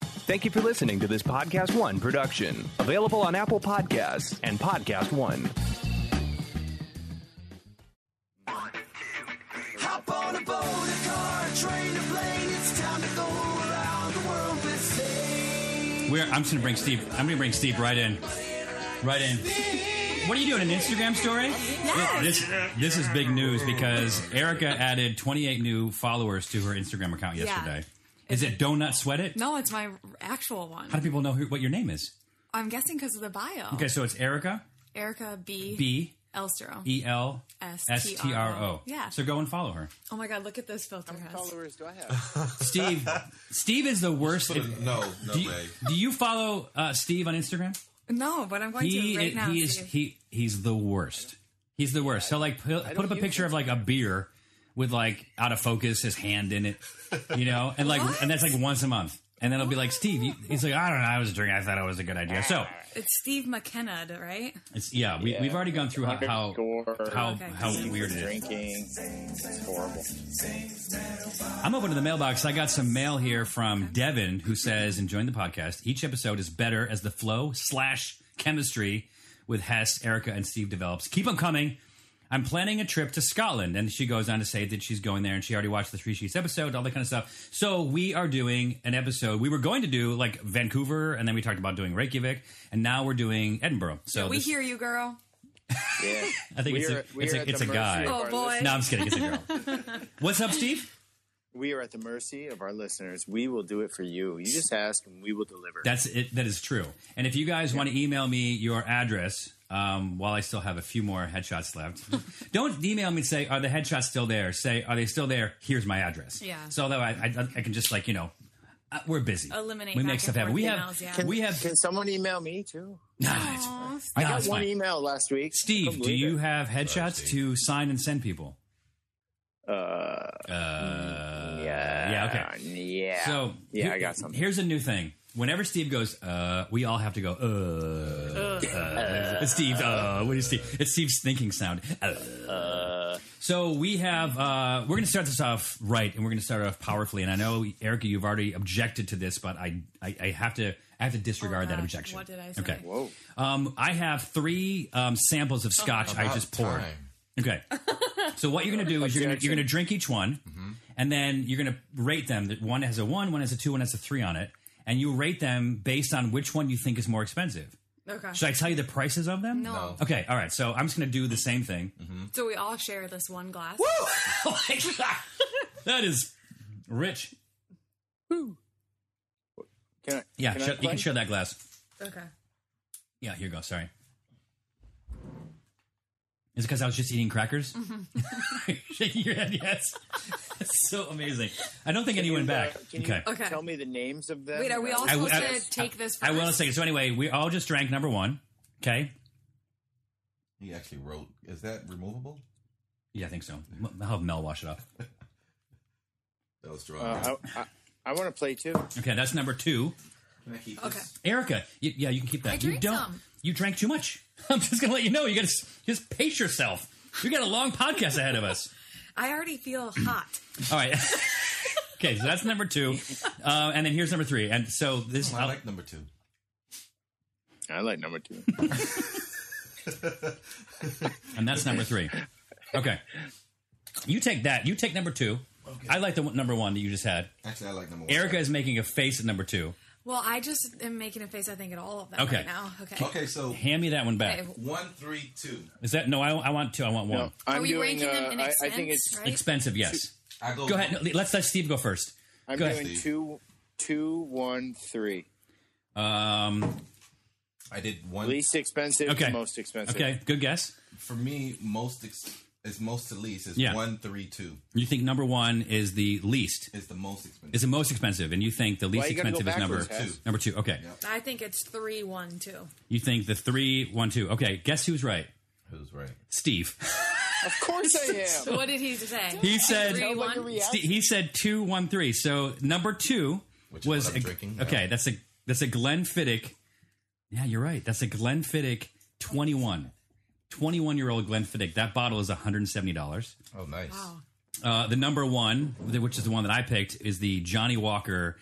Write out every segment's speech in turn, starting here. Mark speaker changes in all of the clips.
Speaker 1: Thank you for listening to this Podcast One production, available on Apple Podcasts and Podcast One.
Speaker 2: Hop on a boat, a car, a train, a plane. It's time to go around the world with Steve.
Speaker 3: We're, I'm just gonna bring Steve. I'm gonna bring Steve right in, right in. What are you doing? An Instagram story? This this is big news because Erica added 28 new followers to her Instagram account
Speaker 4: Yeah.
Speaker 3: yesterday. Is it Donut Sweat It?
Speaker 4: No, it's my actual one.
Speaker 3: How do people know who, what your name is?
Speaker 4: I'm guessing because of the bio.
Speaker 3: Okay, so it's Erica
Speaker 4: Erica B.
Speaker 3: B
Speaker 4: Elstro.
Speaker 3: E L
Speaker 4: S
Speaker 3: S T R O.
Speaker 4: Yeah.
Speaker 3: So go and follow her.
Speaker 4: oh my God, look at this filter. guys.
Speaker 5: do I have?
Speaker 3: Steve. Steve is the worst. If-
Speaker 6: No, no
Speaker 3: do, you,
Speaker 6: way.
Speaker 3: do you follow uh, Steve on Instagram?
Speaker 4: No, but I'm going
Speaker 3: he
Speaker 4: to right now.
Speaker 3: he is
Speaker 4: Steve.
Speaker 3: he he's the worst. He's the worst. So like pu- put up a picture of like a beer with like out of focus, his hand in it, you know, and like
Speaker 4: What?
Speaker 3: and that's like once a month. And then it'll be like Steve. You, he's like, I don't know. I was drinking. I thought it was a good idea. So
Speaker 4: it's Steve McKenna, right?
Speaker 3: it's yeah. We, We've already gone through how how
Speaker 5: Underscore.
Speaker 3: how,
Speaker 4: Okay.
Speaker 3: how weird it is.
Speaker 5: Drinking. It's horrible.
Speaker 3: I'm open to the mailbox. I got some mail here from Devin
Speaker 4: Mm-hmm.
Speaker 3: who says, enjoying the podcast. Each episode is better as the flow slash chemistry with Hess, Erica, and Steve develops. Keep them coming. I'm planning a trip to Scotland. And she goes on to say that she's going there and she already watched the Three Sheets episode, all that kind of stuff. So we are doing an episode. We were going to do like Vancouver and then we talked about doing Reykjavik and now we're doing Edinburgh. So
Speaker 4: we
Speaker 3: Oh, this-
Speaker 4: hear you, girl.
Speaker 5: Yeah.
Speaker 3: I think
Speaker 5: We
Speaker 3: it's
Speaker 5: are-
Speaker 3: a,
Speaker 5: we
Speaker 3: it's
Speaker 5: are
Speaker 3: a,
Speaker 5: at
Speaker 3: it's a
Speaker 5: the mercy
Speaker 3: guy.
Speaker 5: of
Speaker 4: Oh,
Speaker 5: our
Speaker 4: boy.
Speaker 5: listeners.
Speaker 3: No, I'm just kidding. It's a girl. What's up, Steve?
Speaker 5: We are at the mercy of our listeners. We will do it for you. You just ask and we will deliver.
Speaker 3: That's it. That is true. And if you guys want to email me your address, um, while I still have a few more headshots left, don't email me and say, "Are the headshots still there?" Say, "Are they still there?" Here's my address.
Speaker 4: Yeah.
Speaker 3: So that I, I, I can just like you know, uh, we're busy.
Speaker 4: Eliminate
Speaker 3: We
Speaker 4: back
Speaker 3: make
Speaker 4: and
Speaker 3: stuff happen.
Speaker 4: forth
Speaker 3: We
Speaker 4: emails,
Speaker 3: have.
Speaker 4: yeah.
Speaker 3: We have.
Speaker 5: Can someone email me too?
Speaker 3: Nah, it's,
Speaker 4: Aw,
Speaker 3: nah,
Speaker 5: I got
Speaker 3: it's
Speaker 5: one
Speaker 3: fine.
Speaker 5: email last week. I
Speaker 3: Steve,
Speaker 5: couldn't
Speaker 3: do
Speaker 5: believe
Speaker 3: you
Speaker 5: it.
Speaker 3: have headshots to sign and send people?
Speaker 5: Uh,
Speaker 3: yeah, okay.
Speaker 5: Yeah.
Speaker 3: So
Speaker 5: yeah,
Speaker 3: here-
Speaker 5: I got something.
Speaker 3: Here's a new thing. Whenever Steve goes, uh, we all have to go, uh, uh, It's Steve, uh, what is Steve? It's Steve's thinking sound. Uh. So we have, uh, we're going to start this off right, and we're going to start off powerfully. And I know, Erica, you've already objected to this, but I, I, I have to, I have to disregard
Speaker 4: Oh,
Speaker 3: that
Speaker 4: gosh,
Speaker 3: objection.
Speaker 4: what did I say?
Speaker 3: Okay.
Speaker 5: Whoa.
Speaker 3: Um, I have three um, samples of scotch I
Speaker 6: About
Speaker 3: just poured.
Speaker 6: time.
Speaker 3: Okay. So what you're going to do is you're going to you're going to drink each one, and then you're going to rate them. That One has a one, one has a two, one has a three on it, and you rate them based on which one you think is more expensive.
Speaker 4: Okay.
Speaker 3: Should I tell you the prices of them?
Speaker 4: no.
Speaker 3: Okay. All right. So I'm just going to do the same thing.
Speaker 4: So we all share this one glass.
Speaker 3: Oh my God. that is rich.
Speaker 5: Can I,
Speaker 3: Yeah.
Speaker 5: can I
Speaker 3: shut- you
Speaker 5: play?
Speaker 3: can share that glass.
Speaker 4: Okay.
Speaker 3: Yeah. Here you go. Sorry. Is it because I was just eating crackers?
Speaker 5: Mm-hmm.
Speaker 3: Shaking your head, yes. That's so amazing. I don't think anyone
Speaker 5: you, uh,
Speaker 3: back.
Speaker 5: can you-
Speaker 3: okay.
Speaker 4: Okay.
Speaker 5: Tell me the names of them. Uh,
Speaker 4: Wait, are we all
Speaker 3: I-
Speaker 4: supposed
Speaker 3: I-
Speaker 4: to take this? First?
Speaker 3: I will say so. Anyway, we all just drank number one. Okay.
Speaker 6: He actually wrote. Is that removable?
Speaker 3: Yeah, I think so. M- I'll have Mel wash it up.
Speaker 6: That was strong.
Speaker 5: Uh, I, I, I want to play too.
Speaker 3: Okay, that's number two.
Speaker 6: Can I keep
Speaker 4: Okay.
Speaker 3: Erica, y yeah, you can keep that.
Speaker 4: I
Speaker 3: you
Speaker 4: drank
Speaker 3: don't.
Speaker 4: some.
Speaker 3: You drank too much. I'm just gonna let you know. You gotta s- just pace yourself. We got a long podcast ahead of us.
Speaker 4: I already feel hot.
Speaker 3: All right. okay, so that's number two, uh, and then here's number three. And so this.
Speaker 6: Oh, I like number two.
Speaker 5: I like number two.
Speaker 3: And that's number three. Okay. You take that. You take number two. I like the one, number one that you just had.
Speaker 6: Actually, I like number one.
Speaker 3: Erica is making a face at number two.
Speaker 4: Well, I just am making a face. I think at all of them
Speaker 3: Okay.
Speaker 4: right now. Okay.
Speaker 6: Okay, so
Speaker 3: Hand me that one back.
Speaker 4: Okay.
Speaker 6: one, three, two.
Speaker 3: Is that no? I don't. I want two. I want one.
Speaker 5: No,
Speaker 4: Are
Speaker 5: I'm
Speaker 4: we
Speaker 5: doing.
Speaker 4: ranking them
Speaker 5: uh,
Speaker 4: in
Speaker 5: I, I
Speaker 4: expense?
Speaker 5: think it's.
Speaker 4: right?
Speaker 3: Expensive, yes.
Speaker 6: I go.
Speaker 3: Go ahead. No, let's let Steve go first.
Speaker 5: I'm
Speaker 3: Go ahead.
Speaker 5: doing two, two, one, three.
Speaker 3: Um,
Speaker 6: I did one.
Speaker 5: Least expensive,
Speaker 3: okay.
Speaker 5: to most expensive.
Speaker 3: Okay. Good guess.
Speaker 6: For me, most ex- is most to least is
Speaker 3: Yeah.
Speaker 6: one, three, two.
Speaker 3: You think number one is the least?
Speaker 6: Is the most expensive.
Speaker 3: Is the most expensive, and you think the least
Speaker 5: you gotta go
Speaker 3: expensive is number
Speaker 5: backwards,
Speaker 6: Hess?
Speaker 3: number two? Okay.
Speaker 4: I think it's three, one, two.
Speaker 3: You think the three, one, two? Okay. Guess who's right?
Speaker 6: Who's right?
Speaker 3: Steve.
Speaker 5: Of course I am.
Speaker 4: What did he say?
Speaker 3: He said.
Speaker 4: Three,
Speaker 5: Sounds like a
Speaker 4: one.
Speaker 5: reaction.
Speaker 3: St- he said two, one, three. So number two
Speaker 6: Which is
Speaker 3: was
Speaker 6: what I'm
Speaker 3: a-
Speaker 6: drinking, yeah.
Speaker 3: okay. That's a that's a Glenfiddich. Yeah, you're right. That's a Glenfiddich 21. 21 year old Glenfiddich. That bottle is 170 dollars.
Speaker 6: Oh, nice.
Speaker 4: Wow.
Speaker 3: Uh, the number one, th- which is the one that I picked, is the Johnny Walker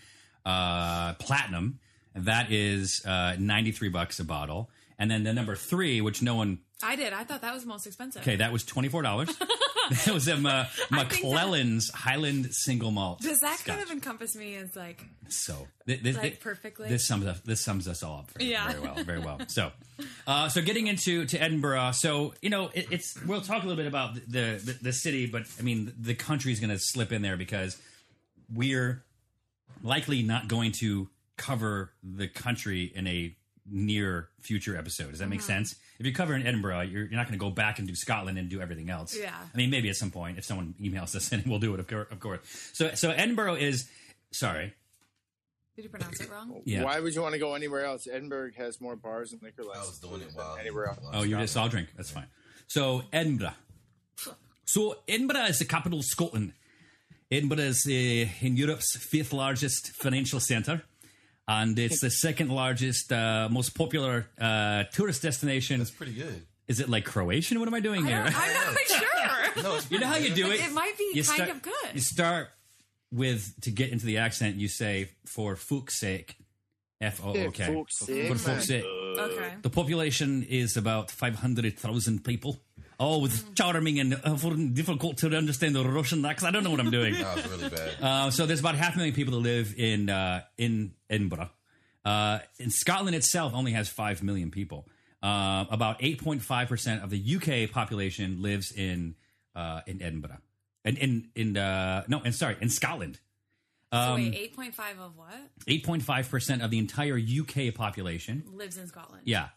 Speaker 3: uh, Platinum. And that is uh, 93 bucks a bottle. And then the number three, which no one,
Speaker 4: I did. I thought that was the most expensive.
Speaker 3: okay, that was $24. that was a Ma- McClellan's Highland Single Malt.
Speaker 4: Does that kind
Speaker 3: Scotch.
Speaker 4: of encompass me as like
Speaker 3: So th- this,
Speaker 4: Like,
Speaker 3: thi-
Speaker 4: perfectly?
Speaker 3: This sums us, this sums us all up very,
Speaker 4: Yeah.
Speaker 3: very well, very well. So, uh, so getting into to Edinburgh. So you know, it, it's we'll talk a little bit about the the, the city, but I mean, the country's going to slip in there because we're likely not going to cover the country in a near future episode. Does that
Speaker 4: Mm-hmm.
Speaker 3: make sense? If you're covering Edinburgh, you're, you're not going to go back and do Scotland and do everything else.
Speaker 4: Yeah.
Speaker 3: I mean, maybe at some point if someone emails us and we'll do it, of course. Of course. So, so Edinburgh is sorry.
Speaker 4: Did you pronounce it wrong?
Speaker 3: Yeah.
Speaker 5: Why would you want to go anywhere else? Edinburgh has more bars and liquor
Speaker 6: I was
Speaker 5: licenses
Speaker 6: doing it
Speaker 5: than
Speaker 6: while
Speaker 5: anywhere else.
Speaker 6: while
Speaker 3: Oh, you
Speaker 6: Scott-
Speaker 3: just all drink. That's fine. So Edinburgh. So Edinburgh is the capital of Scotland. Edinburgh is uh, in Europe's fifth largest financial centre, and it's the second largest, uh, most popular uh, tourist destination.
Speaker 6: That's pretty good.
Speaker 3: Is it like Croatian? What am I doing
Speaker 4: I
Speaker 3: here?
Speaker 4: don't, I'm not quite sure.
Speaker 6: No, it's
Speaker 3: you
Speaker 6: pretty
Speaker 3: know how you
Speaker 6: good.
Speaker 3: do it.
Speaker 4: It might be
Speaker 3: You
Speaker 4: kind
Speaker 3: start-
Speaker 4: of good.
Speaker 3: You start with to get into the accent. You say for fuck's sake, F O O K.
Speaker 5: For fuck's sake,
Speaker 3: For fuck's
Speaker 5: man.
Speaker 3: sake.
Speaker 4: okay.
Speaker 3: The population is about 500,000 people. Oh, with charming and uh, for- difficult to understand the Russian accent. I don't know what I'm doing.
Speaker 6: That was really bad.
Speaker 3: Uh, so there's about half a million people that live in uh, in Edinburgh. Uh, in Scotland itself, only has five million people. Uh, about 8.5 percent of the UK population lives in uh, in Edinburgh. And in in uh, no, and sorry, in Scotland,
Speaker 4: So wait, eight point five of what
Speaker 3: 8.5 percent of the entire UK population
Speaker 4: lives in Scotland?
Speaker 3: yeah.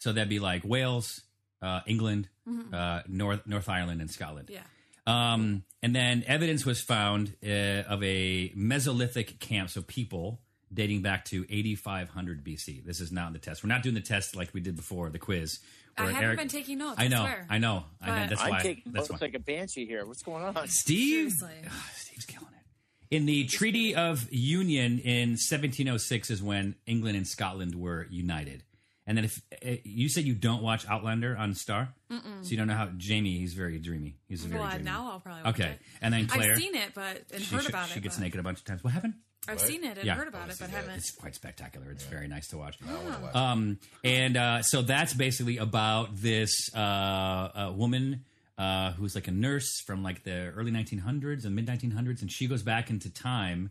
Speaker 3: So that'd be like Wales, uh, England, uh, North North Ireland, and Scotland.
Speaker 4: Mm-hmm. Yeah.
Speaker 3: Um, and then evidence was found uh, of a Mesolithic camps of people dating back to 8500 BC. This is not in the test. We're not doing the test like we did before the quiz.
Speaker 4: I
Speaker 3: where
Speaker 4: haven't been taking notes,
Speaker 3: I
Speaker 4: I
Speaker 3: know.
Speaker 4: swear.
Speaker 3: I know. I know.
Speaker 4: But-
Speaker 3: That's
Speaker 5: I'm
Speaker 3: why.
Speaker 5: taking
Speaker 3: that's
Speaker 5: notes
Speaker 3: why.
Speaker 5: like a banshee here. What's going on?
Speaker 3: Steve.
Speaker 4: Seriously.
Speaker 3: Steve's killing it. In the Treaty of Union in 1706 is when England and Scotland were united. And then if eh, you said you don't watch Outlander on Star, so you don't know how Jamie. He's very dreamy. He's very
Speaker 4: Well, I-
Speaker 3: dreamy.
Speaker 4: now I'll probably. Watch
Speaker 3: okay,
Speaker 4: It.
Speaker 3: and then Claire.
Speaker 4: I've seen it, but and
Speaker 3: she
Speaker 4: heard
Speaker 3: sh-
Speaker 4: about
Speaker 3: she
Speaker 4: it.
Speaker 3: gets
Speaker 4: but-
Speaker 3: naked a bunch of times. What happened?
Speaker 4: I've
Speaker 6: What?
Speaker 4: seen it and
Speaker 3: Yeah.
Speaker 4: heard about it, but
Speaker 6: Yeah.
Speaker 3: It's
Speaker 4: haven't.
Speaker 3: quite spectacular. It's very nice to watch.
Speaker 6: I don't wanna watch it.
Speaker 3: Um, and uh, so that's basically about this uh, uh, woman uh, who's like a nurse from like the early 1900s and mid 1900s, and she goes back into time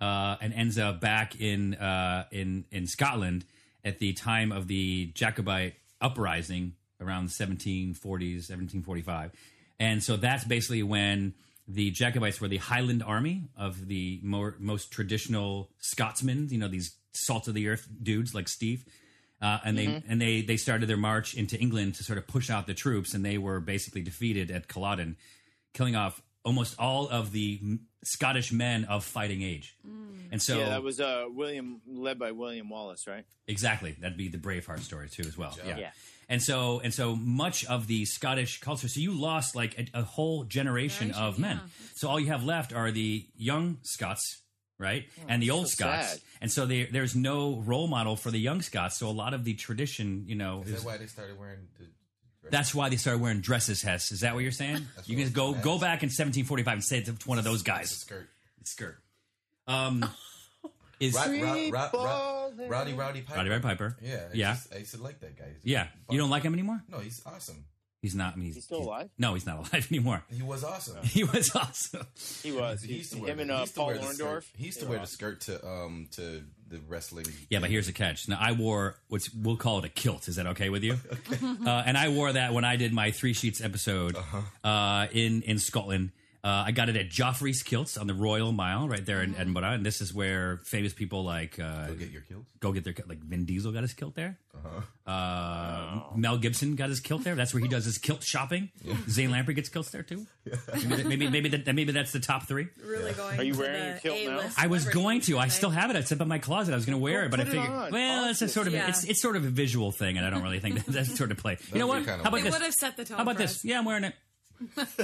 Speaker 3: uh, and ends up back in uh, in in Scotland at the time of the Jacobite uprising around 1740s, 1745, and so that's basically when the Jacobites were the Highland Army of the more, most traditional Scotsmen. You know these salt of the earth dudes like Steve. Uh, and they and they they started their march into England to sort of push out the troops, and they were basically defeated at Culloden killing off almost all of the m- Scottish men of fighting age. And so,
Speaker 5: yeah, that was uh, William, led by William Wallace, right?
Speaker 3: exactly, that'd be the Braveheart story too, as well. Yeah.
Speaker 5: Yeah.
Speaker 3: And so, and so much of the Scottish culture. So you lost like a, a whole generation
Speaker 4: Generation,
Speaker 3: of men.
Speaker 4: yeah.
Speaker 3: So all you have left are the young Scots, right, and the old
Speaker 5: so
Speaker 3: Scots.
Speaker 5: sad.
Speaker 3: And so they, there's no role model for the young Scots. So a lot of the tradition, you know,
Speaker 6: Is
Speaker 3: is-
Speaker 6: that why they started wearing the dress?
Speaker 3: that's why they started wearing dresses. Hess, is that what you're saying?
Speaker 6: That's
Speaker 3: you
Speaker 6: what
Speaker 3: can go
Speaker 6: I'm
Speaker 3: go
Speaker 6: asking.
Speaker 3: back in 1745 and say it's one of those
Speaker 6: the
Speaker 3: guys.
Speaker 6: skirt?
Speaker 3: skirt. Um, is
Speaker 6: Rod,
Speaker 3: Roddy
Speaker 6: Rod, Rod, Rod, Roddy Rowdy Piper.
Speaker 3: Red Piper?
Speaker 6: Yeah. I
Speaker 3: yeah,
Speaker 6: just- I used to like that guy. He's a
Speaker 3: yeah.
Speaker 6: fuck-
Speaker 3: You don't like him anymore?
Speaker 6: No, he's awesome.
Speaker 3: He's not. I mean, he's,
Speaker 5: He's still alive?
Speaker 3: No, he's not alive anymore.
Speaker 6: He was awesome.
Speaker 3: He was awesome.
Speaker 5: He was.
Speaker 6: He
Speaker 5: He,
Speaker 6: used to wear
Speaker 5: him
Speaker 6: the-
Speaker 5: and
Speaker 6: he
Speaker 5: uh,
Speaker 6: used to
Speaker 5: Paul
Speaker 6: wear the skirt.
Speaker 5: Orndorff.
Speaker 6: He used to
Speaker 5: They
Speaker 6: wear
Speaker 5: were
Speaker 6: the skirt to um to the wrestling.
Speaker 3: Yeah, but here's the catch. Now I wore what's we'll call it a kilt. Is that okay with you? uh, and I wore that when I did my three sheets episode
Speaker 6: Uh-huh.
Speaker 3: uh in in Scotland. Uh, I got it at Joffrey's Kilts on the Royal Mile right there in Edinburgh, and this is where famous people like uh,
Speaker 6: Go get your kills.
Speaker 3: go get their kilt. Like Vin Diesel got his kilt there.
Speaker 6: Uh-huh.
Speaker 3: Uh, Mel Gibson got his kilt there. That's where he does his kilt shopping. Zane Lamprey gets kilts there too. Maybe maybe maybe, that, maybe that's the top three.
Speaker 4: Really going.
Speaker 5: Are you
Speaker 4: to
Speaker 5: wearing
Speaker 4: the
Speaker 5: your kilt now?
Speaker 4: A-list
Speaker 3: I was
Speaker 4: celebrity
Speaker 3: going to. I
Speaker 4: tonight.
Speaker 3: still have it. It's up in my closet. I was going to wear it, but I
Speaker 5: put it
Speaker 3: figured,
Speaker 5: on.
Speaker 3: well, it's a sort of
Speaker 4: Yeah.
Speaker 3: it's it's sort of a visual thing, and I don't really think that, that's sort of play. You know what?
Speaker 6: would be
Speaker 3: How
Speaker 6: kinda
Speaker 3: about
Speaker 6: weird.
Speaker 4: It
Speaker 3: this?
Speaker 4: would have set the tone.
Speaker 3: How about
Speaker 4: for
Speaker 3: this?
Speaker 4: us.
Speaker 3: Yeah, I'm wearing it.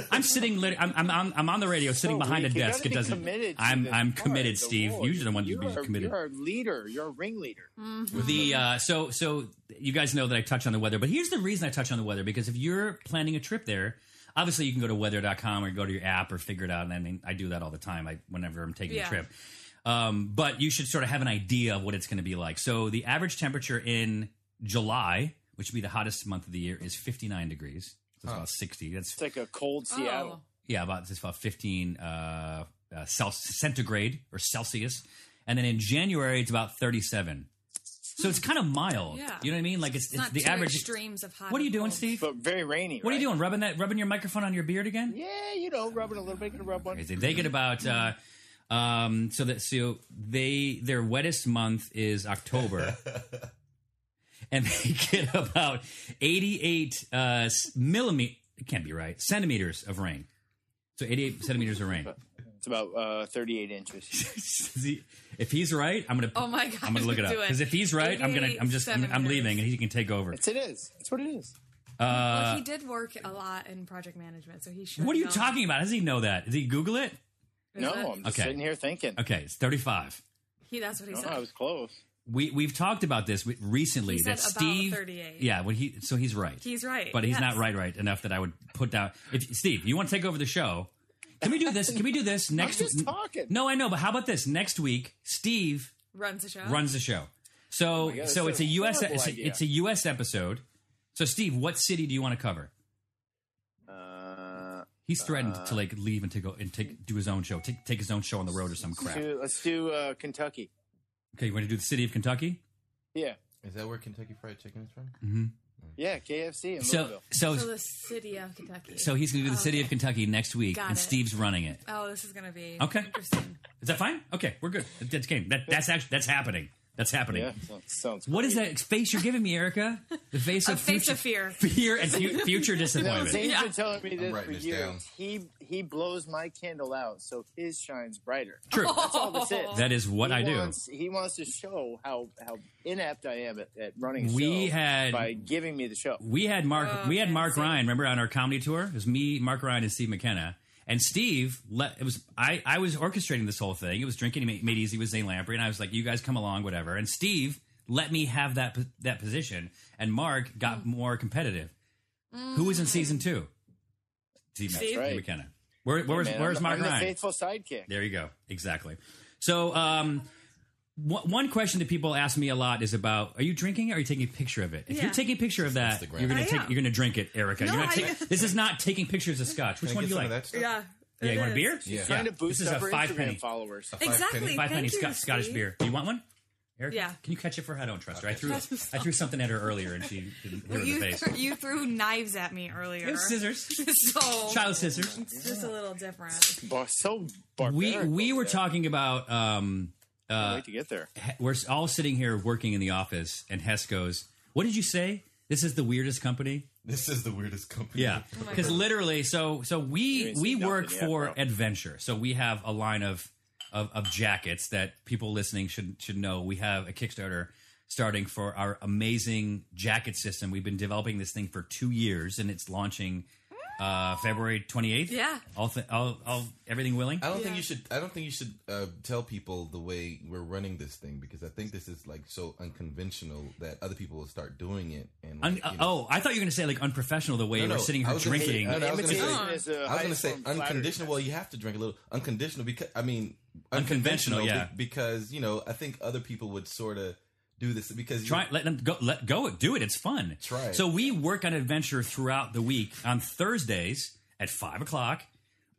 Speaker 3: I'm sitting. Lit- I'm, I'm I'm I'm on the radio, sitting behind a
Speaker 5: weak. You
Speaker 3: desk.
Speaker 5: gotta
Speaker 3: It
Speaker 5: be
Speaker 3: doesn't.
Speaker 5: committed to
Speaker 3: I'm
Speaker 5: this
Speaker 3: I'm
Speaker 5: part,
Speaker 3: committed,
Speaker 5: the
Speaker 3: Steve.
Speaker 5: role.
Speaker 3: You're the one who's
Speaker 5: You are-
Speaker 3: committed.
Speaker 5: You're a leader. You're a ringleader.
Speaker 3: The uh, so so you guys know that I touch on the weather, but here's the reason I touch on the weather because if you're planning a trip there, obviously you can go to weather.com or go to your app or figure it out. And I mean, I do that all the time. I whenever I'm taking a
Speaker 4: Yeah.
Speaker 3: trip. Um, but you should sort of have an idea of what it's going to be like. So the average temperature in July, which would be the hottest month of the year, is 59 degrees. So it's about 60. That's
Speaker 5: It's like a cold Seattle.
Speaker 4: Oh,
Speaker 3: yeah, about it's about 15 uh, uh, Celsius, centigrade or Celsius, and then in January it's about 37. So it's kind of mild.
Speaker 4: Yeah.
Speaker 3: you know what I mean. Like it's,
Speaker 4: it's
Speaker 3: it's
Speaker 4: not
Speaker 3: the
Speaker 4: two
Speaker 3: average.
Speaker 4: extremes of hot.
Speaker 3: What are you
Speaker 4: and
Speaker 3: doing,
Speaker 4: cold.
Speaker 3: Steve?
Speaker 5: But very rainy.
Speaker 3: What are you
Speaker 5: right?
Speaker 3: doing? Rubbing that, rubbing your microphone on your beard again?
Speaker 5: Yeah, you know, rubbing a little bit, gonna rub one.
Speaker 3: Crazy. They get about uh, um, so that so they their wettest month is October, and they get about eighty-eight uh, millimeter. It can't be right. Centimeters of rain. So eighty-eight centimeters of rain.
Speaker 5: It's about uh, 38 inches.
Speaker 3: See, if he's right, I'm gonna.
Speaker 4: Oh my God,
Speaker 3: I'm gonna look it up
Speaker 4: do it.
Speaker 3: because if he's right, I'm gonna. I'm just. I'm, I'm
Speaker 4: 88
Speaker 3: leaving, and he can take over.
Speaker 5: It's, it is. It's what it is.
Speaker 4: well, he did work a lot in project management, so he should.
Speaker 3: Uh, What are you
Speaker 4: know.
Speaker 3: talking about? How does he know that? Did he Google it?
Speaker 5: No,
Speaker 4: that-
Speaker 5: I'm just
Speaker 3: Okay.
Speaker 5: sitting here thinking.
Speaker 3: Okay, it's 35.
Speaker 4: He. That's what he
Speaker 5: No,
Speaker 4: said.
Speaker 5: I was close.
Speaker 3: We we've talked about this we- recently.
Speaker 4: He said
Speaker 3: that
Speaker 4: about
Speaker 3: Steve.
Speaker 4: 38.
Speaker 3: Yeah, when he so he's right.
Speaker 4: He's right,
Speaker 3: but he's
Speaker 4: yes.
Speaker 3: not right right enough that I would put down. If, Steve, you want to take over the show? Can we do this? Can we do this next?
Speaker 5: just talking.
Speaker 3: No, I know, but how about this next week? Steve
Speaker 4: Runs the show.
Speaker 3: runs the show. So
Speaker 5: Oh God,
Speaker 3: so it's
Speaker 5: that's
Speaker 3: a
Speaker 5: a
Speaker 3: US
Speaker 5: horrible
Speaker 3: it's a,
Speaker 5: idea.
Speaker 3: it's a US episode. So Steve, what city do you want to cover?
Speaker 5: Uh,
Speaker 3: He's threatened to like leave and to go and take do his own show, take, take his own show on the road or some crap.
Speaker 5: do- let's do uh, Kentucky.
Speaker 3: Okay, you want to do the city of Kentucky?
Speaker 5: Yeah.
Speaker 6: Is that where Kentucky Fried Chicken is from?
Speaker 5: Yeah, KFC in
Speaker 3: So
Speaker 5: Louisville.
Speaker 3: so
Speaker 4: So the city of Kentucky.
Speaker 3: so he's going to do the city of Kentucky next week,
Speaker 4: Got
Speaker 3: and
Speaker 4: it.
Speaker 3: Steve's running it.
Speaker 4: Oh, this is gonna be
Speaker 3: Okay.
Speaker 4: Interesting.
Speaker 3: Is that fine? Okay, we're good. That- That's game. That, that's actually that's happening. That's happening.
Speaker 5: Yeah, sounds- sounds
Speaker 3: What is
Speaker 5: great.
Speaker 3: that face you're giving me, Erica? The face
Speaker 4: A
Speaker 3: of
Speaker 4: face
Speaker 3: future,
Speaker 4: of fear.
Speaker 3: fear and fu- future
Speaker 5: No,
Speaker 3: disappointment.
Speaker 5: Zane's
Speaker 4: Yeah.
Speaker 5: been telling me this
Speaker 6: writing
Speaker 5: for
Speaker 6: this
Speaker 5: years.
Speaker 6: down.
Speaker 5: He he blows my candle out, so his shines brighter.
Speaker 3: True.
Speaker 5: That's all this is.
Speaker 3: That is what
Speaker 5: he
Speaker 3: I do.
Speaker 5: wants, do. He wants to show how how inept I am at, at running. a
Speaker 3: We
Speaker 5: show
Speaker 3: had-
Speaker 5: by giving me the show.
Speaker 3: we had Mark
Speaker 4: Oh,
Speaker 3: we had
Speaker 4: okay,
Speaker 3: Mark
Speaker 4: so-
Speaker 3: Ryan remember on our comedy tour it was me Mark Ryan and Steve McKenna and Steve let it was I I was orchestrating this whole thing it was drinking made, made easy with Zane Lamprey and I was like you guys come along whatever and Steve let me have that po- that position and Mark got
Speaker 4: Hmm.
Speaker 3: more competitive who
Speaker 4: Mm.
Speaker 3: was in season 2 Steve, Mc-
Speaker 4: Steve?
Speaker 5: Right.
Speaker 3: McKenna where, where was,
Speaker 5: Man,
Speaker 3: where's
Speaker 5: I'm,
Speaker 3: Mark
Speaker 5: I'm
Speaker 3: Ryan
Speaker 5: The faithful sidekick.
Speaker 3: there you go. Exactly. So, um, one one question that people ask me a lot is about: Are you drinking? Or are you taking a picture of it? If
Speaker 4: Yeah.
Speaker 3: you're taking a picture of that,
Speaker 6: Instagram.
Speaker 3: you're gonna
Speaker 4: I
Speaker 3: take,
Speaker 4: am.
Speaker 3: you're gonna drink it, Erica.
Speaker 4: No,
Speaker 3: you're not
Speaker 4: I-
Speaker 3: taking- this is not taking pictures of scotch. Which
Speaker 6: Can I
Speaker 3: one
Speaker 6: get
Speaker 3: do you
Speaker 6: some of
Speaker 3: like?
Speaker 6: that stuff?
Speaker 4: Yeah.
Speaker 3: Yeah,
Speaker 4: it
Speaker 3: you want a
Speaker 4: is.
Speaker 3: beer?
Speaker 6: Yeah.
Speaker 5: Trying to
Speaker 3: Yeah.
Speaker 5: boost
Speaker 3: this is
Speaker 5: up
Speaker 3: a
Speaker 5: our
Speaker 3: five
Speaker 5: Instagram
Speaker 3: penny,
Speaker 5: followers.
Speaker 6: A five
Speaker 4: Exactly.
Speaker 6: penny?
Speaker 3: five penny
Speaker 4: Thank you,
Speaker 3: Scot- Scottish
Speaker 4: Steve.
Speaker 3: beer. Do you want one? Erica,
Speaker 4: Yeah.
Speaker 3: Can you catch it for her? I don't trust her. I threw I threw something at her earlier and she didn't hit her in
Speaker 4: You,
Speaker 3: the face.
Speaker 4: th- you threw knives at me earlier.
Speaker 3: It was scissors,
Speaker 4: so
Speaker 3: child scissors.
Speaker 4: it's just a little different.
Speaker 5: Bar- so
Speaker 3: We
Speaker 5: barbaric
Speaker 3: we
Speaker 5: over
Speaker 3: were
Speaker 5: there.
Speaker 3: talking about um,
Speaker 5: Can't wait to get there.
Speaker 3: we're all sitting here working in the office, and Hess goes, "What did you say? This is the weirdest company."
Speaker 6: This is the weirdest company.
Speaker 3: Yeah, because literally, so so we
Speaker 5: ain't
Speaker 3: we
Speaker 5: seen nothing
Speaker 3: work
Speaker 5: yet,
Speaker 3: for
Speaker 5: bro.
Speaker 3: adventure. So we have a line of, of of jackets that people listening should should know. We have a Kickstarter starting for our amazing jacket system. We've been developing this thing for two years, and it's launching uh February twenty eighth.
Speaker 4: Yeah.
Speaker 3: all, th- all all everything willing.
Speaker 6: I don't think you should. I don't think you should uh, tell people the way we're running this thing because I think this is like so unconventional that other people will start doing it. And
Speaker 3: Un-
Speaker 6: like, you know-
Speaker 3: oh, I thought you were going to say like unprofessional the way
Speaker 6: No,
Speaker 3: we're
Speaker 6: no,
Speaker 3: sitting
Speaker 6: I
Speaker 3: here
Speaker 6: was gonna say-
Speaker 3: drinking.
Speaker 6: no, no, I was gonna
Speaker 5: Imitation
Speaker 6: say-
Speaker 5: is a
Speaker 6: I was
Speaker 5: high
Speaker 6: going to say
Speaker 5: form of flattery.
Speaker 6: unconditional. Well, you have to drink a little unconditional because I mean
Speaker 3: Unconventional,
Speaker 6: be-
Speaker 3: yeah.
Speaker 6: because you know I think other people would sort of do this because you-
Speaker 3: Try let them go. Let go. Do it. It's fun.
Speaker 6: That's right.
Speaker 3: So we work on adventure throughout the week. On Thursdays at five o'clock,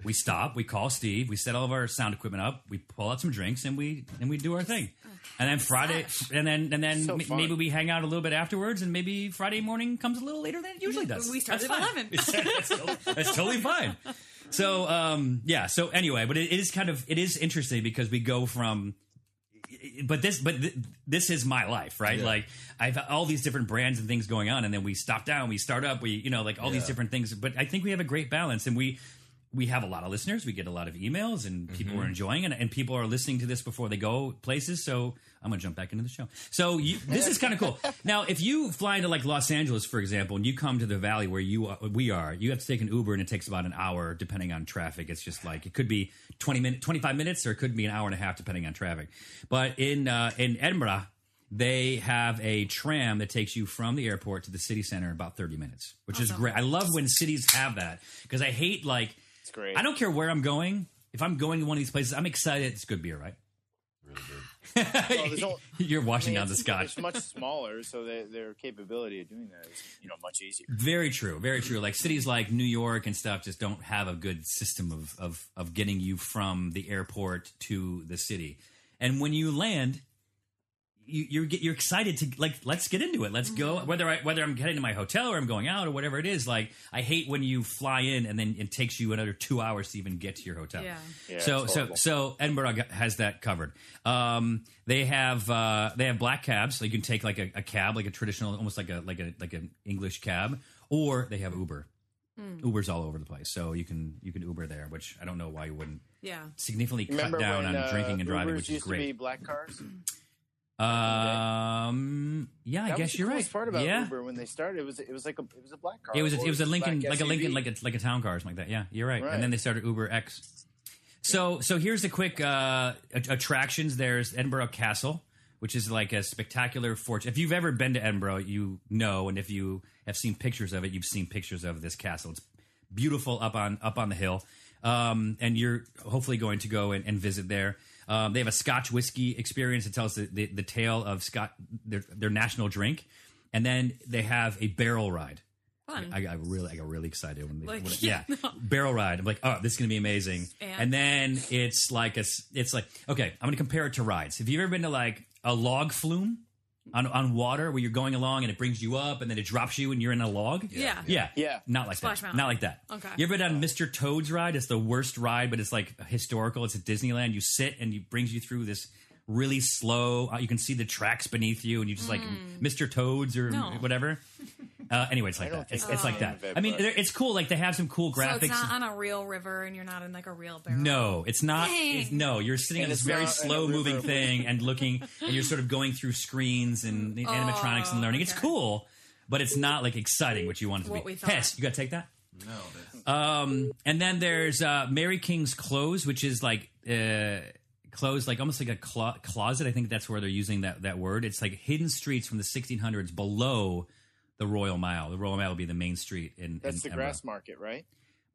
Speaker 3: we stop. We call Steve. We set all of our sound equipment up. We pull out some drinks and we and we do our thing. And then Friday, and then and then
Speaker 5: So
Speaker 3: ma-
Speaker 5: fun.
Speaker 3: maybe we hang out a little bit afterwards. And maybe Friday morning comes a little later than it usually does.
Speaker 4: We start
Speaker 3: That's
Speaker 4: at
Speaker 3: fine.
Speaker 4: 11.
Speaker 3: that's, totally, that's totally fine. So um, yeah. So anyway, but it is kind of it is interesting because we go from but this but th- this is my life right
Speaker 6: Yeah.
Speaker 3: like i've all these different brands and things going on and then we stop down we start up we you know like all these
Speaker 6: Yeah.
Speaker 3: different things but i think we have a great balance and we we have a lot of listeners we get a lot of emails and people are enjoying it and people are listening to this before they go places so i'm gonna jump back into the show so you, this is kind of cool now if you fly into like los angeles for example and you come to the valley where you are, we are you have to take an uber and it takes about an hour depending on traffic it's just like it could be 20 minutes 25 minutes or it could be an hour and a half depending on traffic but in uh, in edinburgh they have a tram that takes you from the airport to the city center in about 30 minutes, which is great. I love when cities have that because I hate like
Speaker 5: It's great.
Speaker 3: I don't care where I'm going. If I'm going to one of these places, I'm excited. It's good beer, right?
Speaker 5: there's no-
Speaker 3: You're washing down the
Speaker 5: it's-
Speaker 3: scotch.
Speaker 5: It's much smaller, so their their capability of doing that is you know much easier.
Speaker 3: Very true. Very true. Like cities like New York and stuff just don't have a good system of of of getting you from the airport to the city. And when you land, you, you're get- you're excited to like let's get into it. Let's go. Whether I whether I'm heading to my hotel or I'm going out or whatever it is. Like I hate when you fly in and then it takes you another two hours to even get to your hotel.
Speaker 4: Yeah.
Speaker 5: Yeah,
Speaker 3: so
Speaker 5: it's
Speaker 3: so
Speaker 5: horrible.
Speaker 3: so Edinburgh has that covered. Um, they have uh, they have black cabs, so you can take like a, a cab, like a traditional, almost like a like a like an English cab, or they have Uber. Uber's all over the place, so you can you can Uber there, which I don't know why you wouldn't
Speaker 4: Yeah.
Speaker 3: significantly
Speaker 5: Remember
Speaker 3: cut down
Speaker 5: when,
Speaker 3: on
Speaker 5: uh,
Speaker 3: drinking and driving,
Speaker 5: Ubers
Speaker 3: which is
Speaker 5: used to be
Speaker 3: great.
Speaker 5: black cars?
Speaker 3: Um, yeah, I
Speaker 5: That was
Speaker 3: guess
Speaker 5: the
Speaker 3: you're right.
Speaker 5: coolest Part about
Speaker 3: yeah,
Speaker 5: Uber when they started it was it was like a it was a black car.
Speaker 3: it was a,
Speaker 5: or
Speaker 3: it was a Lincoln,
Speaker 5: black
Speaker 3: like a Lincoln,
Speaker 5: SUV.
Speaker 3: like a like a town car or something like that. Yeah, you're right.
Speaker 5: Right.
Speaker 3: And then they started Uber X. So so here's the quick uh, att- attractions. There's Edinburgh Castle, which is like a spectacular fortune. If you've ever been to Edinburgh, you know, and if you have seen pictures of it, you've seen pictures of this castle. It's beautiful up on up on the hill, um, and you're hopefully going to go and, and visit there. Um, they have a Scotch whiskey experience that tells the, the, the tale of Scott their, their national drink, and then they have a barrel ride.
Speaker 4: Fun.
Speaker 3: I got really, I got really excited when they,
Speaker 4: Mm-hmm. Like,
Speaker 3: when it- yeah,
Speaker 4: yeah,
Speaker 3: barrel ride. I'm like, oh, this is gonna be amazing. And,
Speaker 4: And-
Speaker 3: then it's like a, s- it's like, okay, I'm gonna compare it to rides. If you've ever been to like a log flume on on water where you're going along and it brings you up and then it drops you and you're in a log,
Speaker 4: Yeah.
Speaker 3: yeah,
Speaker 5: Yeah.
Speaker 3: not like
Speaker 4: Splash
Speaker 3: that,
Speaker 4: Mountain.
Speaker 3: not like that.
Speaker 4: Okay.
Speaker 3: You ever done Mr. Toad's ride? It's the worst ride, but it's like historical. It's at Disneyland. You sit and it brings you through this really slow. Uh, you can see the tracks beneath you, and you just like Mr. Toad's or
Speaker 4: Mm. No.
Speaker 3: whatever. Uh, anyway, it's like
Speaker 5: don't
Speaker 3: that. It's,
Speaker 5: think
Speaker 3: it's
Speaker 5: so.
Speaker 3: like that.
Speaker 5: Oh.
Speaker 3: I mean, there- it's cool. Like they have some cool
Speaker 4: So
Speaker 3: graphics.
Speaker 4: it's not on a real river and you're not in like a real barrel.
Speaker 3: No, it's not.
Speaker 4: Dang.
Speaker 3: It's, no, you're sitting on
Speaker 5: And
Speaker 3: this
Speaker 5: it's
Speaker 3: very
Speaker 5: not in a
Speaker 3: slow moving
Speaker 5: river.
Speaker 3: thing and looking, and you're sort of going through screens and the animatronics and learning. It's
Speaker 4: Oh, okay.
Speaker 3: cool, but it's not like exciting, what you want it to
Speaker 4: What
Speaker 3: be.
Speaker 4: we thought.
Speaker 3: Hess, you got to take that?
Speaker 6: No, that's,
Speaker 3: Um, and then there's uh, Mary King's clothes, which is like uh, clothes, like almost like a clo- closet. I think that's where they're using that that word. It's like hidden streets from the 1600s below the Royal Mile. The Royal Mile would be the main street in. in
Speaker 5: That's the
Speaker 3: Edinburgh.
Speaker 5: grass market, right?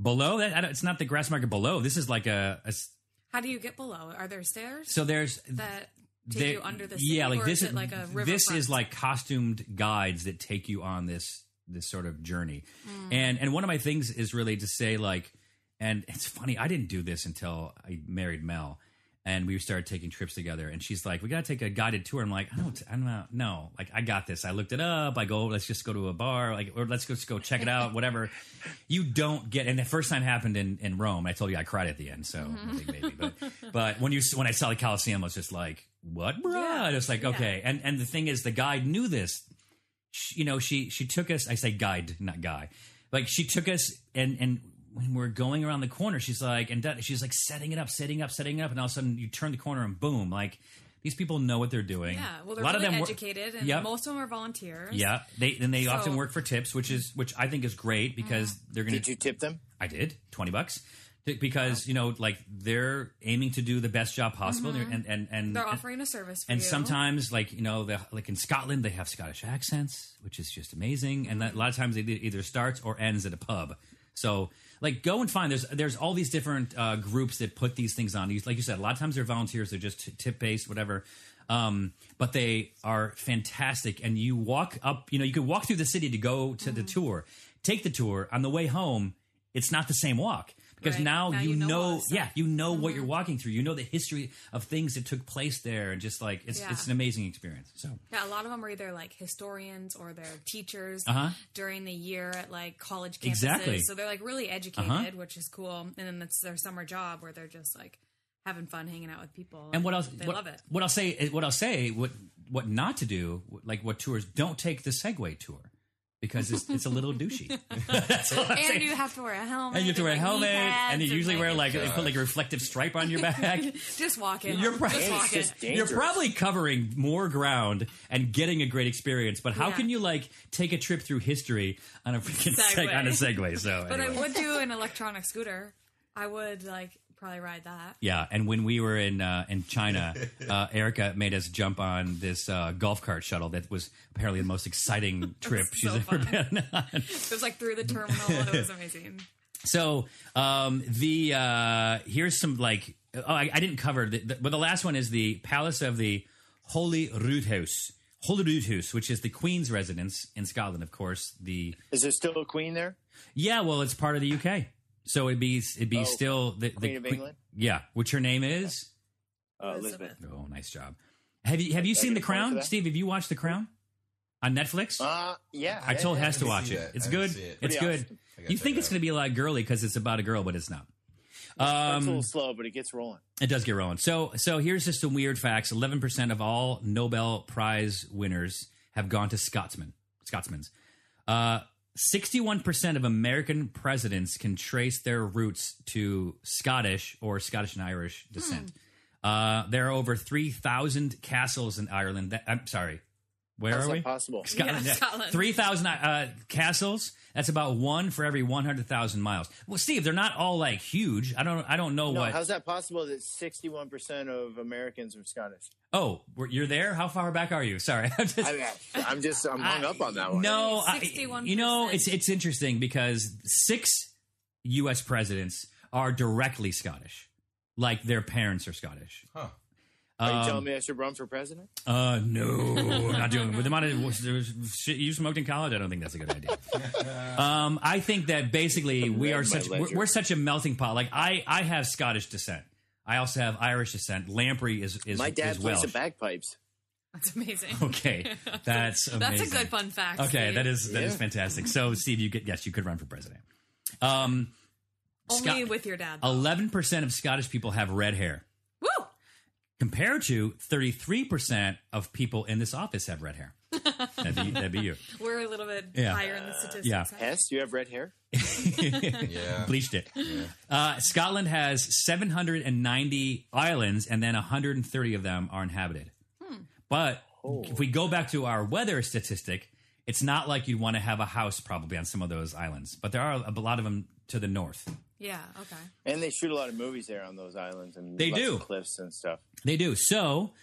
Speaker 3: below that. I don't, it's not the grass market below. This is like a, a s-
Speaker 4: How do you get below? Are there stairs
Speaker 3: so there's
Speaker 4: that take
Speaker 3: there-
Speaker 4: you under the city?
Speaker 3: yeah like
Speaker 4: or
Speaker 3: this
Speaker 4: is it like a river.
Speaker 3: this is like costumed guides that take you on this this sort of journey
Speaker 4: Hmm.
Speaker 3: and and one of my things is really to say like and it's funny i didn't do this until i married mel and we started taking trips together and she's like we gotta take a guided tour i'm like i don't i'm not no like i got this i looked it up i go let's just go to a bar like or let's just go check it out whatever you don't get and the first time happened in, in rome i told you i cried at the end so I think maybe but but when you when i saw the coliseum i was just like what bro
Speaker 4: Yeah.
Speaker 3: it's like
Speaker 4: Yeah.
Speaker 3: okay and and the thing is the guide knew this she, you know she she took us i say guide not guy like she took us and and when we're going around the corner she's like and done- she's like setting it up setting up setting it up and all of a sudden you turn the corner and boom like these people know what they're doing
Speaker 4: Yeah. Well,
Speaker 3: a
Speaker 4: they're
Speaker 3: lot
Speaker 4: really
Speaker 3: of them wor-
Speaker 4: educated, and
Speaker 3: Yep.
Speaker 4: most of them are volunteers.
Speaker 3: yeah they and they
Speaker 4: So- Mm-hmm.
Speaker 3: often work for tips which is which i think is great because they're gonna
Speaker 5: Did you tip them?
Speaker 3: I did twenty bucks Th- because you know like they're aiming to do the best job possible and and and
Speaker 4: Mm-hmm. They're
Speaker 3: and-
Speaker 4: offering a service for
Speaker 3: and
Speaker 4: you.
Speaker 3: sometimes like you know the, like in Scotland they have Scottish accents which is just amazing and that, a lot of times it e-, either starts or ends at a pub so like go and find there's there's all these different uh, groups that put these things on these like you said a lot of times they're volunteers they're just tip based whatever um, but they are fantastic and you walk up you know you could walk through the city to go to the
Speaker 4: Mm-hmm.
Speaker 3: tour take the tour on the way home it's not the same walk because
Speaker 4: Right.
Speaker 3: now,
Speaker 4: Now
Speaker 3: you,
Speaker 4: you know all
Speaker 3: know
Speaker 4: the stuff.
Speaker 3: yeah you know what
Speaker 4: Mm-hmm.
Speaker 3: you're walking through you know the history of things that took place there and just like it's
Speaker 4: Yeah.
Speaker 3: it's an amazing experience so
Speaker 4: Yeah, a lot of them are either like historians or they're teachers
Speaker 3: Uh-huh.
Speaker 4: during the year at like college campuses.
Speaker 3: Exactly.
Speaker 4: So they're like really educated,
Speaker 3: Uh-huh.
Speaker 4: which is cool. And then it's their summer job where they're just like having fun, hanging out with people.
Speaker 3: and what else
Speaker 4: They
Speaker 3: what,
Speaker 4: love it.
Speaker 3: what I'll say eh, what I'll say what what not to do like what tours don't take the Segway tour because it's, it's a little douchey That's all I'm saying.
Speaker 4: And you have to wear a helmet.
Speaker 3: and you have to wear a
Speaker 4: like, knee
Speaker 3: helmet
Speaker 4: pads
Speaker 3: and you usually wear like they
Speaker 6: gosh.
Speaker 3: put like a reflective stripe on your back
Speaker 4: just walking.
Speaker 3: You're probably,
Speaker 4: just walking.
Speaker 5: just
Speaker 3: you're
Speaker 5: dangerous.
Speaker 3: probably covering more ground and getting a great experience, but how
Speaker 4: Yeah.
Speaker 3: can you like take a trip through history on a freaking
Speaker 4: Segway.
Speaker 3: seg- on a Segway? So,
Speaker 4: But
Speaker 3: anyway.
Speaker 4: I would do an electronic scooter. I would like probably ride that.
Speaker 3: yeah. And when we were in uh, in China, uh, Erica made us jump on this uh, golf cart shuttle that was apparently the most exciting trip she's
Speaker 4: so
Speaker 3: ever
Speaker 4: fun.
Speaker 3: been on.
Speaker 4: It was like through the terminal. and it was amazing.
Speaker 3: So um, the uh, here's some like oh, I, I didn't cover, the, the, but the last one is the Palace of the Holy Roodhuis. Holy Roodhuis, which is the Queen's residence in Scotland, of course. The
Speaker 5: Is there still a queen there?
Speaker 3: yeah, well, it's part of the UK, so it'd be it'd be
Speaker 5: Oh,
Speaker 3: still the, the
Speaker 5: Queen of England?
Speaker 3: Yeah, which her name is.
Speaker 5: Uh,
Speaker 4: Elizabeth.
Speaker 5: Elizabeth.
Speaker 3: Oh, nice job. Have you have you
Speaker 5: Did I
Speaker 3: seen
Speaker 5: get
Speaker 3: The
Speaker 5: a point for
Speaker 3: Crown,
Speaker 5: that?
Speaker 3: Steve? Have you watched The Crown on Netflix?
Speaker 5: Uh, yeah.
Speaker 3: I told
Speaker 5: yeah,
Speaker 3: Hess to
Speaker 6: didn't
Speaker 3: watch
Speaker 6: see
Speaker 3: it.
Speaker 6: that.
Speaker 3: It's
Speaker 6: I didn't
Speaker 3: good.
Speaker 6: see it.
Speaker 3: It's
Speaker 5: Pretty
Speaker 3: good.
Speaker 5: awesome.
Speaker 6: I gotta
Speaker 3: You
Speaker 6: check
Speaker 3: think
Speaker 6: it
Speaker 3: it's
Speaker 6: out.
Speaker 3: going to be a lot of girly because it's about a girl, but it's not.
Speaker 5: yeah. It's a
Speaker 3: Um,
Speaker 5: little slow, but it gets rolling.
Speaker 3: it does get rolling. So, so here's just some weird facts. Eleven percent of all Nobel Prize winners have gone to Scotsmen. Scotsmen's. Sixty-one percent of American presidents can trace their roots to Scottish or Scottish and Irish descent. Uh, there are over three thousand castles in Ireland. That, I'm sorry. Where
Speaker 5: How's
Speaker 3: are
Speaker 5: that
Speaker 3: we?
Speaker 5: possible?
Speaker 3: Scotland.
Speaker 4: Yeah, Scotland.
Speaker 3: Three thousand uh, castles. That's about one for every one hundred thousand miles. Well, Steve, they're not all like huge. I don't. I don't know
Speaker 5: No,
Speaker 3: what.
Speaker 5: how's that possible that 61% of Americans are Scottish?
Speaker 3: oh, we're- you're there. How far back are you? Sorry. I'm just-
Speaker 5: I mean, I'm just, I'm hung up on that one.
Speaker 3: no, I-
Speaker 4: 61%.
Speaker 3: you know it's it's interesting because six U.S. presidents are directly Scottish, like their parents are Scottish.
Speaker 6: Huh.
Speaker 5: Are you
Speaker 3: Um,
Speaker 5: telling me I should run for president?
Speaker 3: Uh, no, I'm not doing with the amount of there was shit you smoked in college. I don't think that's a good idea. um, I think that basically we are
Speaker 5: Read my
Speaker 3: such we're,
Speaker 5: ledger.
Speaker 3: we're such a melting pot. Like I, I have Scottish descent. I also have Irish descent. Lamprey is is
Speaker 5: My dad
Speaker 3: is
Speaker 5: plays the
Speaker 3: Welsh.
Speaker 5: bagpipes.
Speaker 4: That's amazing.
Speaker 3: Okay, that's amazing.
Speaker 4: That's a good fun fact.
Speaker 3: Okay,
Speaker 4: Steve.
Speaker 3: that is that is
Speaker 5: Yeah.
Speaker 3: fantastic. So Steve, you could yes, you could run for president. Um,
Speaker 4: only
Speaker 3: Scott-
Speaker 4: with your dad.
Speaker 3: eleven percent of Scottish people have red hair,
Speaker 4: Woo!
Speaker 3: compared to thirty three percent of people in this office have red hair. That'd be, that'd be you.
Speaker 4: We're a little bit
Speaker 3: Yeah.
Speaker 4: higher in the statistics.
Speaker 3: yeah.
Speaker 4: huh?
Speaker 5: Hess, you have red hair?
Speaker 6: Yeah.
Speaker 3: bleached it. Uh, Scotland has 790 islands, and then 130 of them are inhabited. But if we go back to our weather statistic, it's not like you'd want to have a house probably on some of those islands, but there are a lot of them to the north.
Speaker 4: Yeah.
Speaker 3: Oh,
Speaker 4: Okay.
Speaker 5: And they shoot a lot of movies there on those islands and
Speaker 3: They
Speaker 5: lots
Speaker 3: do.
Speaker 5: of cliffs and stuff.
Speaker 3: They do. So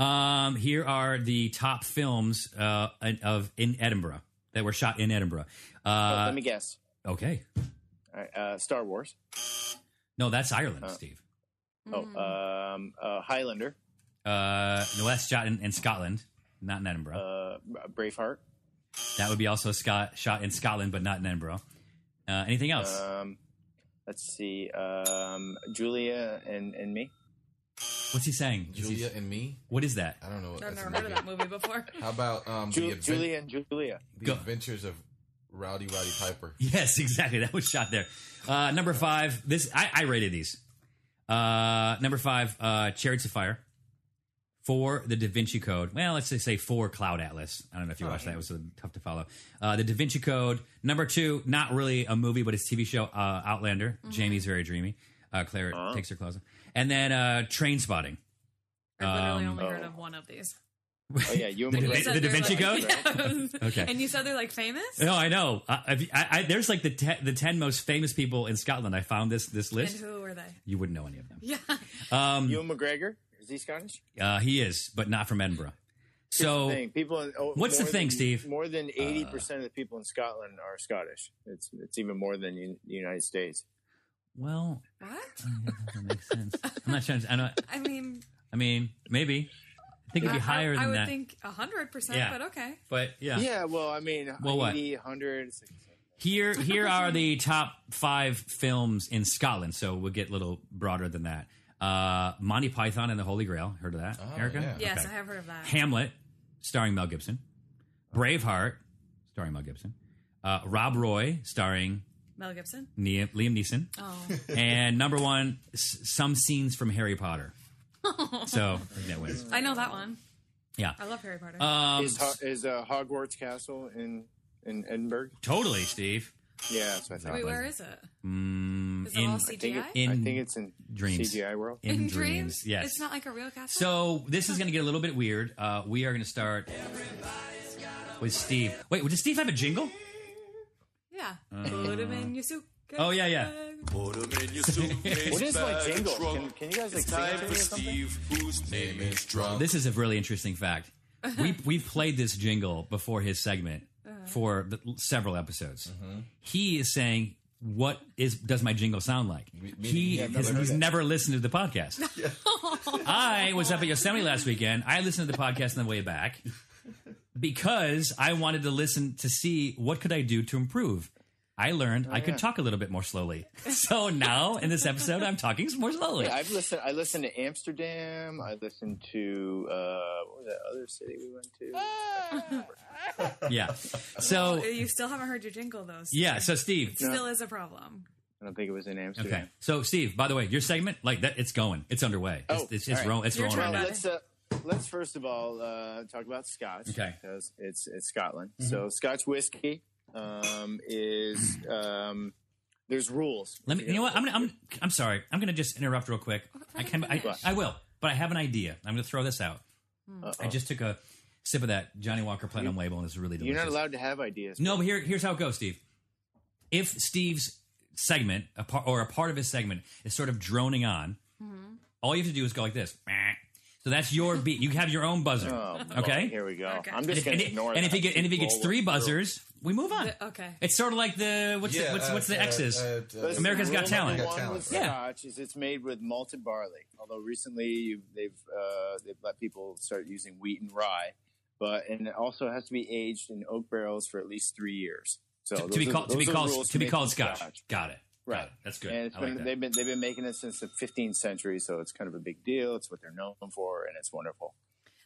Speaker 3: um, here are the top films uh, of in Edinburgh that were shot in Edinburgh.
Speaker 5: Oh,
Speaker 3: Uh,
Speaker 5: let me guess.
Speaker 3: okay,
Speaker 5: All right, uh, Star Wars.
Speaker 3: no, that's Ireland,
Speaker 5: Uh.
Speaker 3: Steve.
Speaker 5: Oh, um, uh, Highlander.
Speaker 3: Uh, no, that's shot in, in Scotland, not in Edinburgh.
Speaker 5: Uh, Braveheart.
Speaker 3: That would be also Scott shot in Scotland, but not in Edinburgh. Uh, anything else?
Speaker 5: Um, let's see. Um, Julia and, and me.
Speaker 3: What's he saying? Is he-
Speaker 6: Julia and me.
Speaker 3: what is that?
Speaker 6: I don't know what
Speaker 4: I've
Speaker 6: that's
Speaker 4: never
Speaker 6: a
Speaker 4: heard of
Speaker 6: movie.
Speaker 4: that movie before.
Speaker 6: How about um,
Speaker 5: Ju-
Speaker 6: the, advent-
Speaker 5: Julia and Julia.
Speaker 6: the
Speaker 3: Go.
Speaker 6: Adventures of Rowdy Roddy Piper?
Speaker 3: Yes, exactly. That was shot there. Uh, number five. This I, I rated these. Uh, number five, uh, Chariots of Fire. Four, The Da Vinci Code. Well, let's just say four, Cloud Atlas. I don't know if you watched that. It was uh, tough to follow. Uh, the Da Vinci Code. Number two, not really a movie, but it's TV show, uh, Outlander.
Speaker 4: Mm-hmm.
Speaker 3: Jamie's very dreamy. Uh, Claire
Speaker 4: Uh-huh.
Speaker 3: takes her clothes off. And then uh, Train Spotting.
Speaker 4: I've literally
Speaker 3: Um,
Speaker 4: only heard
Speaker 5: Oh.
Speaker 4: of one of these.
Speaker 5: Oh, yeah. You
Speaker 3: The
Speaker 5: and
Speaker 3: Da-
Speaker 5: me.
Speaker 4: You said
Speaker 3: the Da
Speaker 4: they're
Speaker 3: Vinci
Speaker 4: like- Yeah.
Speaker 3: Okay.
Speaker 4: And you said they're like famous?
Speaker 3: No, Oh, I know. I, I've- I, I, there's like the te- the ten most famous people in Scotland. I found this this
Speaker 4: And
Speaker 3: list.
Speaker 4: who were they?
Speaker 3: You wouldn't know any of them.
Speaker 4: Yeah.
Speaker 5: You and McGregor. Is he Scottish?
Speaker 3: Uh, he is, but not from Edinburgh. So
Speaker 5: thing. People. in- oh,
Speaker 3: What's the
Speaker 5: more
Speaker 3: thing,
Speaker 5: than-
Speaker 3: Steve? Uh,
Speaker 5: More than eighty percent of the people in Scotland are Scottish. It's it's even more than in the United States.
Speaker 3: well,
Speaker 4: What?
Speaker 3: that makes sense. I'm not sure. I, don't,
Speaker 4: I mean,
Speaker 3: I mean, maybe. I think it'd
Speaker 4: I,
Speaker 3: be higher
Speaker 4: I,
Speaker 3: than
Speaker 4: I would
Speaker 3: that.
Speaker 4: think hundred percent,
Speaker 3: Yeah.
Speaker 4: but okay.
Speaker 3: but yeah.
Speaker 5: Yeah. Well, I mean,
Speaker 3: Uh, Well, what?
Speaker 5: 80, 100. it's-
Speaker 3: Here, here are the top five films in Scotland. So we'll get a little broader than that. Uh, Monty Python and the Holy Grail. Heard of that,
Speaker 6: Oh,
Speaker 3: Erica?
Speaker 6: yeah.
Speaker 4: Yes,
Speaker 3: Okay.
Speaker 4: I have heard of that.
Speaker 3: Hamlet, starring Mel Gibson. Braveheart, starring Mel Gibson. Uh, Rob Roy, starring
Speaker 4: Mel Gibson.
Speaker 3: Nia- Liam Neeson.
Speaker 4: Oh,
Speaker 3: And number one, s- some scenes from Harry Potter. so I think that wins.
Speaker 4: I know that one.
Speaker 3: Yeah.
Speaker 4: I love Harry Potter.
Speaker 3: Um,
Speaker 5: Is Ho- is uh, Hogwarts Castle in in Edinburgh?
Speaker 3: totally, Steve.
Speaker 5: Yeah, that's what I thought.
Speaker 4: Wait, where is it?
Speaker 3: Mm,
Speaker 4: Is it all
Speaker 3: in,
Speaker 4: CGI?
Speaker 5: think it-
Speaker 3: in,
Speaker 5: I think it's in
Speaker 3: dreams.
Speaker 5: CGI world.
Speaker 3: in dreams. Yes.
Speaker 4: It's not like a real castle.
Speaker 3: so this is going to get a little bit weird. Uh, we are going to start with Steve. Wait, does Steve have a jingle?
Speaker 4: yeah. Put him in your
Speaker 3: uh,
Speaker 4: suitcase.
Speaker 3: Oh, yeah, yeah.
Speaker 4: bag.
Speaker 7: Put 'em in your suitcase.
Speaker 5: What is my
Speaker 7: bag and
Speaker 5: jingle?
Speaker 7: truck.
Speaker 5: Can- can you guys, like,
Speaker 7: it's
Speaker 5: sing it
Speaker 7: time
Speaker 5: to me
Speaker 7: for
Speaker 5: or something?
Speaker 7: Steve, whose name is drunk.
Speaker 3: This is a really interesting fact. We we've played this jingle before his segment for the, several episodes. He is saying what is does my jingle sound like?
Speaker 6: me-
Speaker 3: he
Speaker 6: yeah,
Speaker 3: has,
Speaker 6: I've never heard
Speaker 3: he's
Speaker 6: that.
Speaker 3: never listened to the podcast. I was up at Yosemite last weekend. I listened to the podcast on the way back because I wanted to listen to see what could I do to improve. I learned I could talk a little bit more slowly. So now in this episode, I'm talking more slowly.
Speaker 5: Yeah, I've listened. I listened to Amsterdam. I listened to uh, what was that other city we went
Speaker 4: Ah!
Speaker 5: to?
Speaker 3: Yeah. So
Speaker 4: You still haven't heard your jingle though. so
Speaker 3: yeah. So Steve.
Speaker 4: it Still is a problem.
Speaker 5: I don't think it was in Amsterdam.
Speaker 3: Okay. So Steve, by the way, your segment like that, it's going, it's underway. It's
Speaker 5: Oh,
Speaker 3: it's,
Speaker 5: all
Speaker 3: it's,
Speaker 5: right.
Speaker 3: ro- it's
Speaker 4: Your
Speaker 3: rolling right
Speaker 4: turn,
Speaker 3: now.
Speaker 5: Well, let's uh, let's first of all uh, talk about Scotch.
Speaker 3: Okay. Mm-hmm.
Speaker 5: because it's it's Scotland. So Scotch whiskey um, is um, there's rules.
Speaker 3: Let me. You know what? I'm. Gonna, I'm. I'm sorry. I'm going to just interrupt real quick. I can. I,
Speaker 5: finish.
Speaker 3: I will. But I have an idea. I'm going to throw this out. I
Speaker 4: Hmm.
Speaker 5: Uh-oh.
Speaker 3: just took a sip of that Johnny Walker Platinum Label, and it's really delicious.
Speaker 5: You're not allowed to have ideas.
Speaker 3: No, but here, here's how it goes, Steve. If Steve's segment a par- or a part of his segment is sort of droning on,
Speaker 4: Mm-hmm.
Speaker 3: all you have to do is go like this. So that's your beat. You have your own buzzer.
Speaker 5: Oh, boy,
Speaker 3: okay.
Speaker 5: Here we go.
Speaker 4: Okay.
Speaker 5: I'm
Speaker 3: and if,
Speaker 5: just going
Speaker 3: and
Speaker 5: to
Speaker 3: if-
Speaker 5: ignore
Speaker 3: and if
Speaker 5: that.
Speaker 3: he get, and if he gets
Speaker 5: Roll
Speaker 3: three
Speaker 5: with the
Speaker 3: buzzers, we move on.
Speaker 4: The- okay.
Speaker 3: It's sort of like the what's the, what's,
Speaker 6: uh,
Speaker 3: what's the
Speaker 6: uh,
Speaker 3: X's?
Speaker 6: uh,
Speaker 5: But
Speaker 6: uh,
Speaker 5: it's
Speaker 3: America's Got
Speaker 5: rule
Speaker 3: Talent.
Speaker 5: number
Speaker 6: Got
Speaker 5: One
Speaker 6: Talent.
Speaker 5: with
Speaker 3: Yeah.
Speaker 5: Scotch is it's made with malted barley. Although recently you, they've uh, they've let people start using wheat and rye, but and it also has to be aged in oak barrels for at least three years. So
Speaker 3: to be
Speaker 5: those are-
Speaker 3: called to be
Speaker 5: those are
Speaker 3: called
Speaker 5: rules
Speaker 3: to be
Speaker 5: making
Speaker 3: called scotch. Got it.
Speaker 5: Right.
Speaker 3: Got it. That's good.
Speaker 5: And it's
Speaker 3: I
Speaker 5: been,
Speaker 3: like that.
Speaker 5: they've been they've been making it since the 15th century, so it's kind of a big deal. It's what they're known for, and it's wonderful.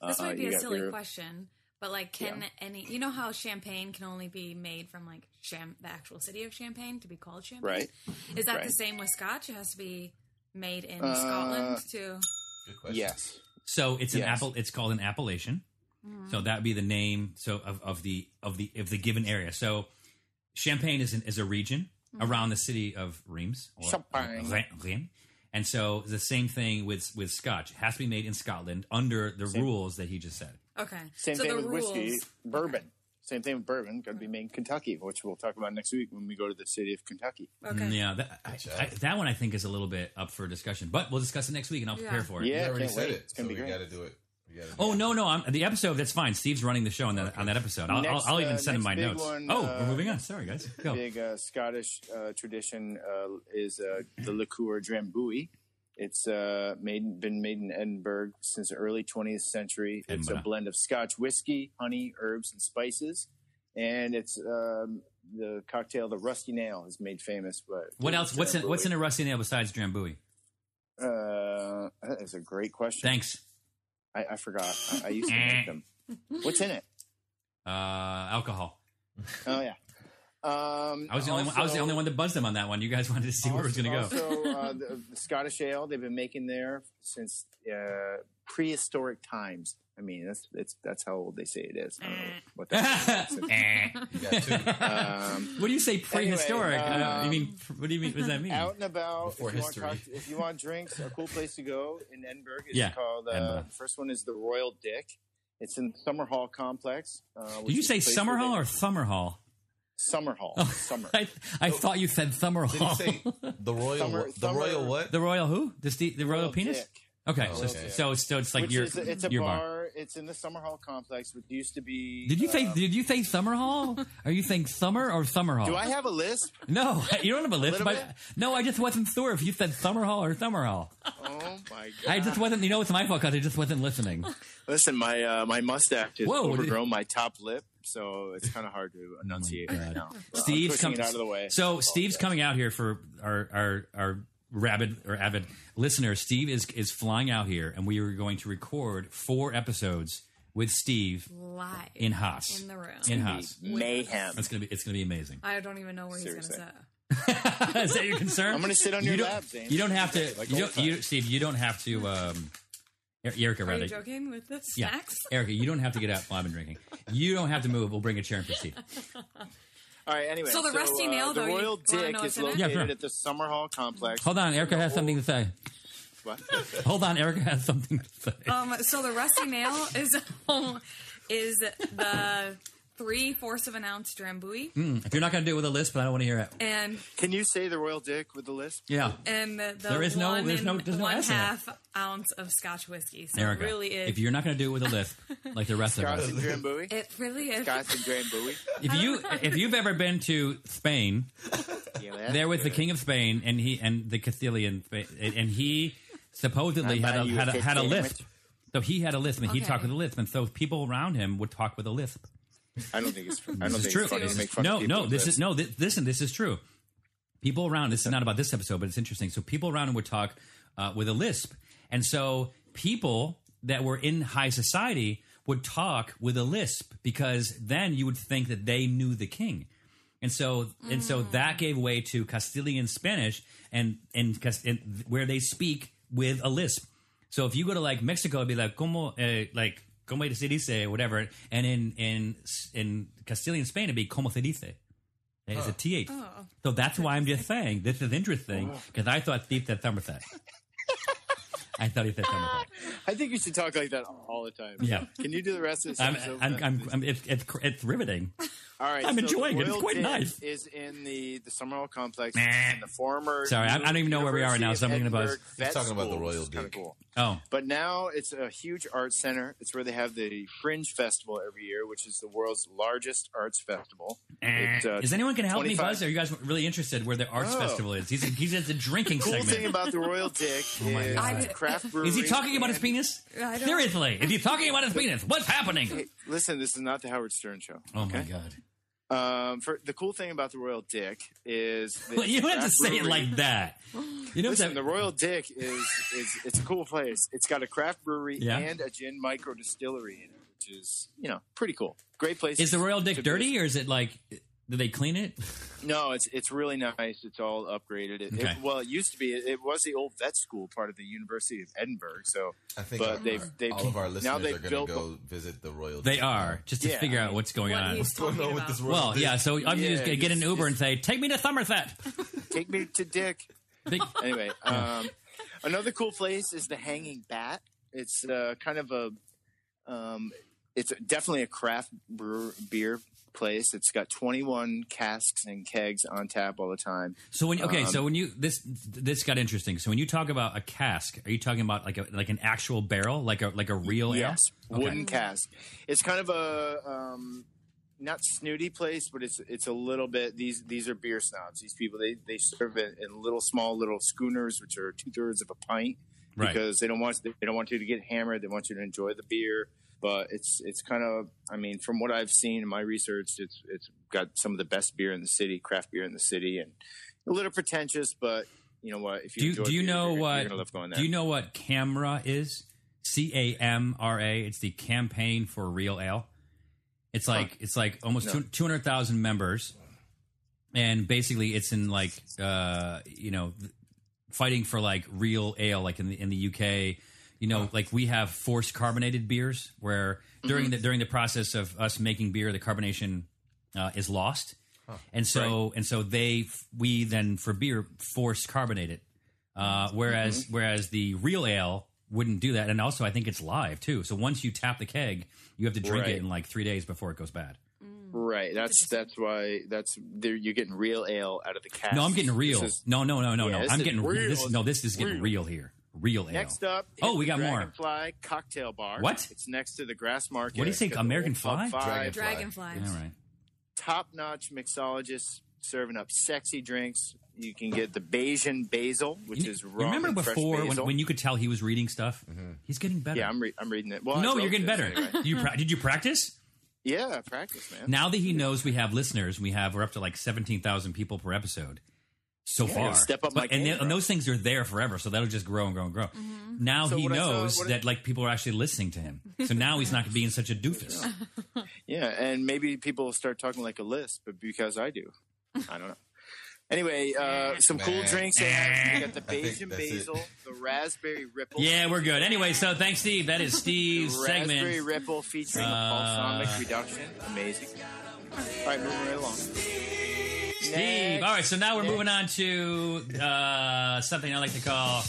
Speaker 4: This
Speaker 5: Uh,
Speaker 4: might be
Speaker 5: you
Speaker 4: a
Speaker 5: got
Speaker 4: silly
Speaker 5: your-
Speaker 4: question, but like, can any you know how champagne can only be made from like cham- the actual city of Champagne to be called champagne?
Speaker 5: Right.
Speaker 4: Is that the
Speaker 5: Right.
Speaker 4: same with scotch? It has to be made in
Speaker 5: Uh,
Speaker 4: Scotland too.
Speaker 6: Good question.
Speaker 5: Yes.
Speaker 3: so it's an
Speaker 5: Yes.
Speaker 3: apple. It's called an appellation.
Speaker 4: Hmm.
Speaker 3: So that would be the name. So of, of the of the of the given area. So Champagne is an, is a region
Speaker 4: Hmm.
Speaker 3: around the city of Reims. or-
Speaker 5: Champagne.
Speaker 3: Re- Reims. And so the same thing with with scotch. It has to be made in Scotland under the rules that he just said.
Speaker 4: Okay.
Speaker 5: Same
Speaker 4: so
Speaker 5: thing
Speaker 4: the
Speaker 5: with
Speaker 4: rules.
Speaker 5: whiskey, bourbon. Same thing with bourbon. Going to be made in Kentucky, which we'll talk about next week when we go to the city of Kentucky.
Speaker 4: Okay.
Speaker 3: Mm, Yeah, that, I, I, that one I think is a little bit up for discussion, but we'll discuss it next week and I'll prepare
Speaker 4: Yeah.
Speaker 3: for it.
Speaker 5: Yeah,
Speaker 6: I
Speaker 5: I
Speaker 6: already
Speaker 5: can't
Speaker 6: said
Speaker 5: wait.
Speaker 6: it.
Speaker 5: It's
Speaker 6: so
Speaker 5: going to
Speaker 6: we
Speaker 5: be great.
Speaker 6: got to do it. We gotta do
Speaker 3: Oh
Speaker 6: it.
Speaker 3: no, no, I'm, the episode. That's fine. Steve's running the show on that on that episode. I'll,
Speaker 5: Next,
Speaker 3: I'll, I'll even
Speaker 5: uh,
Speaker 3: send him my
Speaker 5: next big
Speaker 3: notes.
Speaker 5: one,
Speaker 3: oh,
Speaker 5: uh,
Speaker 3: we're moving on. Sorry, guys. Go.
Speaker 5: Big uh, Scottish uh, tradition uh, is uh, the liqueur drambuie. It's uh, made been made in Edinburgh since the early 20th century. It's
Speaker 3: Edinburgh.
Speaker 5: a blend of Scotch whiskey, honey, herbs, and spices, and it's um, the cocktail the Rusty Nail is made famous. But
Speaker 3: What else? What's in What's in a rusty nail besides Drambuie?
Speaker 5: Uh, that is a great question.
Speaker 3: Thanks.
Speaker 5: I, I forgot. I, I used to make them. What's in it?
Speaker 3: Uh, alcohol.
Speaker 5: Oh yeah. Um,
Speaker 3: I was the only one, I was the only one that buzzed them on that one. You guys wanted to see where it was going to go.
Speaker 5: Also, uh, the, the Scottish ale they've been making there since uh, prehistoric times. I mean, that's that's that's how old they say it is. I don't know what that
Speaker 3: Eh.
Speaker 6: You got two.
Speaker 5: um,
Speaker 3: what do you say prehistoric?
Speaker 5: Anyway,
Speaker 3: uh, you
Speaker 5: um,
Speaker 3: mean what do you mean? What does that mean?
Speaker 5: out and about.
Speaker 6: Before
Speaker 5: if, you
Speaker 6: history.
Speaker 5: Want cocktail- if you want drinks, a cool place to go in Edinburgh is
Speaker 3: Yeah,
Speaker 5: called. Uh,
Speaker 3: Edinburgh.
Speaker 5: the first one is the Royal Dick. It's in Summerhall Complex. Uh,
Speaker 3: Did you say summer hall or Oh. thummer hall?
Speaker 5: Summer Hall? Summer.
Speaker 3: I, I
Speaker 5: Oh.
Speaker 3: thought you said summer
Speaker 6: Did he
Speaker 3: hall.
Speaker 6: say the royal?
Speaker 5: Summer-
Speaker 6: what- the
Speaker 5: summer-
Speaker 6: royal what?
Speaker 3: the royal who? The, ste the royal
Speaker 5: Royal
Speaker 3: penis?
Speaker 5: Dick.
Speaker 3: Okay,
Speaker 6: Oh,
Speaker 3: so,
Speaker 6: okay.
Speaker 3: so it's so it's like
Speaker 5: Which
Speaker 3: your
Speaker 5: is a, it's a
Speaker 3: your
Speaker 5: bar.
Speaker 3: bar.
Speaker 5: It's in the Summer Hall complex, which used to be.
Speaker 3: Did you say
Speaker 5: uh,
Speaker 3: Did you say summer hall? Are you saying summer or summer hall?
Speaker 5: do I have a list?
Speaker 3: No, you don't have a list.
Speaker 5: Little
Speaker 3: But
Speaker 5: bit?
Speaker 3: no, I just wasn't sure if you said summer hall or summer hall.
Speaker 5: Oh my god!
Speaker 3: I just wasn't. You know, it's my fault because I just wasn't listening.
Speaker 5: Listen, my uh, my mustache has
Speaker 3: Whoa, what
Speaker 5: overgrown my top lip, so it's kind of hard to enunciate right
Speaker 3: Oh God.
Speaker 5: now. But I'm
Speaker 3: Steve's
Speaker 5: pushing
Speaker 3: coming
Speaker 5: it out of the way.
Speaker 3: So Steve's coming out here for our our our rabid or avid listener. Steve is is flying out here, and we are going to record four episodes with Steve
Speaker 4: Live
Speaker 3: in Haas
Speaker 4: in the room.
Speaker 3: in Haas.
Speaker 5: mayhem.
Speaker 3: It's gonna be it's gonna be amazing.
Speaker 4: I don't even know where he's
Speaker 5: Seriously.
Speaker 4: gonna sit.
Speaker 3: is that your concern?
Speaker 5: I'm gonna sit on
Speaker 3: you
Speaker 5: your
Speaker 3: don't,
Speaker 5: lap, Zane.
Speaker 3: You don't have to.
Speaker 5: Like
Speaker 3: you
Speaker 5: old
Speaker 3: don't, you, Steve, you don't have to. Um, E- Erica,
Speaker 4: Are
Speaker 3: rather.
Speaker 4: you joking with the
Speaker 3: Yeah.
Speaker 4: snacks?
Speaker 3: Erica, you don't have to get up while I've been drinking. You don't have to move. We'll bring a chair in for Steve.
Speaker 5: All right. Anyway,
Speaker 4: So the rusty
Speaker 5: uh,
Speaker 4: nail,
Speaker 5: the
Speaker 4: though, you
Speaker 5: royal
Speaker 4: wanna
Speaker 5: dick
Speaker 4: know
Speaker 5: is
Speaker 4: what's in it?
Speaker 5: located
Speaker 3: Yeah, sure.
Speaker 5: at the Summer Hall complex.
Speaker 3: Hold on, Erica has something to say.
Speaker 5: What?
Speaker 3: Hold on, Erica has something to say.
Speaker 4: Um, so the rusty nail is is the three fourths of an ounce drambuie,
Speaker 3: If you're not going to do it with a list, but I don't want to hear it.
Speaker 4: and
Speaker 5: Can you say the royal dick with the list?
Speaker 3: Yeah.
Speaker 4: and the, the
Speaker 3: There is no-
Speaker 4: one
Speaker 3: there's no-
Speaker 4: and
Speaker 3: there's no
Speaker 4: one
Speaker 3: S in it.
Speaker 4: half ounce of Scotch whiskey. So
Speaker 3: Erica,
Speaker 4: it really is.
Speaker 3: if you're not going to do it with a list, like the rest of
Speaker 5: Guys
Speaker 3: us,
Speaker 5: and Grand Bowie.
Speaker 4: it really is.
Speaker 5: Guys and Grand Bowie.
Speaker 3: if you if you've ever been to Spain
Speaker 5: of that.
Speaker 3: there with the king of Spain and he and the Castilian Spa- and and he supposedly
Speaker 5: I'll
Speaker 3: had
Speaker 5: buy
Speaker 3: a,
Speaker 5: you a
Speaker 3: had a had a
Speaker 5: Castilian
Speaker 3: lisp. So he had a lisp and he
Speaker 4: Okay.
Speaker 3: talked with a lisp, and so people around him would talk with a lisp.
Speaker 5: I don't think it's. I
Speaker 3: This
Speaker 5: don't think
Speaker 3: is
Speaker 5: it's
Speaker 3: true.
Speaker 5: funny to make fun
Speaker 3: no,
Speaker 5: of people
Speaker 3: no,
Speaker 5: with
Speaker 3: this
Speaker 5: lips.
Speaker 3: is no. This, listen, this is true. People around. This is not about this episode, but it's interesting. So people around him would talk uh, with a lisp, and so people that were in high society would talk with a lisp because then you would think that they knew the king, and so and so
Speaker 5: Mm.
Speaker 3: that gave way to Castilian Spanish and and, Cas- and where they speak with a lisp. So if you go to like Mexico, it'd be like como uh, like como se dice, whatever, and in in in Castilian Spain, it'd be como se dice. Eh, It's a th.
Speaker 4: Oh.
Speaker 3: So that's why I'm just saying this is interesting
Speaker 5: Oh.
Speaker 3: because I thought Steve said Somerset. I thought he said Somerset.
Speaker 5: I think you should talk like that all the time.
Speaker 3: Yeah.
Speaker 5: Can you do the rest of this?
Speaker 3: I'm,
Speaker 5: episode?
Speaker 3: I'm, I'm, I'm, it's, it's, it's riveting.
Speaker 5: all right.
Speaker 3: I'm
Speaker 5: so the
Speaker 3: enjoying it. It's
Speaker 5: Royal
Speaker 3: quite
Speaker 5: Dip
Speaker 3: nice.
Speaker 5: Is in the the Summerall complex
Speaker 3: Nah.
Speaker 5: in the former.
Speaker 3: Sorry, I- I don't even know where we are right now, so I'm thinking about-
Speaker 6: He's talking about the Royal
Speaker 5: Kind of
Speaker 6: Dip.
Speaker 5: cool.
Speaker 3: Oh,
Speaker 5: But now it's a huge art center. It's where they have the Fringe Festival every year, which is the world's largest arts festival. It, uh,
Speaker 3: is anyone going to help me,
Speaker 5: 25
Speaker 3: Buzz? Are you guys really interested where the arts
Speaker 5: Oh.
Speaker 3: festival is? He's he's at the drinking
Speaker 5: cool
Speaker 3: segment. Oh
Speaker 5: thing about the Royal Dick
Speaker 3: my
Speaker 5: is
Speaker 3: God.
Speaker 5: it's a craft brewery.
Speaker 3: is he talking about his
Speaker 5: and-
Speaker 3: penis?
Speaker 4: I don't-
Speaker 3: Seriously, is he talking about his penis? What's happening?
Speaker 5: Hey, listen, this is not the Howard Stern show.
Speaker 3: Oh my god!
Speaker 5: Um, for the cool thing about the Royal Dick is that
Speaker 3: Well, you don't have to
Speaker 5: craft
Speaker 3: say it
Speaker 5: brewery-
Speaker 3: like that. You know
Speaker 5: Listen,
Speaker 3: that?
Speaker 5: the Royal Dick is is it's a cool place. It's got a craft brewery
Speaker 3: Yeah.
Speaker 5: and a gin micro distillery in it, which is you know pretty cool. Great place.
Speaker 3: Is the royal
Speaker 5: to
Speaker 3: dick
Speaker 5: visit.
Speaker 3: dirty, or is it like? Do they clean it?
Speaker 5: No, it's it's really nice. It's all upgraded. It,
Speaker 3: Okay.
Speaker 5: it, well, it used to be. It, it was the old vet school part of the University of Edinburgh. So
Speaker 6: I think
Speaker 5: But
Speaker 6: all,
Speaker 5: they've-
Speaker 6: our-
Speaker 5: they've-
Speaker 6: all of our
Speaker 5: now
Speaker 6: listeners
Speaker 5: they've
Speaker 6: are going
Speaker 5: built
Speaker 6: to go visit the royal.
Speaker 3: They are just to
Speaker 5: Yeah,
Speaker 3: figure
Speaker 5: I
Speaker 3: out what's going
Speaker 4: what
Speaker 3: on.
Speaker 4: he's
Speaker 6: What's
Speaker 4: talking
Speaker 6: going on with
Speaker 4: about.
Speaker 6: this royal?
Speaker 3: Well,
Speaker 6: dick?
Speaker 3: yeah. So I'm
Speaker 5: Yeah,
Speaker 3: just gonna get an
Speaker 5: it's-
Speaker 3: Uber and say, "Take me to Somerset."
Speaker 5: take me to Dick.
Speaker 3: Big-
Speaker 5: Anyway, um, another cool place is the Hanging Bat. It's uh, kind of a, um, it's definitely a craft brewer, beer place. It's got 21 casks and kegs on tap all the time.
Speaker 3: so when okay, so
Speaker 5: Um,
Speaker 3: when you this this got interesting. So when you talk about a cask, are you talking about like a like an actual barrel, like a like a real ale?
Speaker 5: Yes,
Speaker 3: Okay.
Speaker 5: wooden cask. It's kind of a um, not snooty place, but it's it's a little bit. These these are beer snobs. These people they they serve it in little small little schooners, which are two thirds of a pint,
Speaker 3: Right.
Speaker 5: because they don't want they don't want you to get hammered. They want you to enjoy the beer. But it's it's kind of I mean from what I've seen in my research, it's it's got some of the best beer in the city, craft beer in the city, and a little pretentious, but you know what? If you
Speaker 3: Do you,
Speaker 5: enjoy
Speaker 3: do you
Speaker 5: beer,
Speaker 3: know
Speaker 5: you're,
Speaker 3: what?
Speaker 5: you're gonna love going there.
Speaker 3: Do you know what Camra is? C A M R A. It's the campaign for real ale. It's like it's like almost
Speaker 5: No.
Speaker 3: two two hundred thousand members, and basically it's in like uh you know th- fighting for like real ale, like in the in the UK. You know, like we have forced carbonated beers, where during
Speaker 5: Mm-hmm.
Speaker 3: the during the process of us making beer, the carbonation uh, is lost, and so and so they we then for beer force carbonate it. Uh,
Speaker 5: Mm-hmm.
Speaker 3: whereas whereas the real ale wouldn't do that, and also I think it's live too. So once you tap the keg, you have to drink
Speaker 5: Right.
Speaker 3: it in like three days before it goes bad.
Speaker 5: Right. That's that's why that's there. You're getting real ale out of the cask.
Speaker 3: No, I'm getting real.
Speaker 5: This is-
Speaker 3: no, no, no, no,
Speaker 5: Yeah,
Speaker 3: no.
Speaker 5: this
Speaker 3: I'm
Speaker 5: is
Speaker 3: getting real.
Speaker 5: real.
Speaker 3: This, no, this is getting real,
Speaker 5: Real.
Speaker 3: here. Real ale.
Speaker 5: next up. is
Speaker 3: Oh, we got
Speaker 5: the
Speaker 3: more.
Speaker 5: Dragonfly Cocktail Bar.
Speaker 3: What?
Speaker 5: It's next to the Grass Market.
Speaker 3: What do you say,
Speaker 5: It's got the
Speaker 3: American
Speaker 5: old
Speaker 3: Fly?
Speaker 5: Pub Five,
Speaker 6: Dragonfly.
Speaker 4: Dragonflies.
Speaker 3: All right.
Speaker 5: Top notch mixologists serving up sexy drinks. You can get the Bayesian basil, which
Speaker 3: You-
Speaker 5: is
Speaker 3: you
Speaker 5: raw
Speaker 3: remember
Speaker 5: and fresh
Speaker 3: before when,
Speaker 5: basil. Mm-hmm.
Speaker 3: when you could tell he was reading stuff? He's getting better.
Speaker 5: yeah, I'm, re- I'm reading it. Well, I
Speaker 3: no,
Speaker 5: wrote
Speaker 3: you're getting
Speaker 5: this
Speaker 3: better.
Speaker 5: anyway.
Speaker 3: you pra- did you practice?
Speaker 5: yeah, practice, man.
Speaker 3: Now that he knows we have listeners, we have we're up to like seventeen thousand people per episode so
Speaker 5: Yeah,
Speaker 3: far.
Speaker 5: gotta step up my
Speaker 3: and,
Speaker 5: game,
Speaker 3: th- and
Speaker 5: bro.
Speaker 3: those things are there forever, so that'll just grow and grow and grow. Now
Speaker 5: So
Speaker 3: he
Speaker 5: what I saw-
Speaker 3: knows
Speaker 5: what I-
Speaker 3: that like people are actually listening to him, so now he's not being such a doofus.
Speaker 5: Yeah, and maybe people will start talking like a list, but because I do, I don't know. Anyway, uh, some cool
Speaker 6: Nah.
Speaker 5: drinks. They have. You got the
Speaker 6: I think
Speaker 5: Bayesian
Speaker 6: that's it.
Speaker 5: basil, the raspberry ripple.
Speaker 3: yeah, we're good. Anyway, so thanks, Steve. That is
Speaker 5: the
Speaker 3: Steve's
Speaker 5: raspberry
Speaker 3: segment.
Speaker 5: ripple featuring
Speaker 3: Uh,
Speaker 5: a balsamic reduction. Amazing. All right, moving right along.
Speaker 3: Steve.
Speaker 5: Next.
Speaker 3: All right, so now we're
Speaker 5: Next.
Speaker 3: moving on to uh, something I like to call.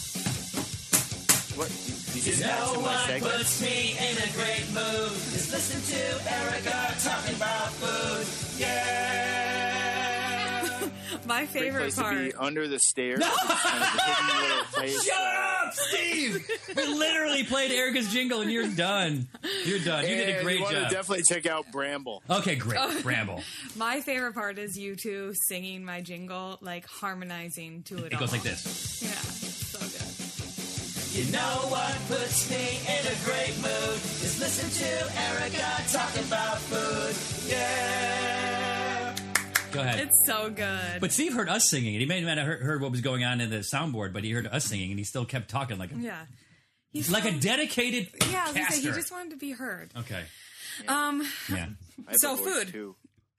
Speaker 5: What? You you just asked in my segment.
Speaker 3: Oh me in a great mood. Just listen to Erica talking about food.
Speaker 4: My
Speaker 5: Great
Speaker 4: favorite
Speaker 5: place to
Speaker 4: part.
Speaker 5: be under the stairs. It's kind of a hidden little place, uh,
Speaker 3: up, Steve? We literally played Erica's jingle, and you're done. You're done. You did a
Speaker 5: And
Speaker 3: great
Speaker 5: you want
Speaker 3: job.
Speaker 5: to definitely check out Bramble.
Speaker 3: okay,
Speaker 4: Oh.
Speaker 3: great. Bramble.
Speaker 4: My favorite part is you two singing my jingle, like harmonizing to it.
Speaker 3: It goes
Speaker 4: all.
Speaker 3: like this.
Speaker 4: Yeah, so good.
Speaker 2: You know what puts me in a great mood is listen to Erica talking about food. Yeah.
Speaker 3: Go ahead.
Speaker 4: It's so good.
Speaker 3: But Steve heard us singing, and he may not have heard, heard what was going on in the soundboard, but he heard us singing, and he still kept talking like a,
Speaker 4: yeah, he's
Speaker 3: like a
Speaker 4: so-
Speaker 3: dedicated
Speaker 4: Yeah, I was gonna say,
Speaker 3: caster.
Speaker 4: he just wanted to be heard.
Speaker 3: okay.
Speaker 4: Um,
Speaker 3: Yeah.
Speaker 5: I have
Speaker 4: So
Speaker 5: a voice,
Speaker 4: food.
Speaker 5: too.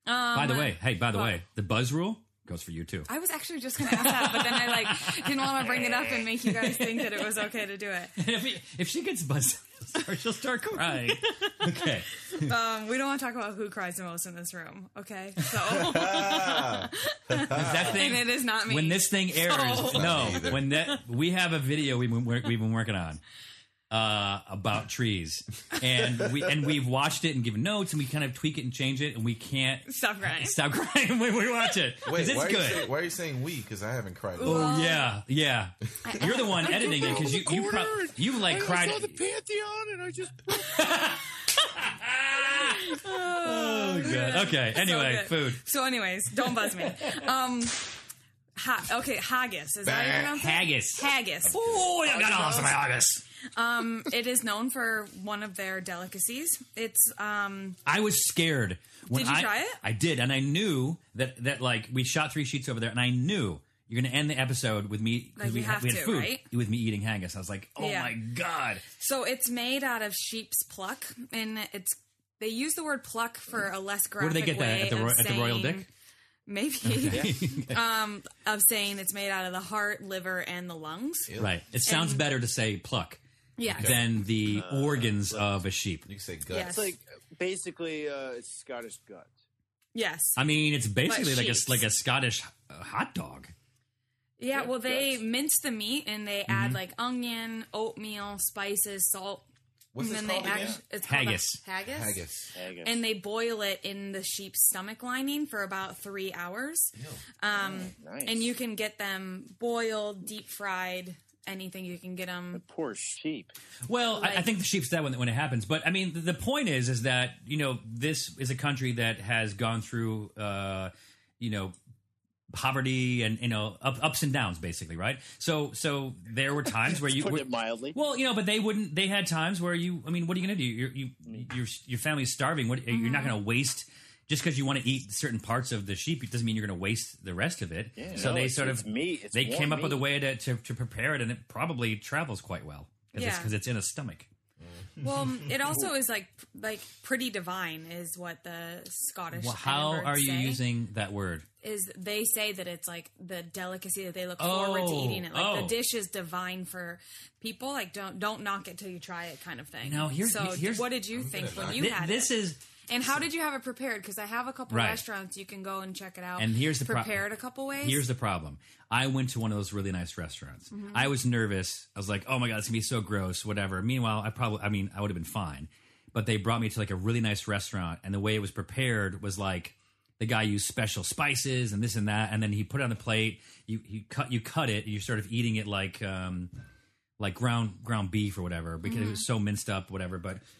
Speaker 3: by the way, hey, by the
Speaker 4: what?
Speaker 3: way, the buzz rule goes for you too.
Speaker 4: I was actually just gonna ask that, but then I like didn't want to bring it up and make you guys think that it was okay to do it.
Speaker 3: if, he- if she gets buzzed, she'll start crying. okay.
Speaker 4: Um, we don't want to talk about who cries the most in this room, okay? So
Speaker 3: That thing.
Speaker 4: and it is not me.
Speaker 3: when this thing airs,
Speaker 4: So-
Speaker 3: no,
Speaker 6: Not me either.
Speaker 3: when that we have a video we've been, wor- we've been working on uh, about trees, and we and we've watched it and given notes, and we kind of tweak it and change it, and we can't
Speaker 4: stop crying.
Speaker 3: stop crying when we watch it
Speaker 6: Wait,
Speaker 3: because it's
Speaker 6: why are, You
Speaker 3: good.
Speaker 6: saying, why are you saying we? Because I haven't cried.
Speaker 3: Oh yeah, yeah. You're the one editing it because you you pro- you like cried.
Speaker 5: I saw the Pantheon and I just
Speaker 3: Oh, God. Okay. Anyway,
Speaker 4: good.
Speaker 3: food.
Speaker 4: So, anyways, don't buzz me. Um, ha- okay, haggis. Is that how you pronounce it?
Speaker 3: Haggis.
Speaker 4: Haggis.
Speaker 3: Oh, you got awesome haggis.
Speaker 4: It is known for one of their delicacies. It's um,
Speaker 3: I was scared. When
Speaker 4: Did you
Speaker 3: I,
Speaker 4: try it?
Speaker 3: I did, and I knew that that like we shot three sheets over there, and I knew you're going to end the episode with me
Speaker 4: Like,
Speaker 3: we,
Speaker 4: you
Speaker 3: had-
Speaker 4: have
Speaker 3: we had
Speaker 4: to,
Speaker 3: food
Speaker 4: right?
Speaker 3: with me eating haggis. I was like, oh
Speaker 4: Yeah.
Speaker 3: my god,
Speaker 4: so it's made out of sheep's pluck, and it's they use the word pluck for a less
Speaker 3: where
Speaker 4: graphic
Speaker 3: do they get that
Speaker 4: way
Speaker 3: at the
Speaker 4: of
Speaker 3: Ro- at the Royal
Speaker 4: saying-
Speaker 3: Dick?
Speaker 4: Maybe um, of saying it's made out of the heart, liver, and the lungs.
Speaker 3: Right. It sounds better to say pluck
Speaker 4: Yeah.
Speaker 3: than the organs of a sheep.
Speaker 6: You say guts.
Speaker 4: Yes.
Speaker 5: it's like basically uh, it's Scottish gut.
Speaker 4: Yes.
Speaker 3: I mean, it's basically like a
Speaker 4: sheeps.
Speaker 3: like a Scottish uh, hot dog.
Speaker 4: Yeah, well, they mince the meat and they
Speaker 3: Mm-hmm.
Speaker 4: add like onion, oatmeal, spices, salt.
Speaker 6: What's
Speaker 4: and
Speaker 6: this
Speaker 4: then
Speaker 6: called
Speaker 4: they
Speaker 6: again?
Speaker 4: act- it's called a-
Speaker 3: Haggis.
Speaker 4: haggis.
Speaker 6: Haggis.
Speaker 4: And they boil it in the sheep's stomach lining for about three hours.
Speaker 6: Oh.
Speaker 4: Um,
Speaker 5: Nice.
Speaker 4: And you can get them boiled, deep fried, anything. You can get them.
Speaker 5: Poor sheep.
Speaker 3: Well, I, I
Speaker 4: Like-
Speaker 3: think the sheep's that when, when it happens. But I mean, the, the point is, is that you know, this is a country that has gone through, uh, you know, poverty and you know, up, ups and downs, basically, right? So, so there were times where you
Speaker 5: Put
Speaker 3: were,
Speaker 5: it mildly.
Speaker 3: well, you know, but they wouldn't. They had times where you. I mean, what are you going to do? You're, you,
Speaker 5: Mm.
Speaker 3: your your family's starving. What you're
Speaker 4: Mm-hmm.
Speaker 3: not going to waste just because you want to eat certain parts of the sheep. It doesn't mean you're going to waste the rest of it.
Speaker 5: Yeah,
Speaker 3: so
Speaker 5: no,
Speaker 3: they
Speaker 5: it's-
Speaker 3: sort
Speaker 5: it's
Speaker 3: of
Speaker 5: meat. It's
Speaker 3: they
Speaker 5: warm
Speaker 3: came up with a
Speaker 5: meat.
Speaker 3: way to, to to prepare it, and it probably travels quite well because
Speaker 4: Yeah.
Speaker 3: it's in a stomach.
Speaker 4: Well, it also is like like pretty divine is what the Scottish.
Speaker 3: Well, how
Speaker 4: Edinburghs
Speaker 3: are you
Speaker 4: say,
Speaker 3: using that word?
Speaker 4: Is they say that it's like the delicacy that they look forward to
Speaker 3: Oh,
Speaker 4: eating it. Like
Speaker 3: oh.
Speaker 4: the dish is divine for people. Like don't don't knock it till you try it, kind of thing.
Speaker 3: You know, here's-
Speaker 4: so
Speaker 3: here's-
Speaker 4: what did you think when you
Speaker 3: Thi-
Speaker 4: had
Speaker 3: this
Speaker 4: it?
Speaker 3: is
Speaker 4: And how did you have it prepared? Because I have a couple
Speaker 3: Right.
Speaker 4: restaurants you can go and check it out.
Speaker 3: And here's the pro-
Speaker 4: prepared a couple ways.
Speaker 3: here's the problem. I went to one of those really nice restaurants. I was nervous. I was like, "Oh my god, it's gonna be so gross." Whatever. Meanwhile, I probably, I mean, I would have been fine. But they brought me to like a really nice restaurant, and the way it was prepared was like the guy used special spices and this and that, and then he put it on the plate. You you cut you cut it. And you're sort of eating it like um like ground ground beef or whatever because it was so minced up, whatever. But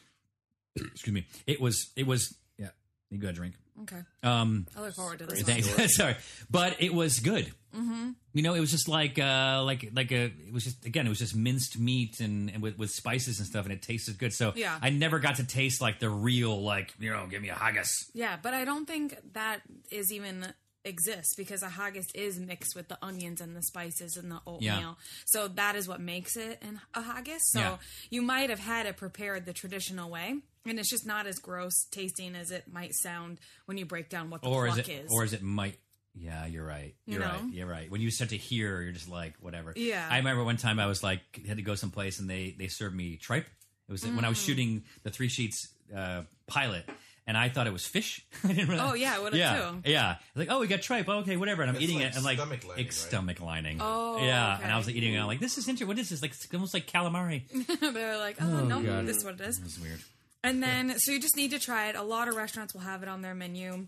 Speaker 3: excuse me, it was it was yeah. You got a drink.
Speaker 4: okay.
Speaker 3: Um,
Speaker 4: I look forward to this. one.
Speaker 3: Thanks. Sorry, but it was good. Mm-hmm. You know, it was just like uh, like like a. It was just again, it was just minced meat and, and with, with spices and stuff, and it tasted good. So
Speaker 4: Yeah.
Speaker 3: I never got to taste like the real like you know, give me a haggis.
Speaker 4: Yeah, but I don't think that is even exists because a haggis is mixed with the onions and the spices and the oatmeal. So that is what makes it an, a haggis. So
Speaker 3: Yeah.
Speaker 4: you might have had it prepared the traditional way. And it's just not as gross tasting as it might sound when you break down what the
Speaker 3: Or is
Speaker 4: pluck
Speaker 3: it?
Speaker 4: is.
Speaker 3: Or is it might? Yeah, you're right.
Speaker 4: You
Speaker 3: You're right.
Speaker 4: know?
Speaker 3: You're right. When you start to hear, you're just like whatever.
Speaker 4: Yeah.
Speaker 3: I remember one time I was like had to go someplace and they they served me tripe. It was when I was
Speaker 4: Mm.
Speaker 3: shooting the three sheets uh, pilot. And I thought it was fish. I didn't realize.
Speaker 4: Oh, yeah, I would've
Speaker 3: yeah,
Speaker 4: too.
Speaker 3: Yeah, like oh, we got tripe. Oh, okay, whatever. And I'm
Speaker 6: It's
Speaker 3: eating
Speaker 6: like
Speaker 3: it. and like
Speaker 6: stomach lining,
Speaker 3: it's
Speaker 6: right?
Speaker 3: stomach lining.
Speaker 4: Oh,
Speaker 3: yeah.
Speaker 4: okay.
Speaker 3: And I was like, eating it. I'm like, this is interesting. What is this? Like it's almost like calamari. It
Speaker 4: They're like, oh, no,
Speaker 3: God.
Speaker 4: this is what it is.
Speaker 3: was weird.
Speaker 4: And then, so you just need to try it. A lot of restaurants will have it on their menu.
Speaker 3: Oh,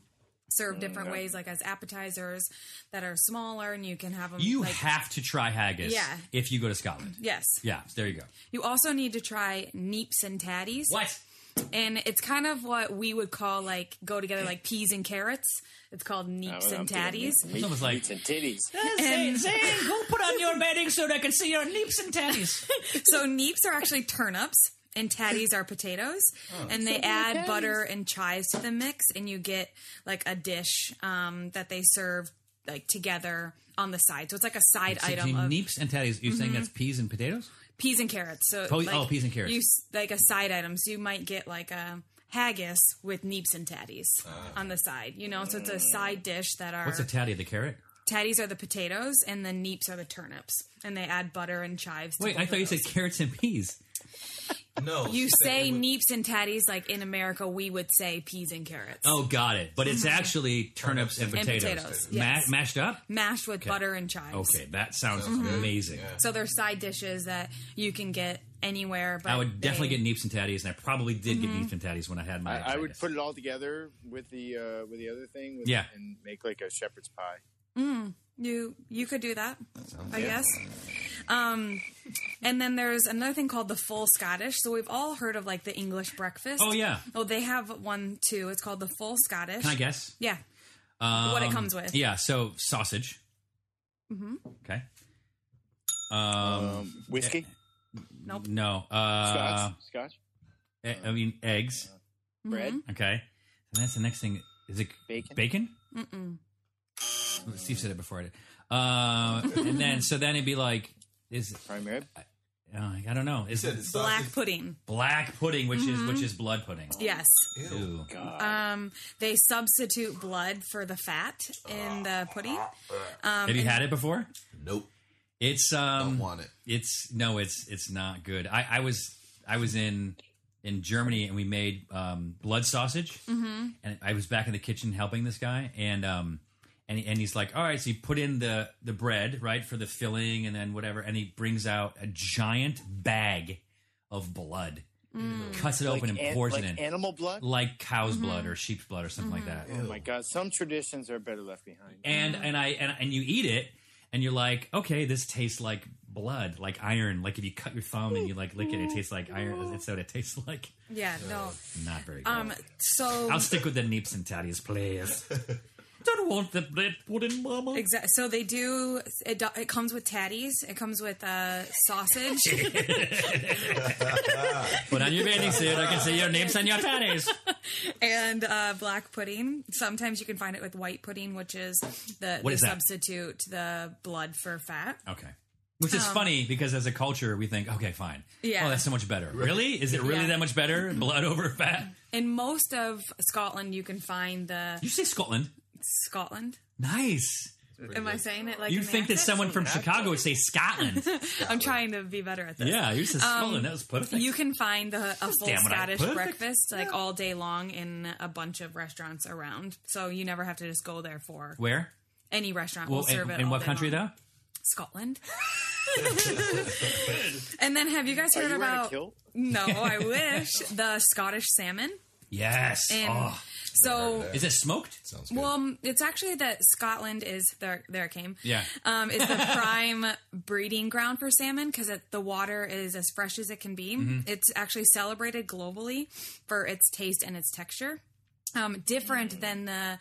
Speaker 4: served different ways, like as appetizers that are smaller, and you can have them.
Speaker 3: You
Speaker 4: like,
Speaker 3: have to try haggis
Speaker 4: Yeah.
Speaker 3: if you go to Scotland.
Speaker 4: Yes.
Speaker 3: Yeah, there you go.
Speaker 4: You also need to try neeps and tatties.
Speaker 3: What?
Speaker 4: And it's kind of what we would call like go together like peas and carrots. It's called neeps and tatties.
Speaker 5: Meats,
Speaker 3: almost like-
Speaker 5: meats and titties.
Speaker 4: And
Speaker 3: go put on your bedding so I can see your neeps and tatties.
Speaker 4: so neeps are actually turnips and tatties are potatoes. and they add butter and chives to the mix and you get like a dish um, that they serve like together on the side. So it's like a side item of
Speaker 3: neeps and tatties. You're
Speaker 4: Mm-hmm.
Speaker 3: saying that's peas and potatoes?
Speaker 4: peas and carrots. So
Speaker 3: Po- oh, peas and carrots.
Speaker 4: You s- like a side item. So you might get like a haggis with neeps and tatties on the side. You know, so it's a side dish that are
Speaker 3: What's a tatty? The carrot?
Speaker 4: tatties are the potatoes and the neeps are the turnips, and they add butter and chives. To
Speaker 3: Wait, I
Speaker 4: both
Speaker 3: thought
Speaker 4: of
Speaker 3: you said
Speaker 4: those.
Speaker 3: carrots and peas.
Speaker 6: No,
Speaker 4: You
Speaker 6: she said
Speaker 4: say
Speaker 6: it was-
Speaker 4: neeps and tatties like in America we would say peas and carrots.
Speaker 3: Oh, got it. But it's actually turnips and
Speaker 4: Mm-hmm. And
Speaker 3: potatoes,
Speaker 4: potatoes,
Speaker 3: Ma-
Speaker 4: yes. Mm-hmm.
Speaker 3: mashed up.
Speaker 4: Mashed with butter and chives.
Speaker 3: Okay, that sounds
Speaker 6: good.
Speaker 3: amazing.
Speaker 4: So they're side dishes that you can get anywhere. But
Speaker 3: I would definitely
Speaker 4: they-
Speaker 3: get neeps and tatties, and I probably did get neeps and tatties when I had my.
Speaker 5: I, I would
Speaker 3: arthritis.
Speaker 5: put it all together with the uh, with the other thing. With,
Speaker 3: Yeah.
Speaker 5: and make like a shepherd's pie.
Speaker 4: You you could do that, I guess. Um, and then there's another thing called the full Scottish. So we've all heard of like the English breakfast.
Speaker 3: Oh yeah,
Speaker 4: Oh, they have one too. It's called the full Scottish.
Speaker 3: can I guess? Um,
Speaker 4: Yeah. what it comes with.
Speaker 3: Yeah, so sausage. Mm-hmm. Okay. Um,
Speaker 5: Um, whiskey,
Speaker 4: Nope.
Speaker 3: no. Uh,
Speaker 5: scotch, scotch,
Speaker 3: e- I mean eggs.
Speaker 4: Mm-hmm.
Speaker 5: bread,
Speaker 3: Okay. And that's the next thing. Is it
Speaker 5: Bacon?
Speaker 3: Bacon. Mm-mm. Steve said it before I did. Uh, and then so then it'd be like is
Speaker 5: prime rib.
Speaker 3: uh, I don't know is
Speaker 6: said
Speaker 3: it
Speaker 6: sausage-
Speaker 4: Black pudding.
Speaker 3: black pudding which is
Speaker 4: Mm-hmm.
Speaker 3: which is blood pudding.
Speaker 4: Yes.
Speaker 5: Oh,
Speaker 3: Ew.
Speaker 4: Um, they substitute blood for the fat in the pudding. Um,
Speaker 3: Have you
Speaker 4: and-
Speaker 3: had it before?
Speaker 6: Nope,
Speaker 3: It's
Speaker 6: don't
Speaker 3: um
Speaker 6: want it.
Speaker 3: It's no, it's it's not good. I, I was I was in in Germany and we made um, blood sausage, and I was back in the kitchen helping this guy, and um and and he's like, all right, so you put in the the bread right for the filling and then whatever, and he brings out a giant bag of blood, cuts it open and
Speaker 5: an-
Speaker 3: pours
Speaker 5: like
Speaker 3: it in.
Speaker 5: animal blood.
Speaker 3: like cow's blood or sheep's blood or something like that.
Speaker 5: Oh my god! Some traditions are better left behind.
Speaker 4: Mm-hmm.
Speaker 3: and and I and, and you eat it, and you're like, okay, this tastes like blood, like iron. Like if you cut your thumb and you like lick it, it tastes like iron. It's what it tastes like.
Speaker 4: Yeah. No.
Speaker 3: Not very good.
Speaker 4: Mm-hmm. Um. So
Speaker 3: I'll stick with the neeps and tatties, please. Don't want the bread pudding, mama.
Speaker 4: Exactly. So they do. It, do- it comes with tatties. It comes with uh, sausage.
Speaker 3: Put on your bathing suit. I can see your neeps and your tatties.
Speaker 4: and uh, black pudding. Sometimes you can find it with white pudding, which is the,
Speaker 3: What
Speaker 4: the
Speaker 3: is that?
Speaker 4: substitute the blood for fat.
Speaker 3: Okay. Which is funny because as a culture we think, okay, fine.
Speaker 4: Um, Yeah.
Speaker 3: Oh, that's so much better. Really? Is it really
Speaker 4: Yeah.
Speaker 3: that much better? Blood over fat?
Speaker 4: In most of Scotland, you can find the
Speaker 3: You say Scotland?
Speaker 4: Scotland.
Speaker 3: Nice.
Speaker 4: Am I saying it like
Speaker 3: You'd
Speaker 4: an
Speaker 3: think that
Speaker 4: accent?
Speaker 3: someone from Chicago would say Scotland.
Speaker 4: I'm trying to be better at this.
Speaker 3: yeah, you said Scotland. that was perfect.
Speaker 4: Um, You can find the, a full
Speaker 3: Damn right.
Speaker 4: Scottish
Speaker 3: Perfect.
Speaker 4: breakfast like all day long in a bunch of restaurants around. So you never have to just go there for
Speaker 3: Where?
Speaker 4: any restaurant.
Speaker 3: Well,
Speaker 4: will serve
Speaker 3: in,
Speaker 4: it
Speaker 3: in
Speaker 4: all
Speaker 3: what
Speaker 4: day
Speaker 3: country
Speaker 4: long.
Speaker 3: though?
Speaker 4: Scotland. and then have you guys
Speaker 5: Are
Speaker 4: heard
Speaker 5: you wearing a
Speaker 4: about
Speaker 5: kilt?
Speaker 4: No, I wish the Scottish salmon.
Speaker 3: Yes.
Speaker 4: And
Speaker 3: oh.
Speaker 4: so
Speaker 3: Is it smoked?
Speaker 6: Sounds good.
Speaker 4: well, um, it's actually that Scotland is there. There it came.
Speaker 3: Yeah.
Speaker 4: um, is the prime breeding ground for salmon because the water is as fresh as it can be. It's actually celebrated globally for its taste and its texture. Um, different than the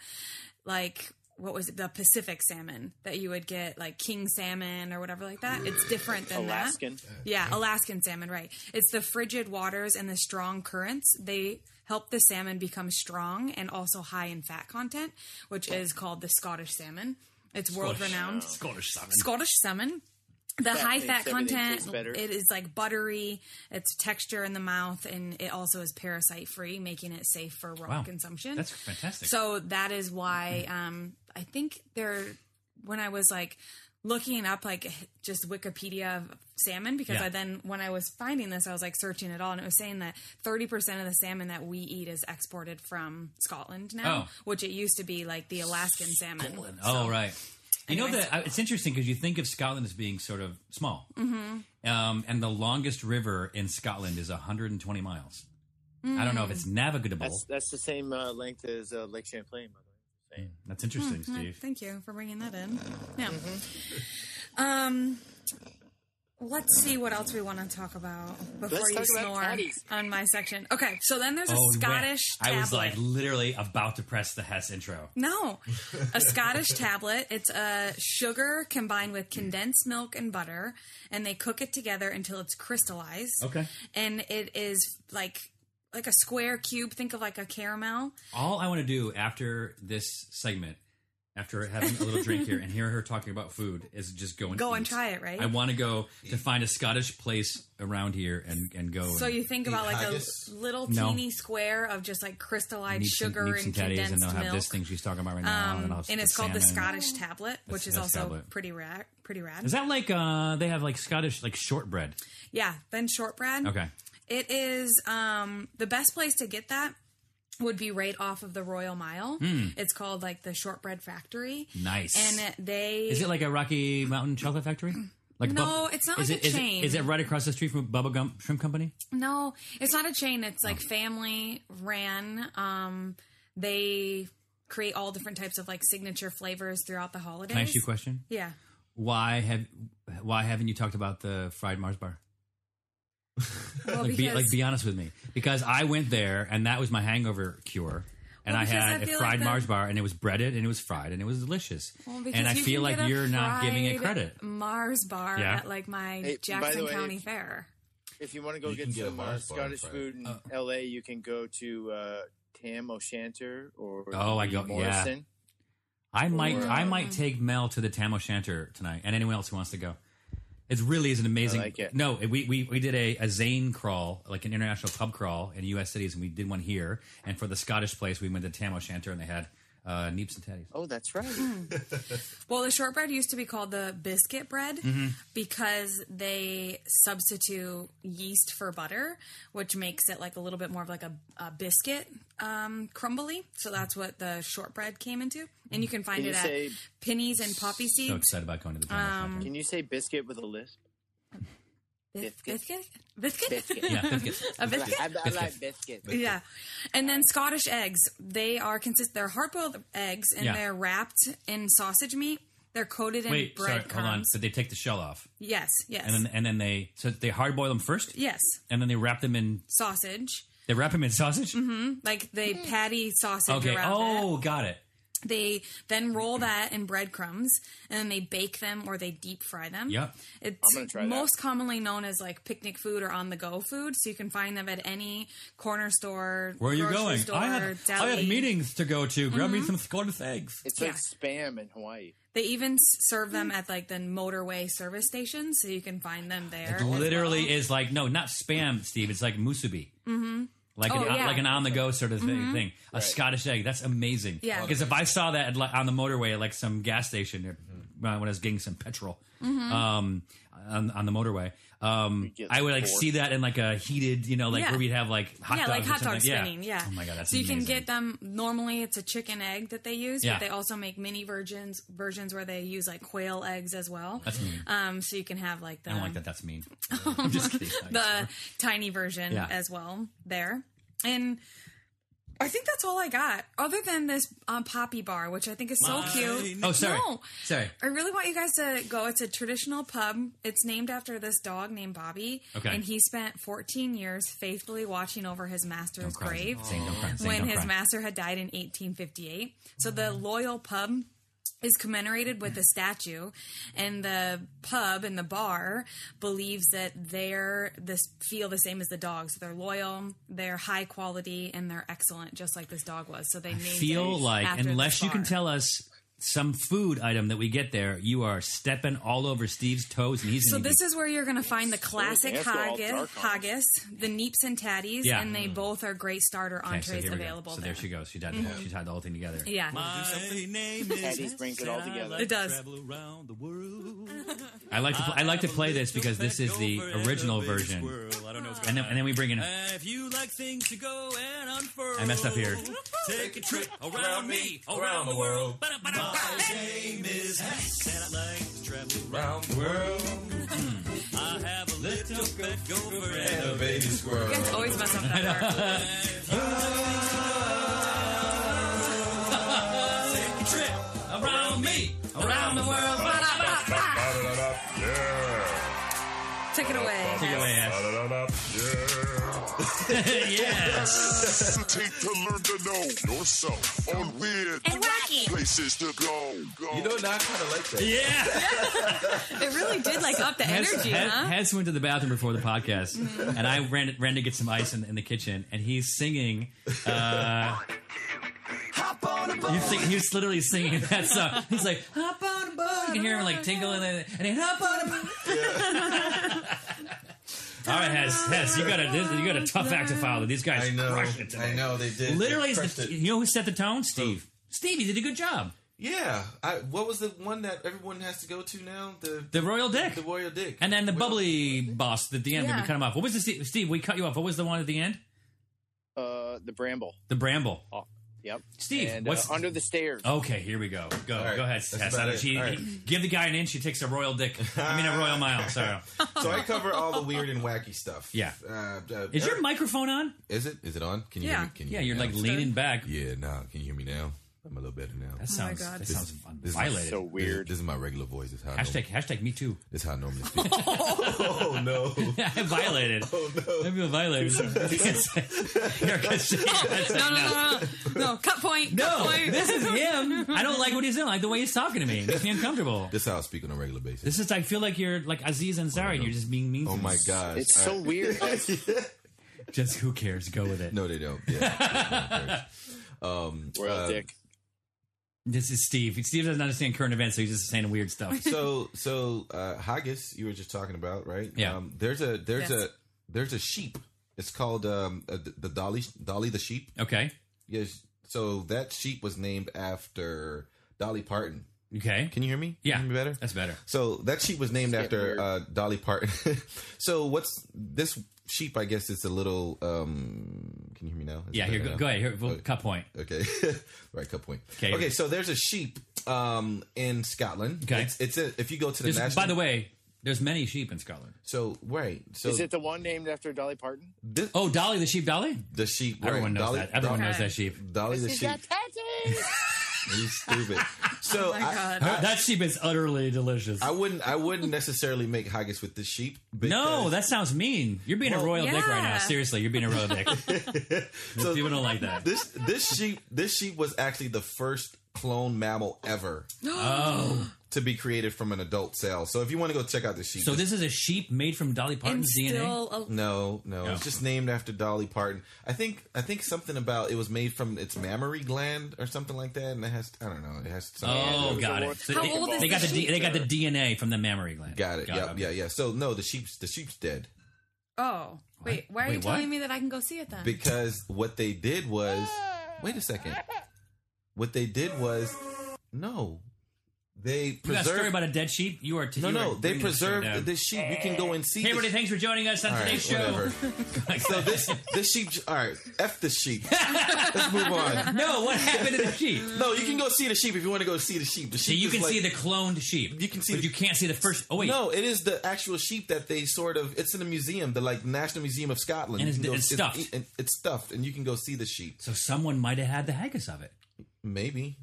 Speaker 4: like what was it the Pacific salmon that you would get like king salmon or whatever like that. It's different than
Speaker 5: Alaskan.
Speaker 4: that. Yeah, Alaskan salmon, right. It's the frigid waters and the strong currents. They help the salmon become strong and also high in fat content, which is called the Scottish salmon. It's world renowned.
Speaker 3: Scottish salmon.
Speaker 4: Scottish salmon. The high
Speaker 5: makes
Speaker 4: fat
Speaker 5: everything
Speaker 4: content,
Speaker 5: taste better.
Speaker 4: it is like buttery, it's texture in the mouth, and it also is parasite free, making it safe for raw
Speaker 3: Wow.
Speaker 4: consumption.
Speaker 3: That's fantastic. Mm.
Speaker 4: So that is why um, I think there, when I was like looking up like just Wikipedia of salmon, because
Speaker 3: Yeah.
Speaker 4: I then when I was finding this, I was like searching it all, and it was saying that thirty percent of the salmon that we eat is exported from Scotland now,
Speaker 3: Oh.
Speaker 4: which it used to be like the Alaskan salmon.
Speaker 3: oh, right. You know
Speaker 4: Anyways.
Speaker 3: that I- it's interesting because you think of Scotland as being sort of small,
Speaker 4: Mm-hmm.
Speaker 3: um, and the longest river in Scotland is 120
Speaker 4: Mm.
Speaker 3: miles. I don't know if it's navigable.
Speaker 5: That's that's the same uh, length as uh, Lake Champlain. By the way.
Speaker 8: Spain.
Speaker 3: That's interesting,
Speaker 4: Uh,
Speaker 3: Steve.
Speaker 4: Thank you for bringing that in.
Speaker 3: Mm-hmm.
Speaker 4: Yeah. Um, let's see what else we want to talk about before
Speaker 5: Let's
Speaker 4: you
Speaker 5: talk about
Speaker 4: snore
Speaker 5: patties.
Speaker 4: on my section. Okay, so then there's a
Speaker 3: you went-
Speaker 4: Scottish tablet.
Speaker 3: Oh, I was like literally about to press the Hess intro.
Speaker 4: No, a Scottish tablet. It's a sugar combined with condensed milk and butter, and they cook it together until it's crystallized.
Speaker 3: Okay.
Speaker 4: and it is like like a square cube. Think of like a caramel.
Speaker 3: All I want to do after this segment, after having a little drink here and hear her talking about food, is just go and
Speaker 4: Go and
Speaker 3: eat.
Speaker 4: try it, right?
Speaker 3: I want to go to find a Scottish place around here and and go.
Speaker 4: So
Speaker 3: and
Speaker 4: you think about like
Speaker 6: haggis?
Speaker 4: a little
Speaker 3: No.
Speaker 4: teeny square of just like crystallized
Speaker 3: need some-
Speaker 4: sugar
Speaker 3: need some
Speaker 4: and
Speaker 3: caddies
Speaker 4: condensed
Speaker 3: and they'll
Speaker 4: milk,
Speaker 3: have this thing she's talking about right now, and, I'll
Speaker 4: Um,
Speaker 3: have
Speaker 4: and it's called the
Speaker 3: salmon.
Speaker 4: Scottish tablet, which is
Speaker 3: that's
Speaker 4: also
Speaker 3: tablet.
Speaker 4: pretty rad. Pretty rad.
Speaker 3: Is that like uh they have like Scottish like shortbread?
Speaker 4: yeah, then shortbread.
Speaker 3: Okay.
Speaker 4: It is um, the best place to get that would be right off of the Royal Mile. It's called like the Shortbread Factory.
Speaker 3: Hmm. Nice.
Speaker 4: And it, they
Speaker 3: Is it like a Rocky Mountain chocolate factory? Like
Speaker 4: No,
Speaker 3: Bubba-
Speaker 4: it's not
Speaker 3: is
Speaker 4: like
Speaker 3: it-
Speaker 4: a
Speaker 3: is it-
Speaker 4: chain.
Speaker 3: Is it right across the street from Bubba Gum Shrimp Company?
Speaker 4: no, it's not a chain. It's
Speaker 3: Oh.
Speaker 4: like family ran. Um, they create all different types of like signature flavors throughout the holidays.
Speaker 3: Can I ask you a question?
Speaker 4: Yeah.
Speaker 3: Why have why haven't you talked about the fried Mars bar?
Speaker 4: Well,
Speaker 3: Like, be,
Speaker 4: because-
Speaker 3: like be honest with me, because I went there and that was my hangover cure, and
Speaker 4: Well,
Speaker 3: I
Speaker 4: because
Speaker 3: had
Speaker 4: I
Speaker 3: a
Speaker 4: feel
Speaker 3: fried
Speaker 4: like the-
Speaker 3: Mars bar, and it was breaded and it was fried and it was delicious,
Speaker 4: Well, because
Speaker 3: and I
Speaker 4: you
Speaker 3: feel
Speaker 4: can
Speaker 3: like
Speaker 4: get a
Speaker 3: you're not giving it
Speaker 4: fried
Speaker 3: credit.
Speaker 4: Mars bar
Speaker 3: Yeah.
Speaker 4: at like my
Speaker 5: Hey, by
Speaker 4: Jackson
Speaker 5: the way,
Speaker 4: County
Speaker 5: if-
Speaker 4: Fair.
Speaker 5: If you want to go
Speaker 6: You
Speaker 5: get
Speaker 6: can get a
Speaker 5: some uh,
Speaker 6: Mars bar and
Speaker 5: Scottish
Speaker 6: try it.
Speaker 5: food in LA, you can go to uh, Tam O'Shanter or
Speaker 3: Oh, I go- yeah.
Speaker 5: Morrison.
Speaker 3: I might
Speaker 5: Or,
Speaker 3: I
Speaker 5: um,
Speaker 3: might take Mel to the Tam O'Shanter tonight, and anyone else who wants to go. It really is an amazing.
Speaker 5: like it.
Speaker 3: No, we, we we did a a Zane crawl, like an international pub crawl in U.S. cities, and we did one here. And for the Scottish place, we went to Tam O'Shanter, and they had uh, neeps and tatties.
Speaker 5: Oh, that's right.
Speaker 4: Well, the shortbread used to be called the biscuit bread
Speaker 3: Mm-hmm.
Speaker 4: because they substitute yeast for butter, which makes it like a little bit more of like a, a biscuit um, crumbly. So that's what the shortbread came into. And you can find
Speaker 5: Can you
Speaker 4: it at
Speaker 5: say-
Speaker 4: pennies and poppy
Speaker 3: So
Speaker 4: seeds.
Speaker 3: excited about going to the Tam O'Shanter.
Speaker 4: Um,
Speaker 5: Can you say biscuit with a lisp?
Speaker 4: Bis- biscuit? Biscuit?
Speaker 3: yeah, biscuits.
Speaker 4: a biscuit?
Speaker 5: I, I like biscuit.
Speaker 4: Yeah, and then Scottish eggs. They are consist. They're hard-boiled eggs, and
Speaker 3: Yeah.
Speaker 4: they're wrapped in sausage meat. They're coated in
Speaker 3: Wait, sorry,
Speaker 4: bread
Speaker 3: hold on.
Speaker 4: crumbs.
Speaker 3: So they take the shell off,
Speaker 4: Yes, yes,
Speaker 3: and then and then they so they hard boil them first,
Speaker 4: yes.
Speaker 3: and then they wrap them in
Speaker 4: Sausage,
Speaker 3: they wrap them in sausage.
Speaker 4: like Mm-hmm. they
Speaker 5: Hmm.
Speaker 4: patty sausage
Speaker 3: Okay.
Speaker 4: around
Speaker 3: Oh,
Speaker 4: it.
Speaker 3: got it.
Speaker 4: They then roll that in breadcrumbs, and then they bake them or they deep fry them.
Speaker 3: Yep.
Speaker 4: It's
Speaker 5: I'm gonna try that.
Speaker 4: most commonly known as like picnic food or on the go food, so you can find them at any corner store.
Speaker 3: Where are you
Speaker 4: grocery
Speaker 3: going?
Speaker 4: Store,
Speaker 3: I have I have
Speaker 4: deli. Mm-hmm.
Speaker 3: meetings to go to. Grab me some Scottish eggs.
Speaker 5: It's
Speaker 4: Yeah.
Speaker 5: like spam in Hawaii.
Speaker 4: They even s- serve them at like the motorway service stations, so you can find them there. as
Speaker 3: literally
Speaker 4: well.
Speaker 3: is like no, not spam, Steve. It's like musubi. Mm-hmm. Like
Speaker 4: Oh,
Speaker 3: an,
Speaker 4: yeah. Mm-hmm.
Speaker 3: like an on the go sort of thing. thing. A Scottish egg. That's amazing.
Speaker 4: Yeah.
Speaker 3: Because if I saw that at, like, on the motorway at like some gas station or- uh, when I was getting some petrol
Speaker 4: Mm-hmm.
Speaker 3: um, on, on the motorway, um,
Speaker 5: get
Speaker 3: I would like
Speaker 5: four.
Speaker 3: see that in like a heated, you know, like
Speaker 4: Yeah.
Speaker 3: where we'd have like hot
Speaker 4: yeah,
Speaker 3: dogs
Speaker 4: like
Speaker 3: or
Speaker 4: hot
Speaker 3: something.
Speaker 4: dog spinning. Yeah.
Speaker 3: Oh my god, that's
Speaker 4: so you can
Speaker 3: amazing.
Speaker 4: get them. Normally, it's a chicken egg that they use,
Speaker 3: Yeah.
Speaker 4: but they also make mini versions versions where they use like quail eggs as well.
Speaker 3: That's mean.
Speaker 4: um, so you can have like the um,
Speaker 3: I don't like that. That's mean. I'm just kidding.
Speaker 4: the tiny version
Speaker 3: Yeah.
Speaker 4: as well there. And I think that's all I got, other than this um, poppy bar, which I think is so cute.
Speaker 3: oh, sorry.
Speaker 4: No.
Speaker 3: Sorry.
Speaker 4: I really want you guys to go. It's a traditional pub. It's named after this dog named Bobby.
Speaker 3: Okay.
Speaker 4: And he spent 14 years faithfully watching over his master's
Speaker 3: Cry.
Speaker 4: grave
Speaker 3: Zane, don't cry. Zane,
Speaker 4: when
Speaker 3: don't
Speaker 4: his
Speaker 3: cry.
Speaker 4: master had died in 1858. So the loyal pub is commemorated with a statue, and the pub and the bar believes that they're this feel the same as the dog. So they're loyal, they're high quality, and they're excellent, just like this dog was. So they named
Speaker 3: feel
Speaker 4: it
Speaker 3: like
Speaker 4: after
Speaker 3: unless
Speaker 4: this
Speaker 3: you can
Speaker 4: bar.
Speaker 3: tell us some food item that we get there, you are stepping all over Steve's toes, and he's
Speaker 4: So
Speaker 3: gonna
Speaker 4: this is where you're going to find the classic
Speaker 5: that's all
Speaker 4: haggis,
Speaker 5: dark on.
Speaker 4: haggis, the neeps and tatties,
Speaker 3: Yeah.
Speaker 4: and they both are great starter
Speaker 3: be, Okay,
Speaker 4: entrees
Speaker 3: so here we go.
Speaker 4: available.
Speaker 3: So
Speaker 4: there.
Speaker 3: there she goes. She tied, she tied the whole thing together.
Speaker 4: Yeah.
Speaker 7: My name is
Speaker 5: Patties brings it all together.
Speaker 4: It does.
Speaker 7: Travel around the world.
Speaker 3: I like to pl- I like to play this because this is the
Speaker 7: Over at
Speaker 3: original
Speaker 7: the biggest
Speaker 3: version,
Speaker 7: world. I don't know what's going
Speaker 3: and then, and then we bring in.
Speaker 7: on. If you like things to go and unfurl,
Speaker 3: I messed up here.
Speaker 7: Take a trip around me, around the world. My name is Hank, and I like to travel around.
Speaker 6: Round world,
Speaker 7: I have a little pet gopher and
Speaker 6: and a baby squirrel.
Speaker 4: You guys always mess up that word.
Speaker 7: a
Speaker 4: Around the world. Ba-da-ba-ba.
Speaker 8: Yeah.
Speaker 4: Take it away.
Speaker 3: Take it away, Ash.
Speaker 8: yes. Take to learn to know yourself on weird
Speaker 4: And wacky.
Speaker 8: places to go. go.
Speaker 6: You know, now I kind of like that.
Speaker 3: Yeah.
Speaker 4: It really did like up the
Speaker 3: Hess,
Speaker 4: energy,
Speaker 3: Hess-
Speaker 4: huh? Mm-hmm.
Speaker 3: Hess went to the bathroom before the podcast, and I ran, ran to get some ice in, in the kitchen, and he's singing. Uh, he's, sing, he's literally singing that song. He's like, "Hop on a boat." You can hear him like tinkling, and then "Hop on a boat." All right, Hess, Hess, you got a this, you got a tough act to follow. These guys
Speaker 6: I know.
Speaker 3: crushed it today.
Speaker 6: I know they did.
Speaker 3: Literally,
Speaker 6: They
Speaker 3: it's
Speaker 6: crushed
Speaker 3: the,
Speaker 6: it.
Speaker 3: you know who set the tone? Steve. Steve, you did a good job.
Speaker 6: Yeah. I, what was the one that everyone has to go to now? The
Speaker 3: The Royal Dick.
Speaker 6: the Royal Dick.
Speaker 3: and then the
Speaker 6: What-
Speaker 3: bubbly boss at the end when we
Speaker 4: Yeah.
Speaker 3: cut him off. What was the Steve, Steve? We cut you off. What was the one at the end?
Speaker 5: Uh, the Bramble.
Speaker 3: The Bramble.
Speaker 5: Yep.
Speaker 3: Steve,
Speaker 5: Oh, And,
Speaker 3: what's- Oh.
Speaker 5: uh, under the stairs?
Speaker 3: Okay, here we go. Go,
Speaker 6: right,
Speaker 3: go ahead.
Speaker 6: that's
Speaker 3: Tess.
Speaker 6: about it.
Speaker 3: She-
Speaker 6: All right.
Speaker 3: Give the guy an inch. He takes a royal dick. I mean, a royal mile. Sorry.
Speaker 6: So I cover all the weird and wacky stuff.
Speaker 3: Yeah.
Speaker 6: Uh, uh,
Speaker 3: Is your
Speaker 6: Eric-
Speaker 3: microphone on?
Speaker 6: Is it? Is it on? Can you
Speaker 4: Yeah.
Speaker 6: hear me? Can you
Speaker 3: Yeah,
Speaker 6: hear
Speaker 3: you're
Speaker 6: me
Speaker 3: like
Speaker 6: now?
Speaker 3: leaning back.
Speaker 6: Yeah, nah. Can you hear me now? I'm a little better now.
Speaker 3: That sounds.
Speaker 4: God.
Speaker 3: That
Speaker 4: This-
Speaker 3: sounds fun.
Speaker 6: this is
Speaker 3: violated.
Speaker 5: So
Speaker 6: This is-
Speaker 5: weird.
Speaker 6: This is my regular voice. This is how I
Speaker 3: hashtag hashtag me too.
Speaker 6: norm- this is how I normally speak. oh no.
Speaker 3: I violated. Oh no! I feel violated. Here, 'cause she-
Speaker 4: No, no, no, no, no. Cut point.
Speaker 3: no,
Speaker 4: Cut point.
Speaker 3: this is him. I don't like what he's doing. I like the way he's talking to me. It makes me uncomfortable.
Speaker 6: This is how I speak on a regular basis.
Speaker 3: This is. I feel like you're like Aziz Ansari. and You're just being mean.
Speaker 6: oh
Speaker 3: to me.
Speaker 6: my gosh.
Speaker 5: It's so
Speaker 6: All right.
Speaker 5: weird.
Speaker 3: Just who cares? Go with it.
Speaker 6: No, they don't. Yeah. um,
Speaker 5: Royal
Speaker 6: uh,
Speaker 5: Dick.
Speaker 3: This is Steve. Steve doesn't understand current events, so he's just saying weird stuff.
Speaker 6: so so uh haggis you were just talking about right
Speaker 3: Yeah.
Speaker 6: um, there's a there's
Speaker 4: Yes.
Speaker 6: a there's a sheep it's called um uh, the, the dolly dolly the sheep
Speaker 3: Okay.
Speaker 6: yes so that sheep was named after dolly parton
Speaker 3: Okay.
Speaker 6: can you hear me
Speaker 3: Yeah.
Speaker 6: Can you hear me better
Speaker 3: That's better.
Speaker 6: so that sheep was named
Speaker 5: It's getting
Speaker 6: after
Speaker 5: weird.
Speaker 6: uh, Dolly Parton. so what's this sheep? I guess it's a little. Um, can you hear me now? Is
Speaker 3: Yeah,
Speaker 6: it
Speaker 3: here,
Speaker 6: better
Speaker 3: go,
Speaker 6: now?
Speaker 3: go ahead. Here, we'll
Speaker 6: Okay.
Speaker 3: cut point.
Speaker 6: Okay. right, cut point.
Speaker 3: Okay.
Speaker 6: Okay. so there's a sheep um, in Scotland.
Speaker 3: Okay.
Speaker 6: It's, it's a, if you go to the
Speaker 3: There's-
Speaker 6: national.
Speaker 3: by the way, there's many sheep in Scotland.
Speaker 6: So right. So
Speaker 5: Is it the one named after Dolly Parton?
Speaker 6: this,
Speaker 3: Oh, Dolly the sheep, Dolly.
Speaker 6: the sheep? right,
Speaker 3: Everyone knows
Speaker 6: Dolly,
Speaker 3: that. Everyone
Speaker 6: Dolly,
Speaker 3: knows that sheep.
Speaker 6: Dolly the sheep. You stupid. So
Speaker 5: Oh
Speaker 4: my
Speaker 6: I,
Speaker 4: God.
Speaker 6: I-
Speaker 3: That sheep is utterly delicious.
Speaker 6: I wouldn't. I wouldn't necessarily make haggis with the sheep.
Speaker 3: no,
Speaker 6: because-
Speaker 3: that sounds mean. You're being a royal dick right now.
Speaker 4: yeah.
Speaker 3: Seriously, you're being a royal dick.
Speaker 6: so
Speaker 3: People don't like that.
Speaker 6: this this sheep this sheep was actually the first clone mammal ever
Speaker 3: Oh,
Speaker 6: to be created from an adult cell. So if you want to go check out the sheep,
Speaker 3: so this is a sheep made from Dolly
Speaker 4: And
Speaker 3: Parton's DNA.
Speaker 4: still, a,
Speaker 6: No, no,
Speaker 3: No.
Speaker 6: it's just named after Dolly Parton. I think I think something about it was made from its mammary gland or something like that, and it has I don't know, it has something. to do
Speaker 3: Oh,
Speaker 6: with-
Speaker 3: got it.
Speaker 5: How
Speaker 3: So they,
Speaker 4: old is
Speaker 3: they got
Speaker 4: the
Speaker 3: the D,
Speaker 4: sheep,
Speaker 3: they got the DNA from the mammary gland.
Speaker 6: got it. Yeah,
Speaker 3: okay.
Speaker 6: yeah, yeah. So no, the sheep's the sheep's dead
Speaker 4: oh, wait. Why are you
Speaker 3: Wait, what?
Speaker 4: telling me that I can go see it then?
Speaker 6: because what they did was wait a second. What they did was no, they
Speaker 3: You got a story
Speaker 6: preserved.
Speaker 3: about a dead sheep? You are t-
Speaker 6: No,
Speaker 3: you are
Speaker 6: no, they
Speaker 3: bringing this show
Speaker 6: preserved
Speaker 3: down.
Speaker 6: the sheep. You can go and see.
Speaker 3: Hey,
Speaker 6: the
Speaker 3: everybody,
Speaker 6: sheep.
Speaker 3: thanks for joining us on
Speaker 6: All right,
Speaker 3: today's show.
Speaker 6: whatever. so this this sheep. All right, f the sheep. Let's move on.
Speaker 3: No, what happened to the sheep?
Speaker 6: No, you can go see the sheep if you want to go see the sheep. The
Speaker 3: So
Speaker 6: sheep
Speaker 3: you
Speaker 6: is
Speaker 3: can
Speaker 6: like-
Speaker 3: see the cloned sheep.
Speaker 6: You can see
Speaker 3: but
Speaker 6: the-
Speaker 3: you can't see the first. Oh wait,
Speaker 6: No, it is the actual sheep that they sort of. It's in a museum, the like National Museum of Scotland.
Speaker 3: And
Speaker 6: You
Speaker 3: it's-
Speaker 6: can go-
Speaker 3: it's stuffed.
Speaker 6: and it's stuffed, and you can go see the sheep.
Speaker 3: So someone might have had the haggis of it.
Speaker 6: Maybe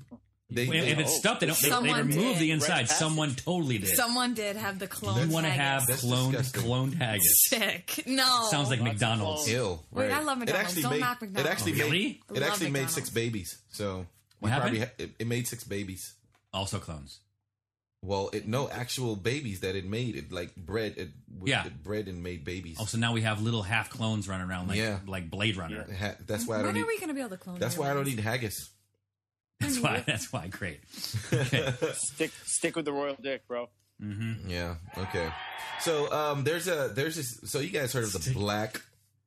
Speaker 6: they.
Speaker 3: If- if
Speaker 6: they-
Speaker 3: it's stuffed, they don't. They, they
Speaker 4: Someone
Speaker 3: remove
Speaker 4: did.
Speaker 3: the inside.
Speaker 5: Right.
Speaker 3: Someone totally did.
Speaker 4: Someone did have the clone.
Speaker 3: you want to have
Speaker 4: haggis. Oh,
Speaker 6: That's
Speaker 3: cloned
Speaker 6: disgusting.
Speaker 3: cloned haggis?
Speaker 4: sick? No.
Speaker 3: Sounds like
Speaker 5: Lots of
Speaker 3: McDonald's.
Speaker 5: clones.
Speaker 6: ill.
Speaker 4: Wait,
Speaker 6: right.
Speaker 4: I love McDonald's.
Speaker 6: Oh, It actually
Speaker 4: Don't
Speaker 6: made,
Speaker 4: knock McDonald's.
Speaker 6: It actually
Speaker 3: Really?
Speaker 6: made. It
Speaker 4: Love
Speaker 6: actually made
Speaker 4: McDonald's.
Speaker 6: six babies. So
Speaker 3: What
Speaker 6: we
Speaker 3: happened?
Speaker 6: probably ha- it, it made six babies.
Speaker 3: Also clones.
Speaker 6: Well, it no actual babies that it made. It like bred. It,
Speaker 3: Yeah. Oh,
Speaker 6: it bred and made babies.
Speaker 3: Also now we have little half clones running around like
Speaker 6: Yeah.
Speaker 3: like Blade Runner.
Speaker 6: Ha- that's why I
Speaker 4: When
Speaker 6: don't.
Speaker 4: are
Speaker 6: Eat,
Speaker 4: we going to be able to clone?
Speaker 6: that's why I don't
Speaker 4: humans?
Speaker 6: eat haggis.
Speaker 3: That's why. That's why. Great. Okay.
Speaker 5: Stick stick with the Royal Dick, bro.
Speaker 6: Yeah. Okay. So um, there's a there's this. So you guys heard of the Black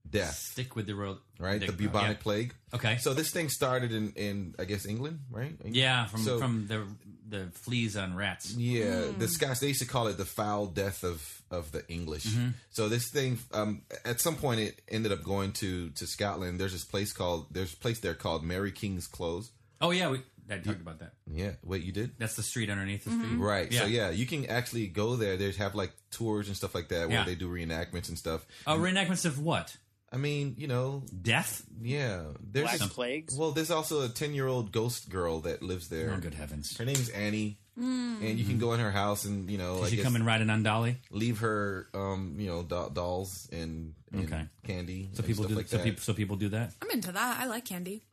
Speaker 6: Death?
Speaker 3: Stick with the world.
Speaker 6: right? the bubonic plague.
Speaker 3: Okay.
Speaker 6: So this thing started in, in I guess England, right?
Speaker 3: Yeah, from
Speaker 6: So-
Speaker 3: from the the fleas on rats.
Speaker 6: Yeah,
Speaker 4: Hmm.
Speaker 6: the Scots they used to call it the foul death of of the English.
Speaker 3: Mm-hmm.
Speaker 6: So this thing, um, at some point, it ended up going to to Scotland. There's this place called there's a place there called Mary King's Close.
Speaker 3: Oh yeah, we I talked about that.
Speaker 6: Yeah, wait, you did.
Speaker 3: That's the street underneath the street.
Speaker 6: Right, so
Speaker 3: Mm-hmm. Yeah.
Speaker 6: yeah, you can actually go there. They have like tours and stuff like that where
Speaker 3: Yeah.
Speaker 6: they do reenactments and stuff.
Speaker 3: Oh, reenactments of what?
Speaker 6: I mean, you know,
Speaker 3: Death?
Speaker 6: yeah. There's
Speaker 5: Black plagues.
Speaker 6: Well, there's also a ten-year-old ghost girl that lives there.
Speaker 3: Oh, good heavens.
Speaker 6: Her name's Annie, and you can go in her house and you know,
Speaker 3: Did
Speaker 6: I
Speaker 3: she
Speaker 6: guess,
Speaker 3: come and ride it on Dolly?
Speaker 6: leave her, um, you know, do- dolls and, and
Speaker 3: Okay.
Speaker 6: candy.
Speaker 3: So people do
Speaker 6: like
Speaker 3: so,
Speaker 6: that.
Speaker 3: people, so people do that?
Speaker 4: I'm into that. I like candy.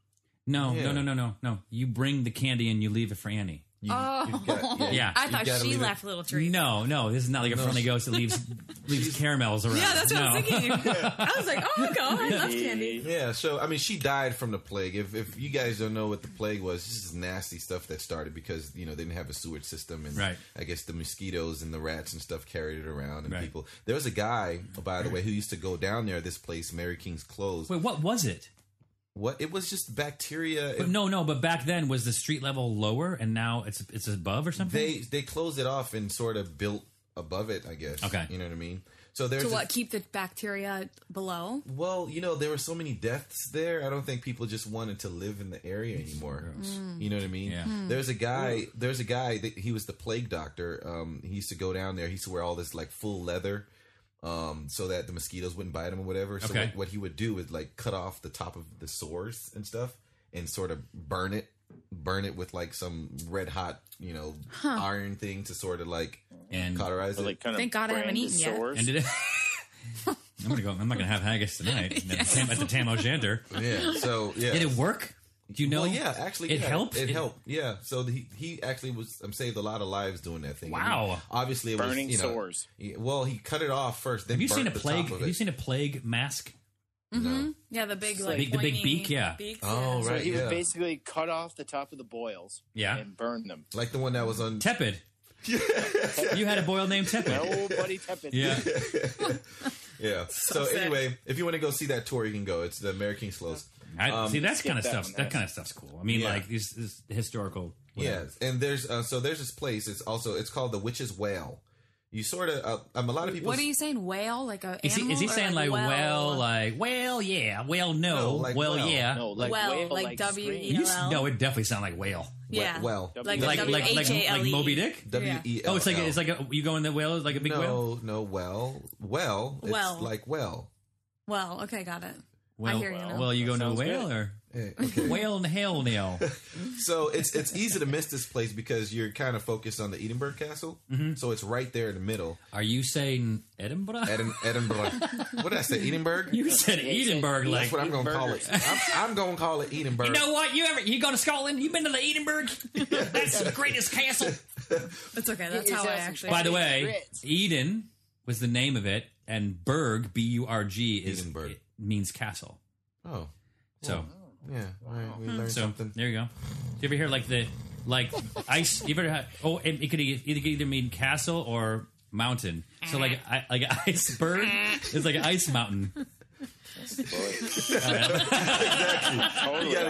Speaker 3: No,
Speaker 6: Yeah.
Speaker 3: no, no, no, no, no. You bring the candy and you leave it for Annie.
Speaker 6: You- you've got- yeah,
Speaker 3: Yeah.
Speaker 4: I
Speaker 6: you
Speaker 4: thought
Speaker 6: gotta
Speaker 4: she
Speaker 6: leave it-
Speaker 4: left little treats.
Speaker 3: No, no, this is not like a friendly ghost that leaves leaves caramels around.
Speaker 4: Yeah, that's what I
Speaker 3: No.
Speaker 4: was thinking. I was like, oh, okay, I love candy.
Speaker 6: Yeah, so I mean, she died from the plague. If, if you guys don't know what the plague was, this is nasty stuff that started because you know they didn't have a sewage system, and
Speaker 3: Right.
Speaker 6: I guess the mosquitoes and the rats and stuff carried it around, and
Speaker 3: Right.
Speaker 6: people. There was a guy, oh, by the way, who used to go down there. This place, Mary King's Clothes.
Speaker 3: Wait, what was it?
Speaker 6: What? It was just bacteria.
Speaker 3: But
Speaker 6: It-
Speaker 3: no, no, but back then was the street level lower and now it's it's above or something?
Speaker 6: They they closed it off and sort of built above it. I guess.
Speaker 3: Okay.
Speaker 6: You know what I mean? So there's
Speaker 4: To
Speaker 6: a-
Speaker 4: what? Keep the bacteria below.
Speaker 6: Well, you know, there were so many deaths there. I don't think people just wanted to live in the area anymore. You know what I mean?
Speaker 3: Yeah. Hmm.
Speaker 6: There's a guy. There's a guy that he was the plague doctor. Um, he used to go down there. He used to wear all this like full leather, um, so that the mosquitoes wouldn't bite him or whatever. So
Speaker 3: Okay.
Speaker 6: what, what he would do is like cut off the top of the sores and stuff, and sort of burn it, burn it with like some red hot, you know, iron thing to sort of like
Speaker 3: and
Speaker 6: cauterize
Speaker 5: Or,
Speaker 6: it.
Speaker 5: like kind
Speaker 4: Thank
Speaker 5: of
Speaker 4: God I haven't
Speaker 5: brand
Speaker 4: eaten yet.
Speaker 5: sores.
Speaker 3: and it, I'm gonna go I'm not gonna have haggis tonight at the Tam, at the Tam O'Shanter.
Speaker 6: yeah. So yeah.
Speaker 3: Did it work? Do you know?
Speaker 6: Well, yeah, actually,
Speaker 3: it
Speaker 6: yeah,
Speaker 3: helped.
Speaker 6: It, helped. Yeah. So he he actually was um, saved a lot of lives doing that thing. I mean,
Speaker 3: Wow.
Speaker 6: obviously, it was,
Speaker 5: Burning
Speaker 6: you know,
Speaker 5: sores.
Speaker 6: he- well, he cut it off first. Then
Speaker 3: Have you
Speaker 6: burnt
Speaker 3: seen a
Speaker 6: the
Speaker 3: plague?
Speaker 6: top of
Speaker 3: Have you
Speaker 6: it.
Speaker 3: seen a plague mask?
Speaker 6: No.
Speaker 4: Yeah, the big like
Speaker 3: Big- the big
Speaker 4: pointy
Speaker 3: beak, yeah.
Speaker 4: beaks,
Speaker 6: Oh,
Speaker 4: yeah.
Speaker 5: So
Speaker 6: right.
Speaker 5: he
Speaker 6: yeah.
Speaker 5: would basically cut off the top of the boils
Speaker 3: Yeah.
Speaker 5: and burn them.
Speaker 6: Like the one that was on.
Speaker 3: Tepid. you had a boy named Tepid.
Speaker 5: Nobody tepid.
Speaker 3: Yeah.
Speaker 6: Yeah. So,
Speaker 4: sad.
Speaker 6: anyway, if you want to go see that tour, you can go. It's the American Slows.
Speaker 3: I,
Speaker 6: um,
Speaker 3: see, that's
Speaker 5: skip
Speaker 3: kind of
Speaker 5: that
Speaker 3: stuff.
Speaker 5: one.
Speaker 3: That kind of stuff's cool. I mean,
Speaker 6: Yeah.
Speaker 3: like these, this historical.
Speaker 6: Yeah, and there's uh, so there's this place. It's also it's called the Witch's Whale. You sort of uh, um, a lot of people.
Speaker 4: What are you saying? Whale? Like a
Speaker 3: Is he,
Speaker 4: animal
Speaker 3: is he
Speaker 4: or,
Speaker 3: saying like, uh,
Speaker 4: well?
Speaker 3: well, like well, yeah, well, no,
Speaker 6: No, like,
Speaker 3: well,
Speaker 6: well,
Speaker 3: yeah.
Speaker 5: No, like
Speaker 4: Well,
Speaker 5: whale,
Speaker 4: like
Speaker 5: like
Speaker 4: W E
Speaker 5: scream. E
Speaker 3: You
Speaker 4: L.
Speaker 3: s- no, it definitely sounds like whale.
Speaker 4: yeah.
Speaker 6: Well,
Speaker 4: Like
Speaker 3: Like like like like
Speaker 4: W-H-A-L-E.
Speaker 3: Moby Dick.
Speaker 6: W E L.
Speaker 3: Oh, it's like it's like a, you go in the whale, like a big
Speaker 6: no,
Speaker 3: whale.
Speaker 6: no, well, well, it's
Speaker 4: Well.
Speaker 6: like well.
Speaker 4: Well, okay, got it.
Speaker 3: Well,
Speaker 4: hear you now.
Speaker 3: well, you go no
Speaker 5: sounds
Speaker 3: whale
Speaker 5: good.
Speaker 3: or
Speaker 6: Eh, okay.
Speaker 3: whale and hell nail.
Speaker 6: So it's it's easy to miss this place because you're kind of focused on the Edinburgh Castle.
Speaker 3: Mm-hmm.
Speaker 6: So it's right there in the middle.
Speaker 3: Are you saying Edinburgh?
Speaker 6: Edin- Edinburgh. what did I say? Edinburgh.
Speaker 3: you said Edinburgh, like
Speaker 6: That's what I'm gonna call it. I'm, I'm gonna call it Edinburgh.
Speaker 3: You know what? You ever you go to Scotland? You been to the Edinburgh? That's the greatest castle.
Speaker 4: It's okay. That's how I actually.
Speaker 3: By the way,
Speaker 5: Grits.
Speaker 3: Eden was the name of it, and Berg B U R G is
Speaker 6: Edinburgh.
Speaker 3: it means castle.
Speaker 6: Oh,
Speaker 3: So
Speaker 6: yeah. All right, we learned
Speaker 3: Hmm. so
Speaker 6: something.
Speaker 3: there you go. Do you ever hear like the like ice? You ever have, oh it, it could either, it could either mean castle or mountain. So like I, like iceberg is like ice mountain.
Speaker 5: Totally
Speaker 6: You gotta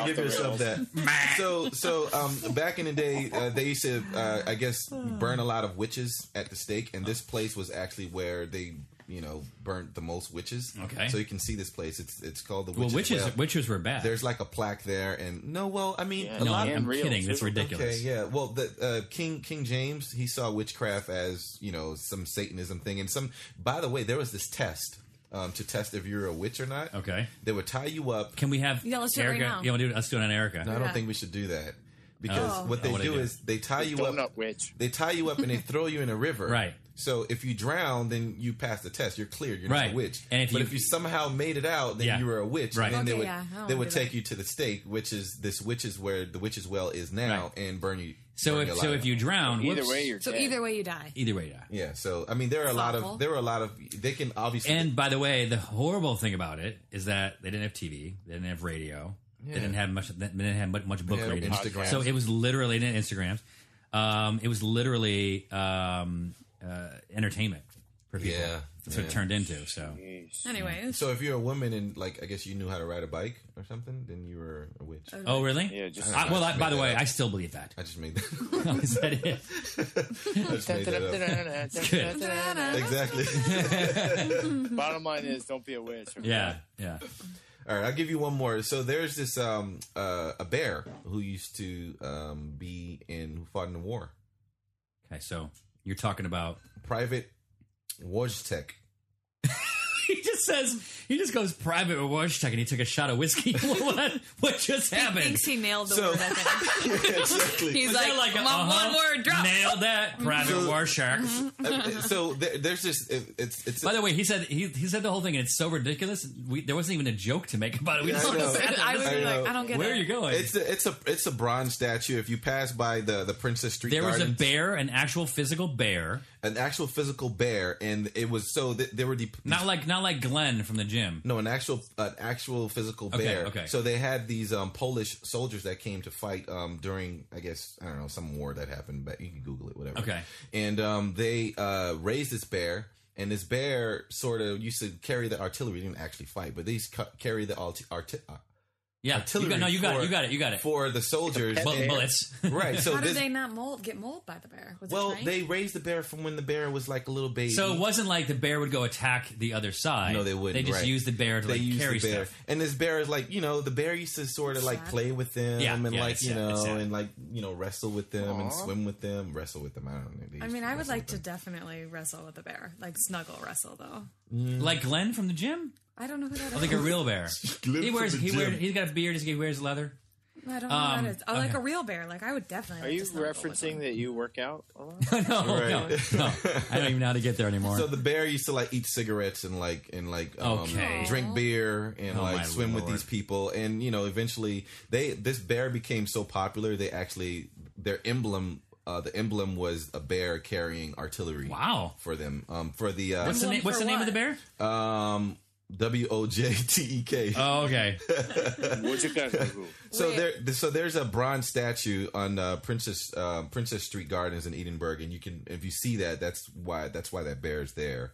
Speaker 5: off
Speaker 6: give
Speaker 5: the
Speaker 6: yourself
Speaker 5: rails.
Speaker 6: that. So, so um, back in the day, uh, they used to, uh, I guess, burn a lot of witches at the stake, and this place was actually where they, you know, burnt the most witches.
Speaker 3: Okay.
Speaker 6: So you can see this place. It's it's called the
Speaker 3: Well,
Speaker 6: Witches.
Speaker 3: witches
Speaker 6: Well.
Speaker 3: witches were bad.
Speaker 6: There's like a plaque there, and no, well, I mean, a
Speaker 3: no,
Speaker 6: lot
Speaker 3: I'm,
Speaker 6: of
Speaker 3: I'm
Speaker 5: real,
Speaker 3: kidding. That's
Speaker 5: too.
Speaker 3: ridiculous.
Speaker 6: Okay, yeah. Well, the uh, King King James he saw witchcraft as you know some Satanism thing, and some. By the way, there was this test um, to test if you're a witch or not.
Speaker 3: Okay.
Speaker 6: they would tie you up.
Speaker 3: Can we have
Speaker 4: Yeah, let's do it right
Speaker 3: Erica?
Speaker 4: now.
Speaker 3: Yeah, we'll do it. Let's do it on Erica.
Speaker 6: I don't
Speaker 4: Yeah.
Speaker 6: think we should do that because
Speaker 4: Oh.
Speaker 6: what
Speaker 3: Oh,
Speaker 6: they
Speaker 3: what'd I
Speaker 6: do
Speaker 3: do?
Speaker 6: is they tie you up.
Speaker 5: Donut witch.
Speaker 6: They tie you up and they throw you in a river.
Speaker 3: Right.
Speaker 6: So if you drown, then you pass the test. You're cleared. You're not
Speaker 3: Right.
Speaker 6: a witch.
Speaker 3: And if
Speaker 6: but
Speaker 3: you-
Speaker 6: if you somehow made it out, then
Speaker 3: Yeah.
Speaker 6: you were a witch.
Speaker 3: Right.
Speaker 6: And then they
Speaker 4: Okay,
Speaker 6: would
Speaker 4: yeah. I don't
Speaker 6: they
Speaker 4: wanna
Speaker 6: would
Speaker 4: do
Speaker 6: take
Speaker 4: that.
Speaker 6: you to the stake, which is this witch is where the witch's well is now,
Speaker 3: Right.
Speaker 6: and burn you.
Speaker 3: So
Speaker 6: burn
Speaker 3: if
Speaker 6: you
Speaker 3: so
Speaker 6: alive.
Speaker 3: if you drown,
Speaker 5: Either
Speaker 3: whoops.
Speaker 5: way, you're
Speaker 4: So
Speaker 5: dead.
Speaker 4: either way, you die.
Speaker 3: either way, yeah.
Speaker 6: Yeah, so I mean, there are a lot
Speaker 4: Awful.
Speaker 6: of there are a lot of they can obviously
Speaker 3: And by the way, the horrible thing about it is that they didn't have TV, they didn't have radio, they didn't have much, they didn't have much, much book
Speaker 6: Yeah,
Speaker 3: reading.
Speaker 6: Instagram.
Speaker 3: So it was literally they didn't have Instagrams. Um, it was literally um, uh, entertainment for people.
Speaker 6: Yeah,
Speaker 3: that's what it
Speaker 6: yeah.
Speaker 3: turned into. So
Speaker 4: Anyways,
Speaker 6: So if you're a woman and like I guess you knew how to ride a bike or something, then you were a witch.
Speaker 3: oh really?
Speaker 5: Yeah, just-
Speaker 3: I, well, I,
Speaker 6: Just
Speaker 3: by
Speaker 6: made
Speaker 3: the
Speaker 6: that
Speaker 3: way,
Speaker 6: up.
Speaker 3: I still believe that.
Speaker 6: I just made that.
Speaker 3: Is that it?
Speaker 6: I just made that up.
Speaker 3: Good.
Speaker 6: Exactly.
Speaker 5: Bottom line is, don't be a witch. okay?
Speaker 3: Yeah, yeah.
Speaker 6: All right, I'll give you one more. So there's this um uh, a bear who used to um be in who fought in the war.
Speaker 3: Okay, so you're talking about.
Speaker 6: Private Wojtek.
Speaker 3: He just says he just goes private with Wojtek and he took a shot of whiskey. what, what just
Speaker 4: He
Speaker 3: happened?
Speaker 4: thinks he nailed the
Speaker 6: So-
Speaker 4: word. I think.
Speaker 6: exactly.
Speaker 4: He's
Speaker 3: Was
Speaker 4: like,
Speaker 3: that a,
Speaker 4: "Mom,
Speaker 3: uh-huh,
Speaker 4: one word, drop.
Speaker 3: Nailed that, private Warshak.
Speaker 6: Uh, so there, there's just it, it's it's
Speaker 3: By the way, he said he, he said the whole thing, and it's so ridiculous. We, there wasn't even a joke to make about it. We
Speaker 6: Yeah,
Speaker 3: just
Speaker 6: I know.
Speaker 3: said it.
Speaker 4: I would
Speaker 6: I
Speaker 4: be
Speaker 6: know.
Speaker 4: like, I don't get
Speaker 3: Where
Speaker 4: it.
Speaker 3: are you going?
Speaker 6: it's a, it's a it's a bronze statue. If you pass by the the Princess Street
Speaker 3: there was a
Speaker 6: Gardens,
Speaker 3: bear, an actual physical bear,
Speaker 6: an actual physical bear, and it was so th- there were the
Speaker 3: not like not like Glenn from the gym.
Speaker 6: No, an actual an actual physical
Speaker 3: Okay,
Speaker 6: bear.
Speaker 3: okay.
Speaker 6: So they had these um, Polish soldiers that came to fight um, during, I guess, I don't know, some war that happened, but you can Google it, whatever.
Speaker 3: Okay.
Speaker 6: And um, they uh, raised this bear, and this bear sort of used to carry the artillery. They didn't actually fight, but they used to cu- carry the arti- arti- uh,
Speaker 3: Yeah,
Speaker 6: artillery.
Speaker 3: You got, no, you got
Speaker 6: for-
Speaker 3: it, you got it, you got it.
Speaker 6: for the soldiers.
Speaker 5: It's a
Speaker 3: Bu-
Speaker 5: bear.
Speaker 3: bullets.
Speaker 6: right. So
Speaker 4: How did
Speaker 6: this,
Speaker 4: they not mold? Get mold by the bear? Was
Speaker 6: well,
Speaker 4: it trained?
Speaker 6: they raised the bear from when the bear was like a little baby.
Speaker 3: So it wasn't like the bear would go attack the other side.
Speaker 6: No, they wouldn't.
Speaker 3: They just
Speaker 6: right.
Speaker 3: used the bear to
Speaker 6: They
Speaker 3: like
Speaker 6: used
Speaker 3: carry
Speaker 6: the bear.
Speaker 3: stuff.
Speaker 6: And this bear is like, you know, the bear used to sort of like
Speaker 4: Sad.
Speaker 6: play with them
Speaker 3: Yeah,
Speaker 6: and
Speaker 3: yeah,
Speaker 6: like,
Speaker 3: it's
Speaker 6: you
Speaker 3: sad, it's
Speaker 6: know,
Speaker 3: sad.
Speaker 6: and like, you know, wrestle with them and
Speaker 5: Aw.
Speaker 6: swim with them, wrestle with them. I don't know. They
Speaker 4: I
Speaker 6: used
Speaker 4: mean,
Speaker 6: to
Speaker 4: I would
Speaker 6: wrestle
Speaker 4: like to
Speaker 6: with them.
Speaker 4: definitely wrestle with a bear, like snuggle wrestle though.
Speaker 3: Like Glenn from the gym,
Speaker 4: I don't know who that is.
Speaker 3: like a real bear.
Speaker 6: Glenn
Speaker 3: he
Speaker 6: from
Speaker 3: wears
Speaker 6: the
Speaker 3: he
Speaker 6: gym.
Speaker 3: wears he's got a beard. He wears leather.
Speaker 4: I don't know who
Speaker 3: Um,
Speaker 4: that is. Oh, like
Speaker 3: okay.
Speaker 4: a real bear. Like I would definitely.
Speaker 5: Are
Speaker 4: like
Speaker 5: you
Speaker 4: to snuggle with one.
Speaker 5: referencing that you work out a lot?
Speaker 3: no, no,
Speaker 6: Right.
Speaker 3: no, I don't even know how to get there anymore.
Speaker 6: So the bear used to like eat cigarettes and like and like um,
Speaker 3: Okay.
Speaker 6: drink beer and
Speaker 3: Oh, my
Speaker 6: like swim with
Speaker 3: lord.
Speaker 6: these people and you know eventually they this bear became so popular they actually their emblem uh, the emblem was a bear carrying artillery
Speaker 3: wow.
Speaker 6: for them um, for the uh,
Speaker 3: What's the,
Speaker 4: Emblem
Speaker 3: na- what's
Speaker 4: for
Speaker 3: the name of
Speaker 4: what?
Speaker 3: the bear?
Speaker 6: W O J T E K.
Speaker 3: Oh, okay.
Speaker 5: Would you guys do?
Speaker 6: So
Speaker 4: Wait.
Speaker 6: there, th- so there's a bronze statue on uh, Princess uh, Princess Street Gardens in Edinburgh, and you can if you see that, that's why that's why that bear's there.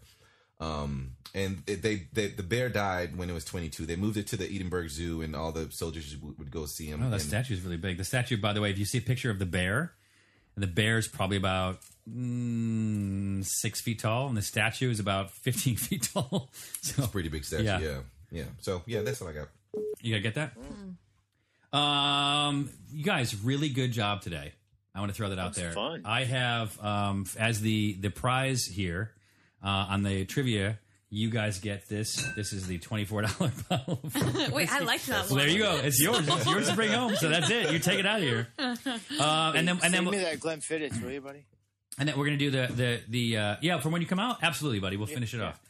Speaker 6: Um, and it, they, they the bear died when it was 22. They moved it to the Edinburgh Zoo, and all the soldiers w- would go see him.
Speaker 3: No, Oh, that
Speaker 6: and-
Speaker 3: statue is really big. The statue, by the way, if you see a picture of the bear, and the bear is probably about mm, six feet tall, and the statue is about fifteen feet tall. So
Speaker 6: pretty big statue.
Speaker 3: Yeah.
Speaker 6: Yeah. yeah, So yeah, that's all I got.
Speaker 3: you gotta get that. Um, you guys, really good job today. I want to throw that out there.
Speaker 5: fun.
Speaker 3: I have um f- as the the prize here uh, on the trivia. You guys get this. This is the twenty four dollar bottle. of
Speaker 4: Wait, I liked that
Speaker 3: Well,
Speaker 4: one.
Speaker 3: there you go. It's yours. It's yours to bring home. So that's it. You take it out of here. Uh, and then and then
Speaker 5: Send me that Glenn Fittich, will you, buddy?
Speaker 3: and then we're gonna do the the the uh, yeah from when you come out. Absolutely, buddy. We'll finish it off.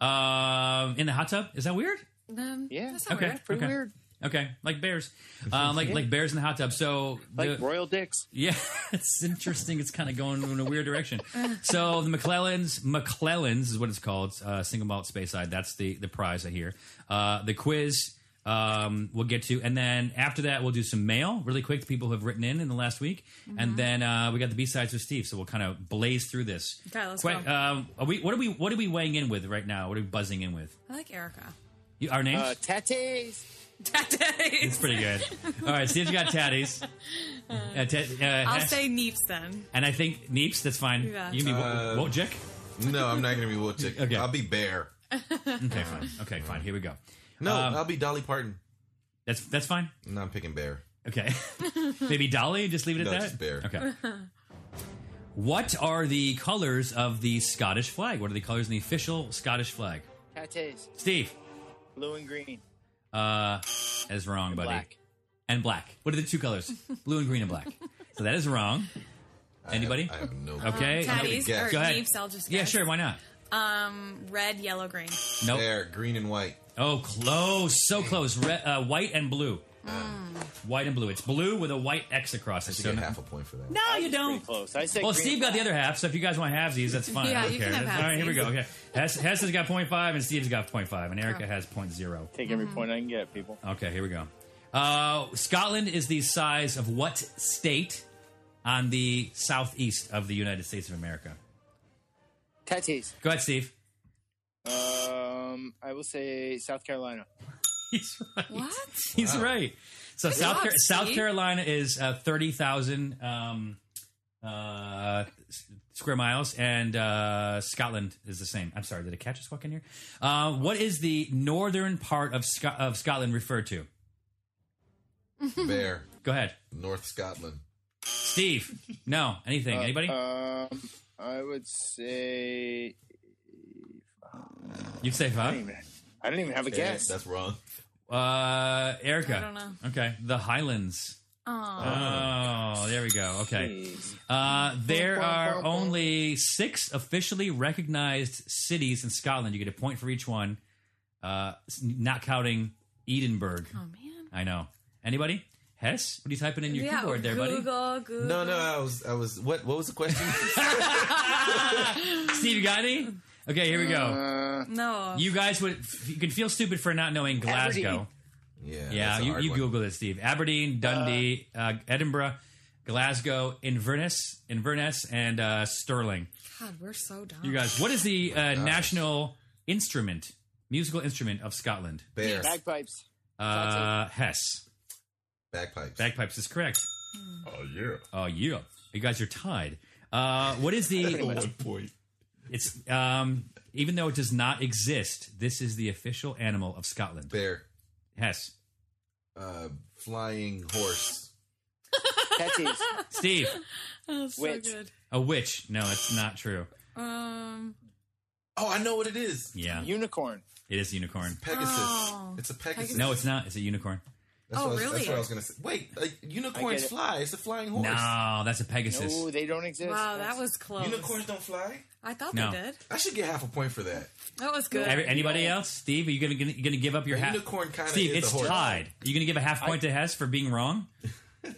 Speaker 3: Um, in the hot tub. Is that weird?
Speaker 4: Um,
Speaker 5: Yeah.
Speaker 4: That's not
Speaker 3: Okay.
Speaker 4: weird.
Speaker 5: Pretty
Speaker 3: Okay.
Speaker 5: weird.
Speaker 3: Okay, like bears, um, like like bears in the hot tub. So
Speaker 5: Like
Speaker 3: the-
Speaker 5: Royal Dicks.
Speaker 3: yeah, it's interesting. It's kind of going in a weird direction. So the McClellans, McClellans is what it's called. Uh, single malt space side. That's the the prize I hear. Uh, the quiz um, we'll get to, and then after that we'll do some mail really quick. The people who have written in in the last week, and then uh, we got the B sides with Steve. So we'll kind of blaze through this.
Speaker 4: Okay, let's
Speaker 3: Quick,
Speaker 4: go.
Speaker 3: Um, are we? What are we? What are we weighing in with right now? What are we buzzing in with?
Speaker 4: I like Erica.
Speaker 3: You, our names.
Speaker 5: Uh, Tates.
Speaker 3: it's pretty good. All right, Steve's got tatties. Uh, ta- uh,
Speaker 4: I'll
Speaker 3: Hesh-
Speaker 4: say Neeps then.
Speaker 3: And I think Neeps, that's fine.
Speaker 4: Yeah.
Speaker 3: You can be
Speaker 6: Uh,
Speaker 3: Wo- Wojcik?
Speaker 6: No, I'm not gonna be Wojcik.
Speaker 3: Okay.
Speaker 6: I'll be Bear.
Speaker 3: Okay, fine. Okay, fine. Here we go.
Speaker 6: No,
Speaker 3: Um,
Speaker 6: I'll be Dolly Parton.
Speaker 3: That's that's fine.
Speaker 6: No, I'm picking Bear.
Speaker 3: Okay. Maybe Dolly. Just leave it
Speaker 6: No,
Speaker 3: at that.
Speaker 6: just bear.
Speaker 3: Okay. what are the colors of the Scottish flag? What are the colors in the official Scottish flag?
Speaker 5: Tates.
Speaker 3: Steve,
Speaker 5: Blue and green.
Speaker 3: uh, that is wrong, buddy.
Speaker 5: Black.
Speaker 3: And black. What are the two colors? Blue and green and black. So that is wrong.
Speaker 6: I have-
Speaker 3: Anybody?
Speaker 6: I have, no.
Speaker 3: Okay.
Speaker 4: Taddies
Speaker 6: guess.
Speaker 4: or
Speaker 3: Go ahead.
Speaker 4: Neeps, I'll just
Speaker 3: Yeah,
Speaker 4: guess.
Speaker 3: sure. Why not?
Speaker 4: Um, red, yellow, green.
Speaker 3: Nope.
Speaker 6: Bear, green and white.
Speaker 3: Oh, close, so close. Re- uh, white and blue.
Speaker 4: Mm.
Speaker 3: White and blue. It's blue with a white X across it.
Speaker 6: You
Speaker 3: So
Speaker 6: get
Speaker 3: no,
Speaker 6: half a point for that.
Speaker 3: no, you
Speaker 5: Pretty
Speaker 3: don't.
Speaker 5: close. I said
Speaker 3: Well,
Speaker 5: green
Speaker 3: Steve
Speaker 5: and
Speaker 3: got the
Speaker 5: black.
Speaker 3: other half, so if you guys want halvesies, that's fine.
Speaker 4: Yeah,
Speaker 3: I don't
Speaker 4: you
Speaker 3: care.
Speaker 4: can have
Speaker 3: All right, here we
Speaker 4: halfsies.
Speaker 3: go. Okay. Hess, Hess has got 0.5, and Steve's got 0.5, and
Speaker 4: Oh.
Speaker 3: Erica has 0.0.
Speaker 5: Take
Speaker 4: Mm-hmm.
Speaker 5: every point I can get, people.
Speaker 3: Okay, here we go. Uh, Scotland is the size of what state on the southeast of the United States of America?
Speaker 5: Tates.
Speaker 3: Go ahead, Steve.
Speaker 5: Um, I will say South Carolina.
Speaker 3: He's right.
Speaker 4: What?
Speaker 3: He's right. So South
Speaker 4: job,
Speaker 3: Car- South
Speaker 4: Steve.
Speaker 3: Carolina is uh, thirty thousand um, uh, s- square miles, and uh, Scotland is the same. I'm sorry, did a cat just walk in here? Uh, what is the northern part of Sc- of Scotland referred to?
Speaker 6: Bear,
Speaker 3: Go ahead,
Speaker 6: North Scotland.
Speaker 3: Steve. No, anything, anybody?
Speaker 5: Um, I would say.
Speaker 3: You'd say
Speaker 5: Wait a
Speaker 3: five.
Speaker 5: minute. I don't even have a guess.
Speaker 6: Eh, That's wrong.
Speaker 3: Uh, Erica.
Speaker 4: I don't know.
Speaker 3: Okay, the Highlands.
Speaker 4: Oh,
Speaker 3: Oh, there we go. Okay. Uh, there are only six officially recognized cities in Scotland. You get a point for each one, uh, s- not counting Edinburgh.
Speaker 4: oh man.
Speaker 3: I know. Anybody? Hess? What are you typing in your
Speaker 4: yeah,
Speaker 3: keyboard there, buddy?
Speaker 4: Google, Google.
Speaker 6: No, no, I was, I was. What, what was the question?
Speaker 3: Steve, you got any? Okay, here we go.
Speaker 5: Uh,
Speaker 4: No.
Speaker 3: You guys would you can feel stupid for not knowing Glasgow.
Speaker 5: Aberdeen.
Speaker 6: yeah,
Speaker 3: Yeah,
Speaker 6: that's a
Speaker 3: you,
Speaker 6: hard
Speaker 3: you
Speaker 6: one.
Speaker 3: Google it, Steve. Aberdeen, Dundee, uh, Edinburgh, Glasgow, Inverness, Inverness, and uh, Sterling.
Speaker 4: God, we're so dumb.
Speaker 3: You guys, what is
Speaker 6: Oh
Speaker 3: the uh, national instrument, musical instrument of Scotland?
Speaker 6: Bear.
Speaker 5: bagpipes.
Speaker 3: Uh, Hess.
Speaker 6: Bagpipes.
Speaker 3: Bagpipes is correct.
Speaker 6: oh yeah.
Speaker 3: Oh yeah, you guys are tied. Uh, what is the?
Speaker 6: point.
Speaker 3: it's um, even though it does not exist, this is the official animal of Scotland.
Speaker 6: Bear.
Speaker 3: Hess.
Speaker 6: Uh, flying horse.
Speaker 5: Tetties.
Speaker 3: Steve.
Speaker 4: That's so
Speaker 5: Witch.
Speaker 4: good.
Speaker 3: A witch. No, that's not true.
Speaker 4: Um,
Speaker 6: Oh, I know what it is.
Speaker 3: Yeah,
Speaker 5: Unicorn.
Speaker 3: it is a unicorn.
Speaker 6: Pegasus.
Speaker 4: Oh.
Speaker 6: It's a Pegasus.
Speaker 3: No, it's not. It's a unicorn.
Speaker 6: That's
Speaker 4: Oh,
Speaker 6: what I was,
Speaker 4: really?
Speaker 6: That's what I was gonna say. Wait, like, unicorns
Speaker 5: get it.
Speaker 6: fly. It's a flying horse.
Speaker 3: No, that's a Pegasus.
Speaker 5: No, they don't exist.
Speaker 4: wow,
Speaker 5: That's-
Speaker 4: that was close.
Speaker 6: Unicorns don't fly.
Speaker 4: I thought
Speaker 3: No.
Speaker 4: they did.
Speaker 6: I should get half a point for that.
Speaker 4: That was good.
Speaker 3: Every- anybody else? Steve, are you gonna gonna, you gonna give up your
Speaker 6: A
Speaker 3: half?
Speaker 6: unicorn kinda
Speaker 3: Steve,
Speaker 6: is a
Speaker 3: it's
Speaker 6: horse.
Speaker 3: tied. Are you gonna give a half point to Hess for being wrong?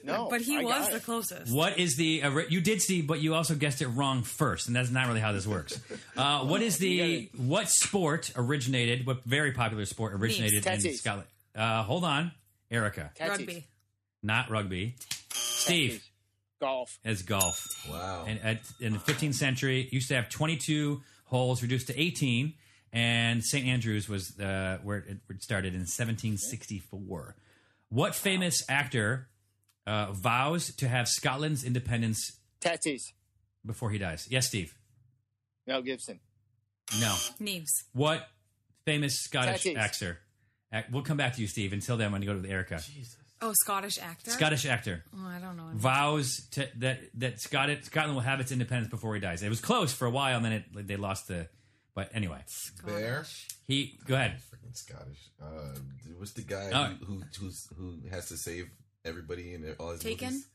Speaker 5: no.
Speaker 4: but he
Speaker 5: I
Speaker 4: was
Speaker 5: got
Speaker 4: the
Speaker 5: it.
Speaker 4: closest.
Speaker 3: What is the uh, you did Steve, but you also guessed it wrong first, and that's not really how this works. Uh, what is the what sport originated? What very popular sport originated in
Speaker 5: Tattoos.
Speaker 3: Scotland? Uh, hold on, Erica,
Speaker 5: Tetties.
Speaker 4: Rugby.
Speaker 3: not rugby. Steve
Speaker 5: Tetties. Golf.
Speaker 3: as golf.
Speaker 6: Wow.
Speaker 3: and at, in the 15th century it used to have 22 holes reduced to 18 and st andrews was uh, where it it started in 1764 what famous actor uh, vows to have scotland's independence
Speaker 5: Tattoos.
Speaker 3: before he dies yes steve
Speaker 5: Mel Gibson.
Speaker 3: no
Speaker 4: Neves.
Speaker 3: what famous scottish
Speaker 5: Tattoos.
Speaker 3: actor ac- we'll come back to you steve until then i'm going to go to erica
Speaker 4: Oh, Scottish actor.
Speaker 3: scottish actor
Speaker 4: Oh, I don't know.
Speaker 3: vows to, that that Scotland, Scotland will have its independence before he dies it was close for a while and then it, they lost the but anyway
Speaker 6: Bear.
Speaker 3: He go ahead.
Speaker 6: Freaking Scottish. Uh, what's the guy
Speaker 3: Oh.
Speaker 6: who, who who's who has to save everybody in all his
Speaker 4: Taken?
Speaker 6: movies?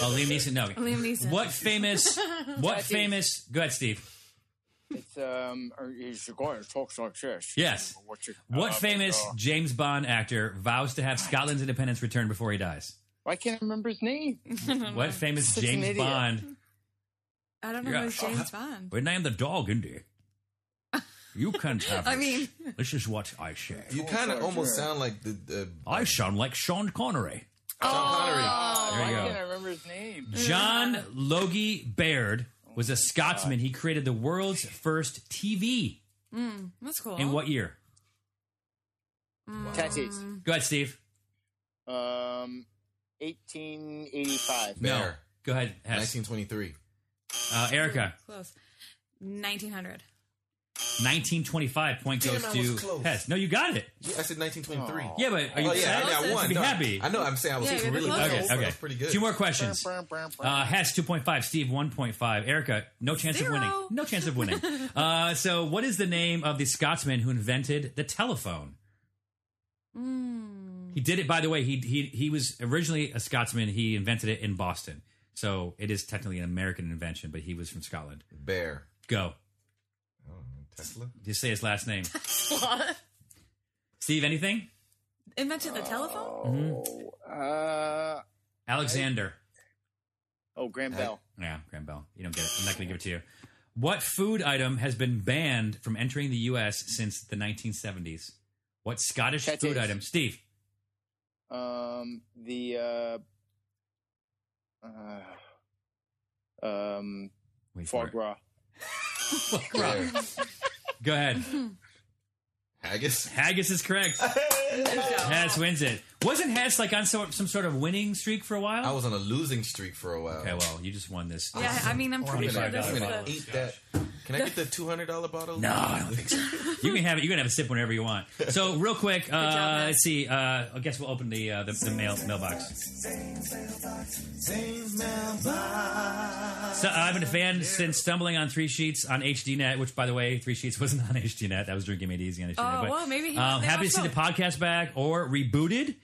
Speaker 3: Oh, Liam Neeson. No.
Speaker 4: Liam Neeson.
Speaker 3: What famous? What
Speaker 5: Tattoos.
Speaker 3: famous? Go ahead, Steve.
Speaker 5: It's um. Or he's going to talk like this.
Speaker 3: Yes.
Speaker 5: What's your-
Speaker 3: What
Speaker 5: uh,
Speaker 3: famous
Speaker 5: uh,
Speaker 3: James Bond actor vows to have Scotland's independence returned before he dies?
Speaker 5: Why can't I remember his name?
Speaker 3: What famous
Speaker 5: Such an
Speaker 3: James
Speaker 5: idiot.
Speaker 3: Bond?
Speaker 4: I don't know.
Speaker 3: Yeah.
Speaker 4: who's James Bond.
Speaker 3: We named the dog Indy. You can't have.
Speaker 4: I
Speaker 3: it.
Speaker 4: mean-
Speaker 3: this is what I say.
Speaker 6: You kind of
Speaker 5: sorry,
Speaker 6: almost
Speaker 5: sure.
Speaker 6: sound like the uh,
Speaker 3: I sound like Sean Connery.
Speaker 4: Oh.
Speaker 6: Sean
Speaker 3: There
Speaker 5: Why
Speaker 3: you
Speaker 5: can't
Speaker 3: go.
Speaker 5: I remember his name?
Speaker 3: John Logie Baird was a Scotsman. He created the world's first TV.
Speaker 4: That's cool.
Speaker 3: In what year?
Speaker 5: Tattoos.
Speaker 3: Go ahead, Steve.
Speaker 5: Um, 1885.
Speaker 3: No.
Speaker 6: Bear.
Speaker 3: Go ahead. Hess.
Speaker 6: 1923.
Speaker 3: Uh, Erica.
Speaker 4: Close. 1900.
Speaker 3: 1925 point
Speaker 6: Damn,
Speaker 3: goes
Speaker 6: I was
Speaker 3: to
Speaker 6: close.
Speaker 3: Hess. No, you got it.
Speaker 6: Yeah, I said 1923.
Speaker 3: Yeah, but are you
Speaker 6: Oh yeah, I
Speaker 3: sad?
Speaker 6: got
Speaker 4: Closest.
Speaker 6: one.
Speaker 3: Be
Speaker 6: No,
Speaker 3: happy.
Speaker 6: I know. I'm saying I was
Speaker 4: Yeah, you're the
Speaker 6: really
Speaker 4: closest.
Speaker 3: Okay,
Speaker 6: close.
Speaker 3: okay.
Speaker 6: That's pretty good.
Speaker 3: Two more questions.
Speaker 5: Burn, burn, burn.
Speaker 3: Uh, Hess 2.5, Steve 1.5, Erica no chance
Speaker 4: Zero.
Speaker 3: of winning. No chance of winning. uh, so, what is the name of the Scotsman who invented the telephone? He did it, by the way. He he he was originally a Scotsman. He invented it in Boston, so it is technically an American invention. But he was from Scotland.
Speaker 6: Bear. Oh,
Speaker 3: Go,
Speaker 6: Tesla.
Speaker 3: just say his last name. Steve, anything?
Speaker 4: Invented the telephone?
Speaker 5: Uh,
Speaker 3: Alexander.
Speaker 5: oh, Graham Bell.
Speaker 3: Yeah, Graham Bell. You don't get it. I'm not going to give it to you. What food item has been banned from entering the U.S. since the 1970s? What Scottish
Speaker 5: Tattoos.
Speaker 3: food item? Steve,
Speaker 5: Um, the uh, uh, um,
Speaker 3: wait
Speaker 5: foie
Speaker 3: for it.
Speaker 5: gras.
Speaker 6: Bear.
Speaker 3: Go ahead.
Speaker 6: Haggis.
Speaker 3: Haggis is correct. Hess wins it. Wasn't Hess like on some, some sort of winning streak for a while?
Speaker 6: I was on a losing streak for a while.
Speaker 3: okay, well, you just won this.
Speaker 4: Yeah, I mean, I'm pretty sure
Speaker 6: I'm
Speaker 4: this
Speaker 6: gonna,
Speaker 4: is
Speaker 6: I'm gonna
Speaker 4: the.
Speaker 6: eat that. Can I get the two hundred dollar bottle?
Speaker 3: No, I don't think so. You can have it. You can have a sip whenever you want. So, real quick, uh,
Speaker 4: Matt.
Speaker 3: let's see. Uh, I guess we'll open the uh, the, the mail mailbox. So, I've been a fan since stumbling on Three Sheets on HDNet, which, by the way, Three Sheets wasn't on HDNet. That was drinking made easy on HDNet.
Speaker 4: Oh,
Speaker 3: but,
Speaker 4: well, maybe he-
Speaker 3: um,
Speaker 4: they
Speaker 3: happy to
Speaker 4: watch
Speaker 3: see the
Speaker 4: both.
Speaker 3: podcast back or rebooted.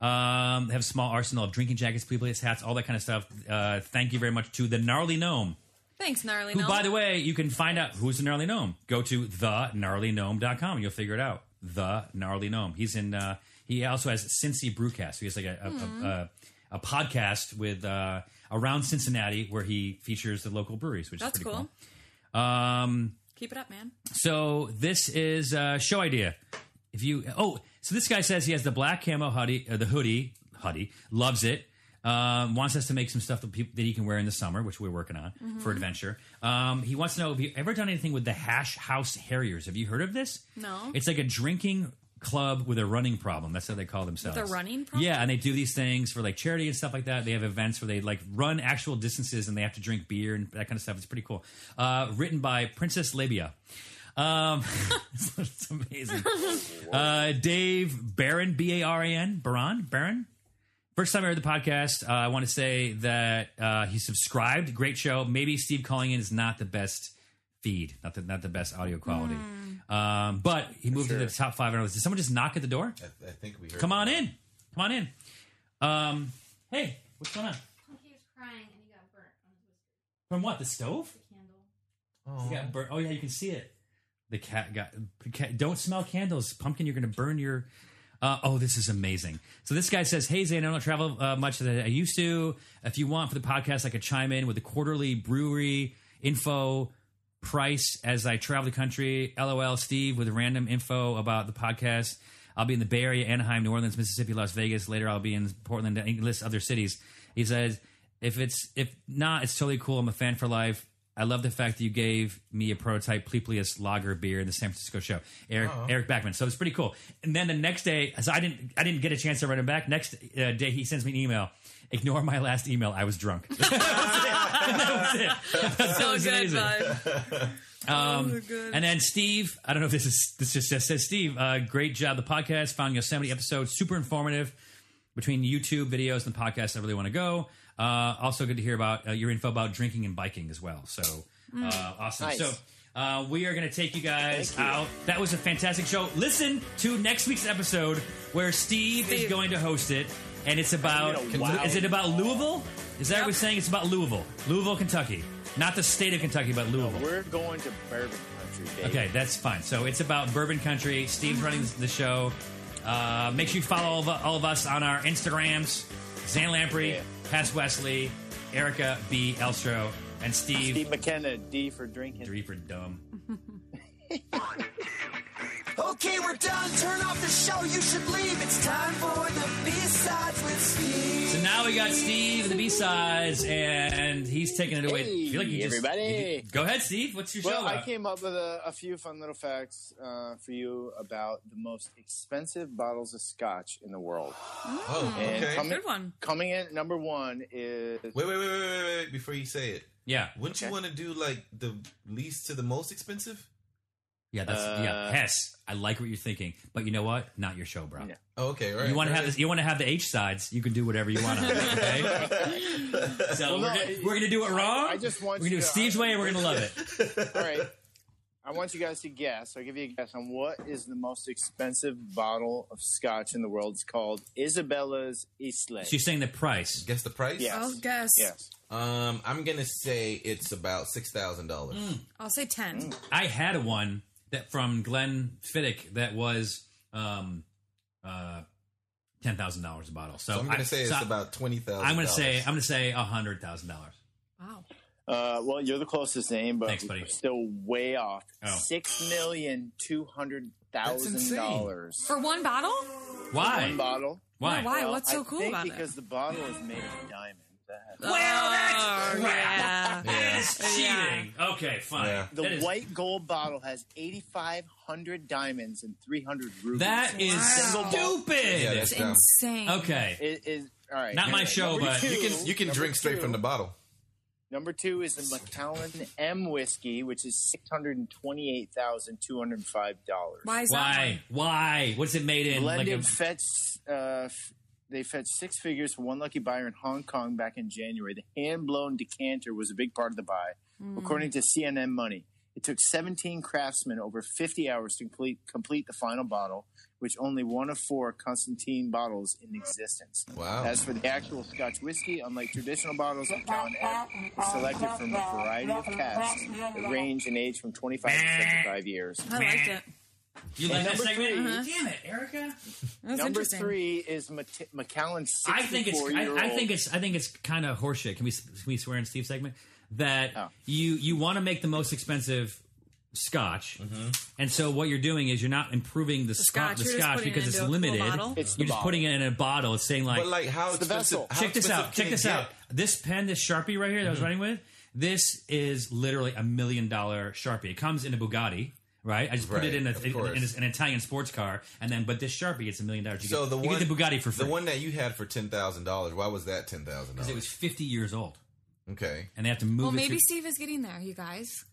Speaker 3: Um, they have a small arsenal of drinking jackets, people hats, all that kind of stuff. Uh, thank you very much to the gnarly gnome.
Speaker 4: Thanks, gnarly.
Speaker 3: Who,
Speaker 4: Gnome.
Speaker 3: by the way, you can find out who's the gnarly gnome. Go to thegnarlygnome.com and you'll figure it out. The gnarly gnome. He's in. Uh, he also has Cincy Brewcast. So he has like a a,
Speaker 4: Hmm.
Speaker 3: a, a, a podcast with uh, around Cincinnati where he features the local breweries, which
Speaker 4: that's
Speaker 3: is pretty cool.
Speaker 4: cool.
Speaker 3: Um,
Speaker 4: Keep it up, man.
Speaker 3: so this is uh, show idea. If you oh, so this guy says he has the black camo hoodie, uh, the hoodie hoodie, loves it. Um, wants us to make some stuff that, peop that he can wear in the summer, which we're working on
Speaker 4: Mm-hmm.
Speaker 3: for adventure. Um, he wants to know if you ever done anything with the Hash House Harriers. Have you heard of this?
Speaker 4: No.
Speaker 3: It's like a drinking club with a running problem. That's how they call themselves.
Speaker 4: With a running problem?
Speaker 3: Yeah, and they do these things for like charity and stuff like that. They have events where they like run actual distances and they have to drink beer and that kind of stuff. It's pretty cool. Uh, written by Princess Labia. Um, it's amazing. Uh, Dave Barron, B A R A N, Baron, Baron. First time I heard the podcast, uh, I want to say that uh, he subscribed. Great show. Maybe Steve calling in is not the best feed, not the not the best audio quality. Um, but he moved to the top five. And I was, did someone just knock at the door?
Speaker 6: I, I think we heard.
Speaker 3: Come on in. Come on in. Um, hey, what's going on?
Speaker 9: He was crying and he got burnt on his whiskey
Speaker 3: From what? The stove?
Speaker 9: candle.
Speaker 3: Oh, got bur- oh yeah, you can see it. The cat got. Cat, don't smell candles, pumpkin. You're going to burn your. Uh, oh, this is amazing. So this guy says, "Hey Zane, I don't travel uh, much as I used to. If you want for the podcast, I could chime in with the quarterly brewery info." Price as I travel the country. LOL, Steve, with random info about the podcast. I'll be in the Bay Area, Anaheim, New Orleans, Mississippi, Las Vegas. Later, I'll be in Portland and list other cities. He says, if it's if not, it's totally cool. I'm a fan for life. I love the fact that you gave me a prototype Pleplius lager beer in the San Francisco show, Eric Eric Backman. So it's pretty cool. And then the next day, so I didn't I didn't get a chance to write him back. Next uh, day, he sends me an email. Ignore my last email. I was drunk.
Speaker 4: So
Speaker 3: was
Speaker 4: good,
Speaker 3: amazing.
Speaker 4: bud.
Speaker 3: Um,
Speaker 4: Oh, good.
Speaker 3: and then Steve, I don't know if this is this just says says Steve. Uh, great job, the podcast. Found Yosemite episode super informative. Between YouTube videos and the podcast, I really want to go. Uh, also, good to hear about uh, your info about drinking and biking as well. So
Speaker 4: Mm.
Speaker 3: uh, awesome.
Speaker 5: Nice.
Speaker 3: So. Uh, we are going to take you guys out. That was a fantastic show. Listen to next week's episode where Steve, is
Speaker 4: Steve.
Speaker 3: going to host it, and it's about is it about Louisville? Is that what we're saying? It's about Louisville, Louisville, Kentucky, not the state of Kentucky, but Louisville.
Speaker 5: We're going to bourbon country, Dave.
Speaker 3: Okay, that's fine. So it's about Bourbon Country. Steve's running the show. Uh, make sure you follow all of, all of us on our Instagrams: Zan Lamprey,
Speaker 5: Yeah.
Speaker 3: Cass Wesley, Erica B. Elstro, and Steve.
Speaker 5: Steve McKenna, D for drinking.
Speaker 3: Three for dumb.
Speaker 2: Okay, we're done. Turn off the show. You should leave. It's time for the B-sides with Steve.
Speaker 3: So now we got Steve and the B sides, and he's taking it away.
Speaker 5: Hey,
Speaker 3: I feel like you just-
Speaker 5: everybody.
Speaker 3: you- go ahead, Steve. What's your
Speaker 5: Well,
Speaker 3: show?
Speaker 5: I
Speaker 3: about?
Speaker 5: came up with a, a few fun little facts uh, for you about the most expensive bottles of scotch in the world.
Speaker 6: Oh,
Speaker 5: And
Speaker 6: okay.
Speaker 5: coming,
Speaker 4: Good one.
Speaker 5: coming in at number one is
Speaker 6: Wait, wait, wait, wait, wait, wait, wait! Before you say it,
Speaker 3: Yeah,
Speaker 6: wouldn't you
Speaker 5: Okay.
Speaker 6: want to do like the least to the most expensive?
Speaker 3: yeah, that's yeah.
Speaker 5: Uh,
Speaker 3: Hess, I like what you're thinking, but you know what? Not your show, bro.
Speaker 5: Yeah.
Speaker 6: Oh, okay, all right.
Speaker 3: You want to
Speaker 6: all
Speaker 3: have
Speaker 6: right.
Speaker 3: this, you want to have the H sides. You can do whatever you want. On, it, okay, so
Speaker 5: Well,
Speaker 3: we're,
Speaker 5: no,
Speaker 3: gonna,
Speaker 5: it-
Speaker 3: we're gonna do it wrong.
Speaker 5: I just
Speaker 3: we're
Speaker 5: want
Speaker 3: gonna do
Speaker 5: you
Speaker 3: it
Speaker 5: to-
Speaker 3: Steve's way, and we're gonna love it.
Speaker 5: all right. I want you guys to guess. I'll give you a guess on what is the most expensive bottle of scotch in the world. It's called Isabella's Islay.
Speaker 3: She's saying the price.
Speaker 6: Guess the price.
Speaker 5: Yeah.
Speaker 4: I'll guess.
Speaker 5: yes.
Speaker 6: Um, I'm gonna say it's about six thousand dollars.
Speaker 3: Hmm.
Speaker 4: I'll say ten.
Speaker 5: Mm.
Speaker 3: I had one that from Glenn Fiddick that was um uh ten thousand dollars a bottle. So,
Speaker 6: So I'm gonna
Speaker 3: I-
Speaker 6: say it's
Speaker 3: so
Speaker 6: about twenty thousand.
Speaker 3: I'm gonna say I'm gonna say hundred thousand dollars.
Speaker 4: Wow.
Speaker 5: Uh, well, you're the closest name, but
Speaker 3: Thanks, buddy.
Speaker 5: we're still way off.
Speaker 3: Oh.
Speaker 5: Six million two hundred thousand dollars.
Speaker 4: For one bottle?
Speaker 3: Why?
Speaker 5: One bottle.
Speaker 3: Why?
Speaker 4: Why? What's so
Speaker 5: I
Speaker 4: cool
Speaker 5: think
Speaker 4: about
Speaker 5: because
Speaker 4: it?
Speaker 5: the bottle is made of diamond. That-
Speaker 4: Well, that's yeah.
Speaker 3: That is cheating. Okay, fine.
Speaker 6: Yeah.
Speaker 5: The
Speaker 3: That is-
Speaker 5: white gold bottle has 8,500 diamonds and 300 rubies.
Speaker 3: That is
Speaker 4: Wow.
Speaker 3: stupid.
Speaker 6: Yeah,
Speaker 4: It's
Speaker 6: that's dumb.
Speaker 4: insane.
Speaker 3: okay.
Speaker 5: It is all right.
Speaker 3: Not my
Speaker 5: anyway,
Speaker 3: show,
Speaker 5: number
Speaker 3: but
Speaker 5: two-
Speaker 6: You can you can
Speaker 5: number
Speaker 6: drink straight
Speaker 5: two-
Speaker 6: from the bottle.
Speaker 10: Number two is the McAllen M whiskey, which is six hundred and twenty-eight thousand two hundred five dollars.
Speaker 4: Why is that?
Speaker 3: Why? Why? What's it made in?
Speaker 10: Blended
Speaker 3: like a,
Speaker 10: fetched. Uh, f- they fetched six figures for one lucky buyer in Hong Kong back in January. The hand blown decanter was a big part of the buy, according to CNN Money. It took 17 craftsmen over 50 hours to complete, complete the final bottle, which only one of four Constantine bottles in existence.
Speaker 6: Wow.
Speaker 10: As for the actual Scotch whiskey, unlike traditional bottles, the Town Ale was selected from a variety of casks that range in age from 25 to 75 years.
Speaker 4: I liked it.
Speaker 3: you like that
Speaker 10: number
Speaker 3: segment?
Speaker 10: three.
Speaker 4: Uh-huh.
Speaker 3: Damn it, Erica!
Speaker 4: That was
Speaker 10: Number
Speaker 4: interesting.
Speaker 10: three is Mc- McAllen's 64
Speaker 3: I think it's.
Speaker 10: year
Speaker 3: I, I
Speaker 10: old.
Speaker 3: think it's. I think it's kind of horseshit. Can we? Can we swear in Steve's segment that
Speaker 10: Oh.
Speaker 3: you you want to make the most expensive scotch,
Speaker 10: Mm-hmm.
Speaker 3: and so what you're doing is you're not improving the, scotch,
Speaker 4: scotch,
Speaker 3: the
Speaker 4: you're just
Speaker 3: scotch
Speaker 4: putting it
Speaker 3: because it's
Speaker 4: into a full
Speaker 3: limited.
Speaker 4: bottle?
Speaker 10: It's the
Speaker 3: you're just
Speaker 10: bottle.
Speaker 3: putting it in a bottle. It's saying like,
Speaker 6: But like how
Speaker 10: the
Speaker 6: expensive?
Speaker 10: vessel.
Speaker 6: How
Speaker 3: check this
Speaker 6: expensive
Speaker 3: out.
Speaker 6: can
Speaker 3: Check
Speaker 6: it
Speaker 3: this
Speaker 6: get? Mm-hmm.
Speaker 3: out. This pen, this Sharpie right here that I was running with, this is literally a million dollar Sharpie. It comes in a Bugatti, right? I just put
Speaker 6: Right,
Speaker 3: it in, a,
Speaker 6: of
Speaker 3: in,
Speaker 6: course.
Speaker 3: in an Italian sports car, and then but this Sharpie gets a million dollars. You
Speaker 6: So
Speaker 3: get,
Speaker 6: the
Speaker 3: you
Speaker 6: one
Speaker 3: get the Bugatti for free.
Speaker 6: The one that you had for ten thousand dollars. Why was that ten thousand
Speaker 3: it was
Speaker 6: dollars?
Speaker 3: fifty years old,
Speaker 6: Okay.
Speaker 3: and they have to move.
Speaker 4: Well,
Speaker 3: it
Speaker 4: maybe
Speaker 3: to-
Speaker 4: Steve is getting there, you guys.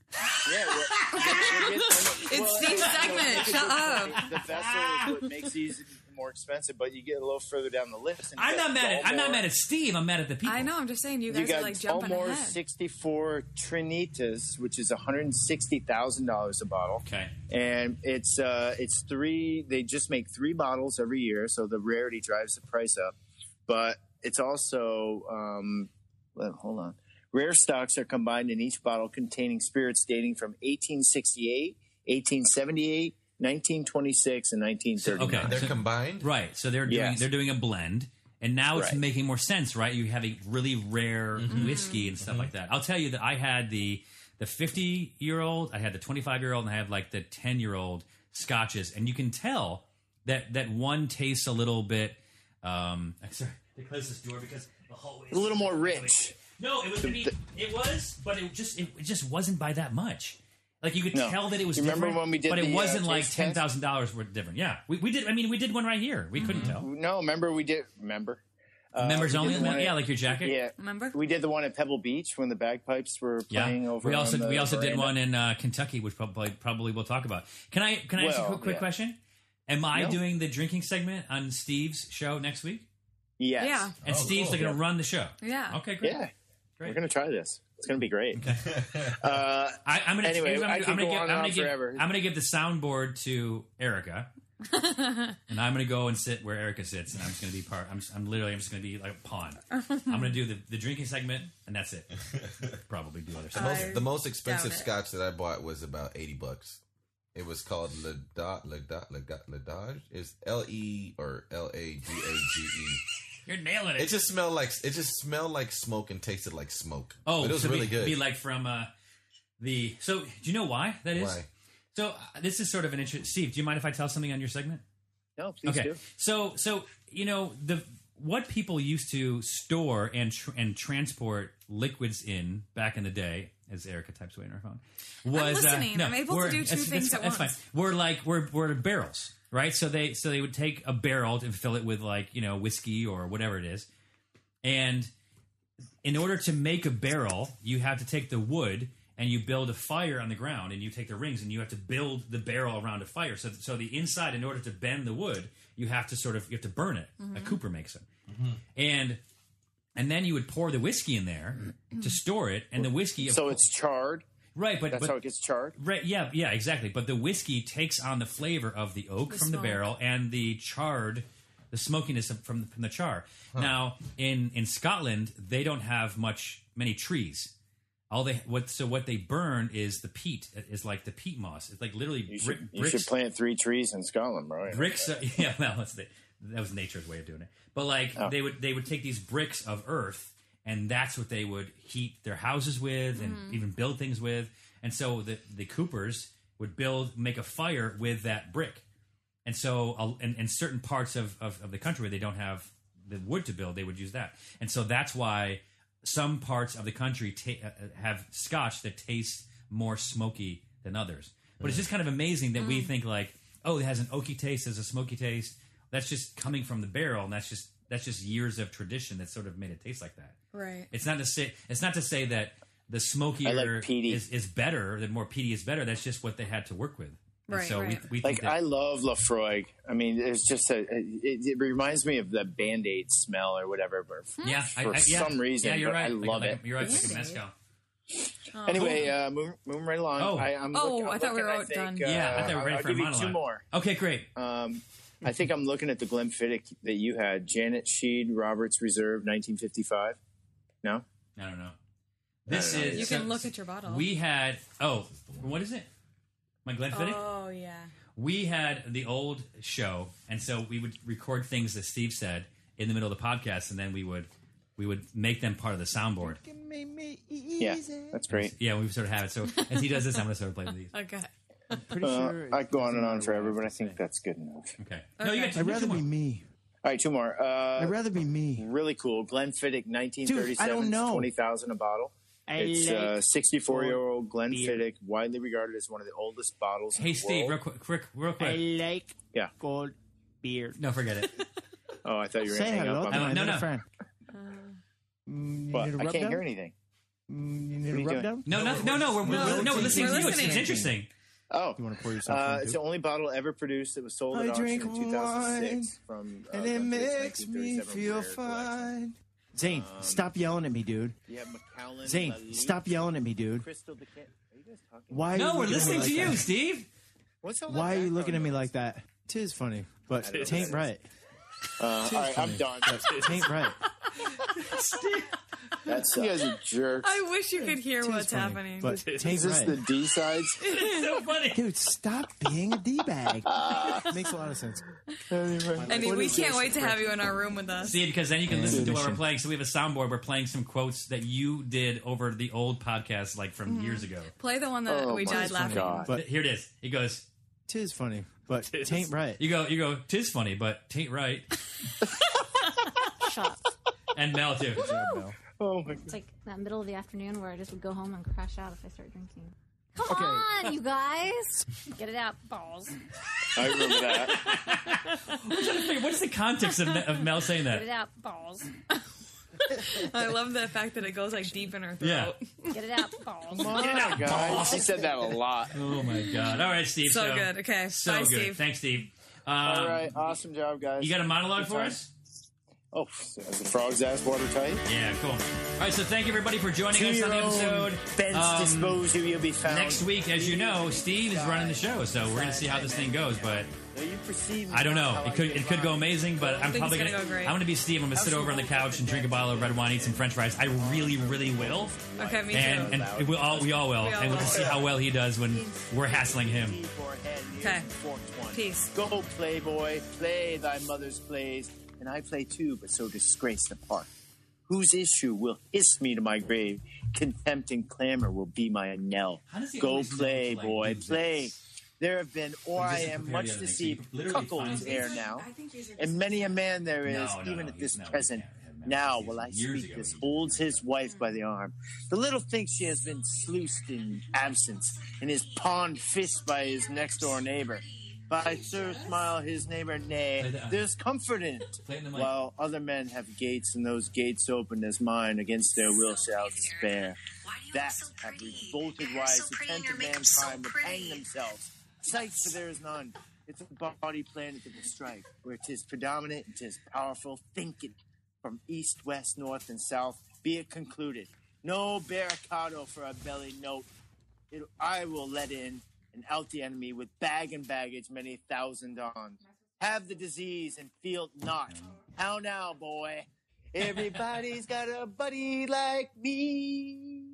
Speaker 10: Yeah, well,
Speaker 4: It's Steve's segment. Shut up.
Speaker 10: the vessel is what makes these more expensive, but you get a little further down the list. And
Speaker 3: I'm not mad at. I'm not mad at Steve. I'm mad at the people.
Speaker 4: I know. I'm just saying, you
Speaker 10: You
Speaker 4: guys
Speaker 10: got
Speaker 4: are like jumping
Speaker 10: Balmore
Speaker 4: ahead.
Speaker 10: 64 Trinitas, which is $160,000 a bottle.
Speaker 3: Okay.
Speaker 10: And it's uh, it's three. They just make three bottles every year, so the rarity drives the price up. But it's also um, well, hold on. Rare stocks are combined in each bottle containing spirits dating from 1868, 1878, 1926, and 1939.
Speaker 3: Okay.
Speaker 6: They're
Speaker 3: So-
Speaker 6: combined.
Speaker 3: Right. So they're doing
Speaker 10: Yes.
Speaker 3: they're doing a blend, and now it's
Speaker 10: Right.
Speaker 3: making more sense, right? You have a really rare whiskey and stuff like that. I'll tell you that I had the the fifty year old, I had the twenty five year old, and I had like the ten year old scotches, and you can tell that that one tastes a little bit. Um, I'm sorry, they closed this door because the hallway is
Speaker 10: A little more rich.
Speaker 3: No, it was. I mean, it was, but it just it, it just wasn't by that much. Like you could
Speaker 10: No.
Speaker 3: tell that it was
Speaker 10: You remember
Speaker 3: different,
Speaker 10: when we did
Speaker 3: but it
Speaker 10: the, uh,
Speaker 3: wasn't like
Speaker 10: taste
Speaker 3: ten
Speaker 10: test?
Speaker 3: thousand dollars worth different. Yeah, we, we did. I mean, we did one right here. We couldn't tell.
Speaker 10: Mm-hmm. No, remember we did. Remember. Uh,
Speaker 3: Members
Speaker 10: we did
Speaker 3: only.
Speaker 10: the one
Speaker 3: yeah,
Speaker 10: at-
Speaker 3: like your jacket.
Speaker 10: yeah.
Speaker 4: Remember?
Speaker 10: We did the one at Pebble Beach when the bagpipes were
Speaker 3: Yeah.
Speaker 10: playing over.
Speaker 3: we
Speaker 10: on
Speaker 3: also
Speaker 10: the
Speaker 3: we also did
Speaker 10: veranda.
Speaker 3: one in uh, Kentucky, which probably probably we'll talk about. Can I can I ask you a
Speaker 10: Well,
Speaker 3: quick, quick
Speaker 10: yeah.
Speaker 3: question? Am I
Speaker 10: No.
Speaker 3: doing the drinking segment on Steve's show next week?
Speaker 10: Yes.
Speaker 4: Yeah.
Speaker 3: And
Speaker 6: Oh,
Speaker 3: Steve's
Speaker 6: cool.
Speaker 3: going to run the show.
Speaker 4: Yeah.
Speaker 3: Okay, great.
Speaker 10: Yeah.
Speaker 3: Great.
Speaker 10: We're gonna try this. It's gonna be great. uh,
Speaker 3: I, I'm gonna,
Speaker 10: Anyway,
Speaker 3: here's what
Speaker 10: I
Speaker 3: I'm,
Speaker 10: could
Speaker 3: gonna
Speaker 10: go
Speaker 3: give, I'm
Speaker 10: on and
Speaker 3: gonna
Speaker 10: on
Speaker 3: give,
Speaker 10: forever.
Speaker 3: I'm gonna give the soundboard to Erica, and I'm gonna go and sit where Erica sits, and I'm just gonna be part. I'm, just, I'm literally, I'm just gonna be like a pawn. I'm gonna do the, the drinking segment, and that's it. Probably do other
Speaker 6: The
Speaker 3: stuff.
Speaker 6: most, the most expensive
Speaker 4: doubt it.
Speaker 6: scotch that I bought was about eighty bucks. It was called Le Dot Le Dot Le Dot Le Dodge. It's L E or L A D A G E.
Speaker 3: You're nailing it.
Speaker 6: It just smelled like it just smelled like smoke and tasted like smoke.
Speaker 3: oh,
Speaker 6: but it was
Speaker 3: so be-
Speaker 6: really good.
Speaker 3: Be like from uh, the. So do you know why that is?
Speaker 6: Why?
Speaker 3: So uh, this is sort of an interesting. Steve, do you mind if I tell something on your segment?
Speaker 10: no, please
Speaker 3: okay.
Speaker 10: do.
Speaker 3: So so you know the what people used to store and tr- and transport liquids in back in the day, as Erica types away on her phone, was
Speaker 4: listening.
Speaker 3: Uh, no,
Speaker 4: I'm able to
Speaker 3: were-
Speaker 4: do two
Speaker 3: that's-
Speaker 4: things
Speaker 3: that's-
Speaker 4: at
Speaker 3: that's
Speaker 4: once.
Speaker 3: Fine. We're like we're we're barrels, right? So they so they would take a barrel and fill it with like you know whiskey or whatever it is, and in order to make a barrel, you have to take the wood and you build a fire on the ground, and you take the rings and you have to build the barrel around a fire. So, so the inside, in order to bend the wood, you have to sort of you have to burn it. A Cooper makes it, and and then you would pour the whiskey in there to store it, and the whiskey, of
Speaker 10: So
Speaker 3: cour-
Speaker 10: it's charred.
Speaker 3: right, but
Speaker 10: That's
Speaker 3: but,
Speaker 10: how it gets charred.
Speaker 3: Right. Yeah. Yeah. Exactly. But the whiskey takes on the flavor of the oak from
Speaker 4: smoke.
Speaker 3: the barrel and the charred, the smokiness of- from from the char. Now, in in Scotland, they don't have much many trees. All they what so what they burn is the peat is like the peat moss. It's like literally
Speaker 10: You
Speaker 3: brick,
Speaker 10: should, you
Speaker 3: bricks
Speaker 10: should plant three trees in Scotland, right?
Speaker 3: bricks. uh, yeah, well, that's the, that was nature's way of doing it. But like they would they would take these bricks of earth, and that's what they would heat their houses with, and even build things with. And so the the Coopers would build make a fire with that brick. And so, uh, in, in certain parts of, of, of the country where they don't have the wood to build, they would use that. And so that's why some parts of the country ta- uh, uh, have scotch that tastes more smoky than others. But
Speaker 10: Mm.
Speaker 3: it's just kind of amazing that
Speaker 4: Mm.
Speaker 3: we think like, oh, it has an oaky taste, it has a smoky taste. That's just coming from the barrel, and that's just that's just years of tradition that sort of made it taste like that.
Speaker 4: Right.
Speaker 3: It's not to say it's not to say that the smokier
Speaker 10: like peaty.
Speaker 3: is, is better. The more peaty is better. That's just what they had to work with. And
Speaker 4: Right,
Speaker 3: so
Speaker 4: right.
Speaker 3: we, we think
Speaker 10: Like
Speaker 3: that,
Speaker 10: I love Lafroy. I mean, it's just a. It, it reminds me of the Band Aid smell or whatever. but-
Speaker 3: yeah, I,
Speaker 10: for
Speaker 3: I- yeah,
Speaker 10: some reason,
Speaker 3: Yeah, you're
Speaker 10: but
Speaker 3: right.
Speaker 10: I
Speaker 3: Like a-
Speaker 10: love
Speaker 3: like a-
Speaker 10: it.
Speaker 3: You're right.
Speaker 4: Yes.
Speaker 3: Like a mezcal.
Speaker 10: Anyway, uh, moving, moving right along.
Speaker 3: Oh.
Speaker 10: I, I'm
Speaker 4: Oh,
Speaker 10: looking- I'm
Speaker 4: I thought we
Speaker 10: looking,
Speaker 4: were all
Speaker 10: think,
Speaker 4: done.
Speaker 10: uh,
Speaker 3: yeah, I thought we were ready
Speaker 10: I'll
Speaker 3: for a
Speaker 10: give you
Speaker 3: monologue.
Speaker 10: two more.
Speaker 3: Okay, great.
Speaker 10: Um, I think I'm looking at the Glenfiddich that you had, Janet Sheed, Roberts Reserve, 1955. No,
Speaker 3: I don't know. This is
Speaker 4: You can look at your bottle.
Speaker 3: We had oh, what is it? My Glenfiddich.
Speaker 4: Oh yeah.
Speaker 3: we had the old show, and so we would record things that Steve said in the middle of the podcast, and then we would we would make them part of the soundboard.
Speaker 10: yeah, that's great.
Speaker 3: Yeah, we would sort of have it. So as he does this, I'm going to sort of play with these.
Speaker 4: Okay.
Speaker 5: Pretty
Speaker 10: Uh,
Speaker 5: sure.
Speaker 10: I could go on and on
Speaker 5: for
Speaker 10: forever,
Speaker 5: everybody.
Speaker 10: but I think that's good enough.
Speaker 3: Okay. No, you
Speaker 4: Okay.
Speaker 3: got to
Speaker 5: I'd rather
Speaker 3: do
Speaker 5: be
Speaker 3: one.
Speaker 5: me.
Speaker 10: All right, two more. Uh,
Speaker 5: I'd rather be me.
Speaker 10: really cool. Glenfiddich, 1937,
Speaker 5: Dude, I don't know.
Speaker 10: 20,000 a bottle. It's uh, 64 year old Glenfiddich, widely regarded as one of the oldest bottles. in
Speaker 3: Hey,
Speaker 10: the
Speaker 3: Steve,
Speaker 10: world.
Speaker 3: real quick, quick, real
Speaker 5: I
Speaker 3: quick.
Speaker 5: like
Speaker 10: Yeah.
Speaker 5: gold beer.
Speaker 3: No, forget it.
Speaker 10: Oh, I thought you were going
Speaker 5: Say
Speaker 10: to hang
Speaker 5: hello to
Speaker 10: up on
Speaker 3: I'm-
Speaker 5: my
Speaker 10: me.
Speaker 3: no,
Speaker 5: little
Speaker 3: no.
Speaker 5: friend.
Speaker 10: But I can't
Speaker 5: anything.
Speaker 10: hear anything.
Speaker 5: Mm, You need
Speaker 10: What are
Speaker 5: a
Speaker 10: you
Speaker 5: rub
Speaker 10: doing?
Speaker 5: down?
Speaker 3: No, no, no, no. We're, we're,
Speaker 4: we're
Speaker 3: no, we're listening
Speaker 4: listening.
Speaker 3: to you. It's, it's
Speaker 4: We're
Speaker 3: interesting.
Speaker 10: Oh,
Speaker 5: You want to pour yourself
Speaker 10: Uh,
Speaker 5: some?
Speaker 10: it's
Speaker 5: dude?
Speaker 10: the only bottle ever produced that was sold
Speaker 5: I
Speaker 10: at auction
Speaker 5: drink
Speaker 10: in 2006 from uh,
Speaker 5: and it
Speaker 10: Glenfiddich's
Speaker 5: makes me
Speaker 10: 1937
Speaker 5: feel
Speaker 10: rare collection.
Speaker 5: fine. Zane, stop yelling at me, dude.
Speaker 10: You have Macallan,
Speaker 5: Zane,
Speaker 10: Lalique,
Speaker 5: stop yelling at me, dude.
Speaker 10: Crystal Decan- Are you guys talking?
Speaker 5: Why? are
Speaker 3: No,
Speaker 5: you
Speaker 3: we're
Speaker 5: looking at me
Speaker 3: listening
Speaker 5: like
Speaker 3: to you,
Speaker 5: that?
Speaker 3: Steve.
Speaker 10: What's all that
Speaker 5: Why are you
Speaker 10: background
Speaker 5: looking at me
Speaker 10: noise?
Speaker 5: like that? Tis funny, but
Speaker 10: Tis.
Speaker 5: it ain't right.
Speaker 10: Uh, all right, I'm done.
Speaker 5: It ain't right.
Speaker 10: That's you guys are jerks.
Speaker 4: I wish you could hear
Speaker 5: Tis
Speaker 4: what's
Speaker 5: funny,
Speaker 4: happening.
Speaker 5: But it
Speaker 10: Is
Speaker 5: ain't
Speaker 10: this
Speaker 5: right.
Speaker 10: the D sides?
Speaker 3: So funny.
Speaker 5: Dude, stop being a d bag. Makes a lot of sense.
Speaker 4: I mean, we can't wait to have you in our room with us.
Speaker 3: See, because then you can listen to what we're
Speaker 5: Intermission.
Speaker 3: playing. So we have a soundboard. We're playing some quotes that you did over the old podcast, like from years ago.
Speaker 4: Play the one that
Speaker 10: Oh
Speaker 4: we
Speaker 10: my
Speaker 4: died laughing.
Speaker 10: God.
Speaker 5: But
Speaker 3: Here it is. It goes.
Speaker 5: tis funny, but it ain't right.
Speaker 3: You go, you go. Tis funny, but tain't right. And Mel too.
Speaker 10: Oh my
Speaker 11: It's like that middle of the afternoon where I just would go home and crash out if I start drinking. Come
Speaker 5: Okay.
Speaker 11: on, you guys, get it out, balls.
Speaker 10: I remember that.
Speaker 3: Wait, What is the context of, of Mel saying
Speaker 11: Get it
Speaker 3: that?
Speaker 11: out, balls.
Speaker 4: I love the fact that it goes like deep in her throat.
Speaker 3: Yeah.
Speaker 11: Get it out, balls.
Speaker 10: Oh, God. She said that a lot.
Speaker 3: Oh my god! All right, Steve.
Speaker 4: So good. Okay.
Speaker 3: So
Speaker 4: Bye,
Speaker 3: good.
Speaker 4: Steve.
Speaker 3: Thanks, Steve. Um,
Speaker 10: All right, awesome job, guys.
Speaker 3: You got a monologue
Speaker 10: Good
Speaker 3: for
Speaker 10: time.
Speaker 3: us?
Speaker 10: Oh, so is the frog's ass watertight?
Speaker 3: Yeah, cool. All right, so thank everybody for joining us on the episode.
Speaker 10: Ben's
Speaker 3: Um,
Speaker 10: disposal, you'll be found.
Speaker 3: next week, as you know, Steve is running the show, so we're gonna see how this thing goes. But
Speaker 10: Will you perceive me
Speaker 3: I don't know.
Speaker 10: how
Speaker 3: It could
Speaker 10: get
Speaker 3: it could go
Speaker 10: by?
Speaker 3: amazing, but I'm
Speaker 4: think
Speaker 3: probably
Speaker 4: it's
Speaker 3: gonna,
Speaker 4: gonna go great.
Speaker 3: I'm gonna be Steve. I'm gonna sit over on the couch and drink a bottle of red wine, eat some French fries. I really, really will.
Speaker 4: Okay, me too.
Speaker 3: and and we all we all will,
Speaker 4: We all
Speaker 3: and we'll
Speaker 4: will.
Speaker 3: see how well he does when we're hassling him.
Speaker 4: Okay. Peace.
Speaker 10: Peace. Go, playboy, play thy mother's plays, and I play too, but so disgrace the part. Whose issue will hiss me to my grave? Contempt and clamor will be my knell.
Speaker 3: How does he
Speaker 10: Go,
Speaker 3: always know to, like, do
Speaker 10: playboy,
Speaker 3: this?
Speaker 10: play. There have been, or
Speaker 3: I'm
Speaker 10: I
Speaker 3: just
Speaker 10: am
Speaker 3: prepared the
Speaker 10: much
Speaker 3: other day.
Speaker 10: deceived,
Speaker 3: He literally finds
Speaker 10: cuckolds
Speaker 3: these-
Speaker 10: ere now,
Speaker 4: I think these are
Speaker 10: and many a man there
Speaker 3: No,
Speaker 10: is,
Speaker 3: no,
Speaker 10: even
Speaker 3: no,
Speaker 10: at
Speaker 3: he-
Speaker 10: this
Speaker 3: no, he
Speaker 10: present.
Speaker 3: can't have him.
Speaker 10: Now
Speaker 3: He's
Speaker 10: will I
Speaker 3: years
Speaker 10: speak
Speaker 3: ago
Speaker 10: this,
Speaker 3: he-
Speaker 10: holds his wife by the arm. The little thinks she has been sluiced in absence, and is pawned fist by his next door neighbor. By Sir Smile, his neighbor,
Speaker 3: Play
Speaker 10: nay,
Speaker 3: the-
Speaker 10: there's comfort in it.
Speaker 3: Play the mic.
Speaker 10: While other men have gates, and those gates open as mine against their will shall despair. That have revolted wives who tend to mankind would hang themselves. Sights for there is none. It's a body planet that will strike, where 'tis predominant and 'tis powerful. Think it from east, west, north, and south. Be it concluded. No barricado for a belly note. It, I will let in and out the enemy with bag and baggage many thousand on. Have the disease and feel it not.
Speaker 3: Um,
Speaker 10: How now, boy? Everybody's got a buddy like me.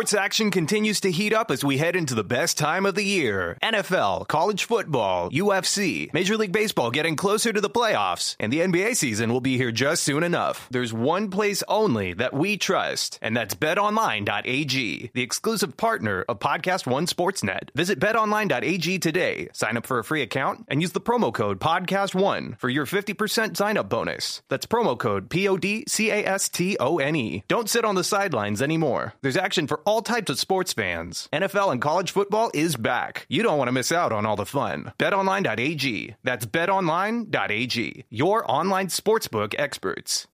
Speaker 12: action continues to heat up as we head into the best time of the year. NFL, college football, UFC, Major League Baseball getting closer to the playoffs, and the NBA season will be here just soon enough. There's one place only that we trust, and that's betonline.ag, the exclusive partner of Podcast One Sportsnet. Visit betonline.ag today, sign up for a free account, and use the promo code Podcast One for your 50% sign up bonus. That's promo code P O D C A S T O N E. Don't sit on the sidelines anymore. There's action for all types of sports fans. NFL and college football is back. You don't want to miss out on all the fun. BetOnline.ag. That's BetOnline.ag. Your online sportsbook experts.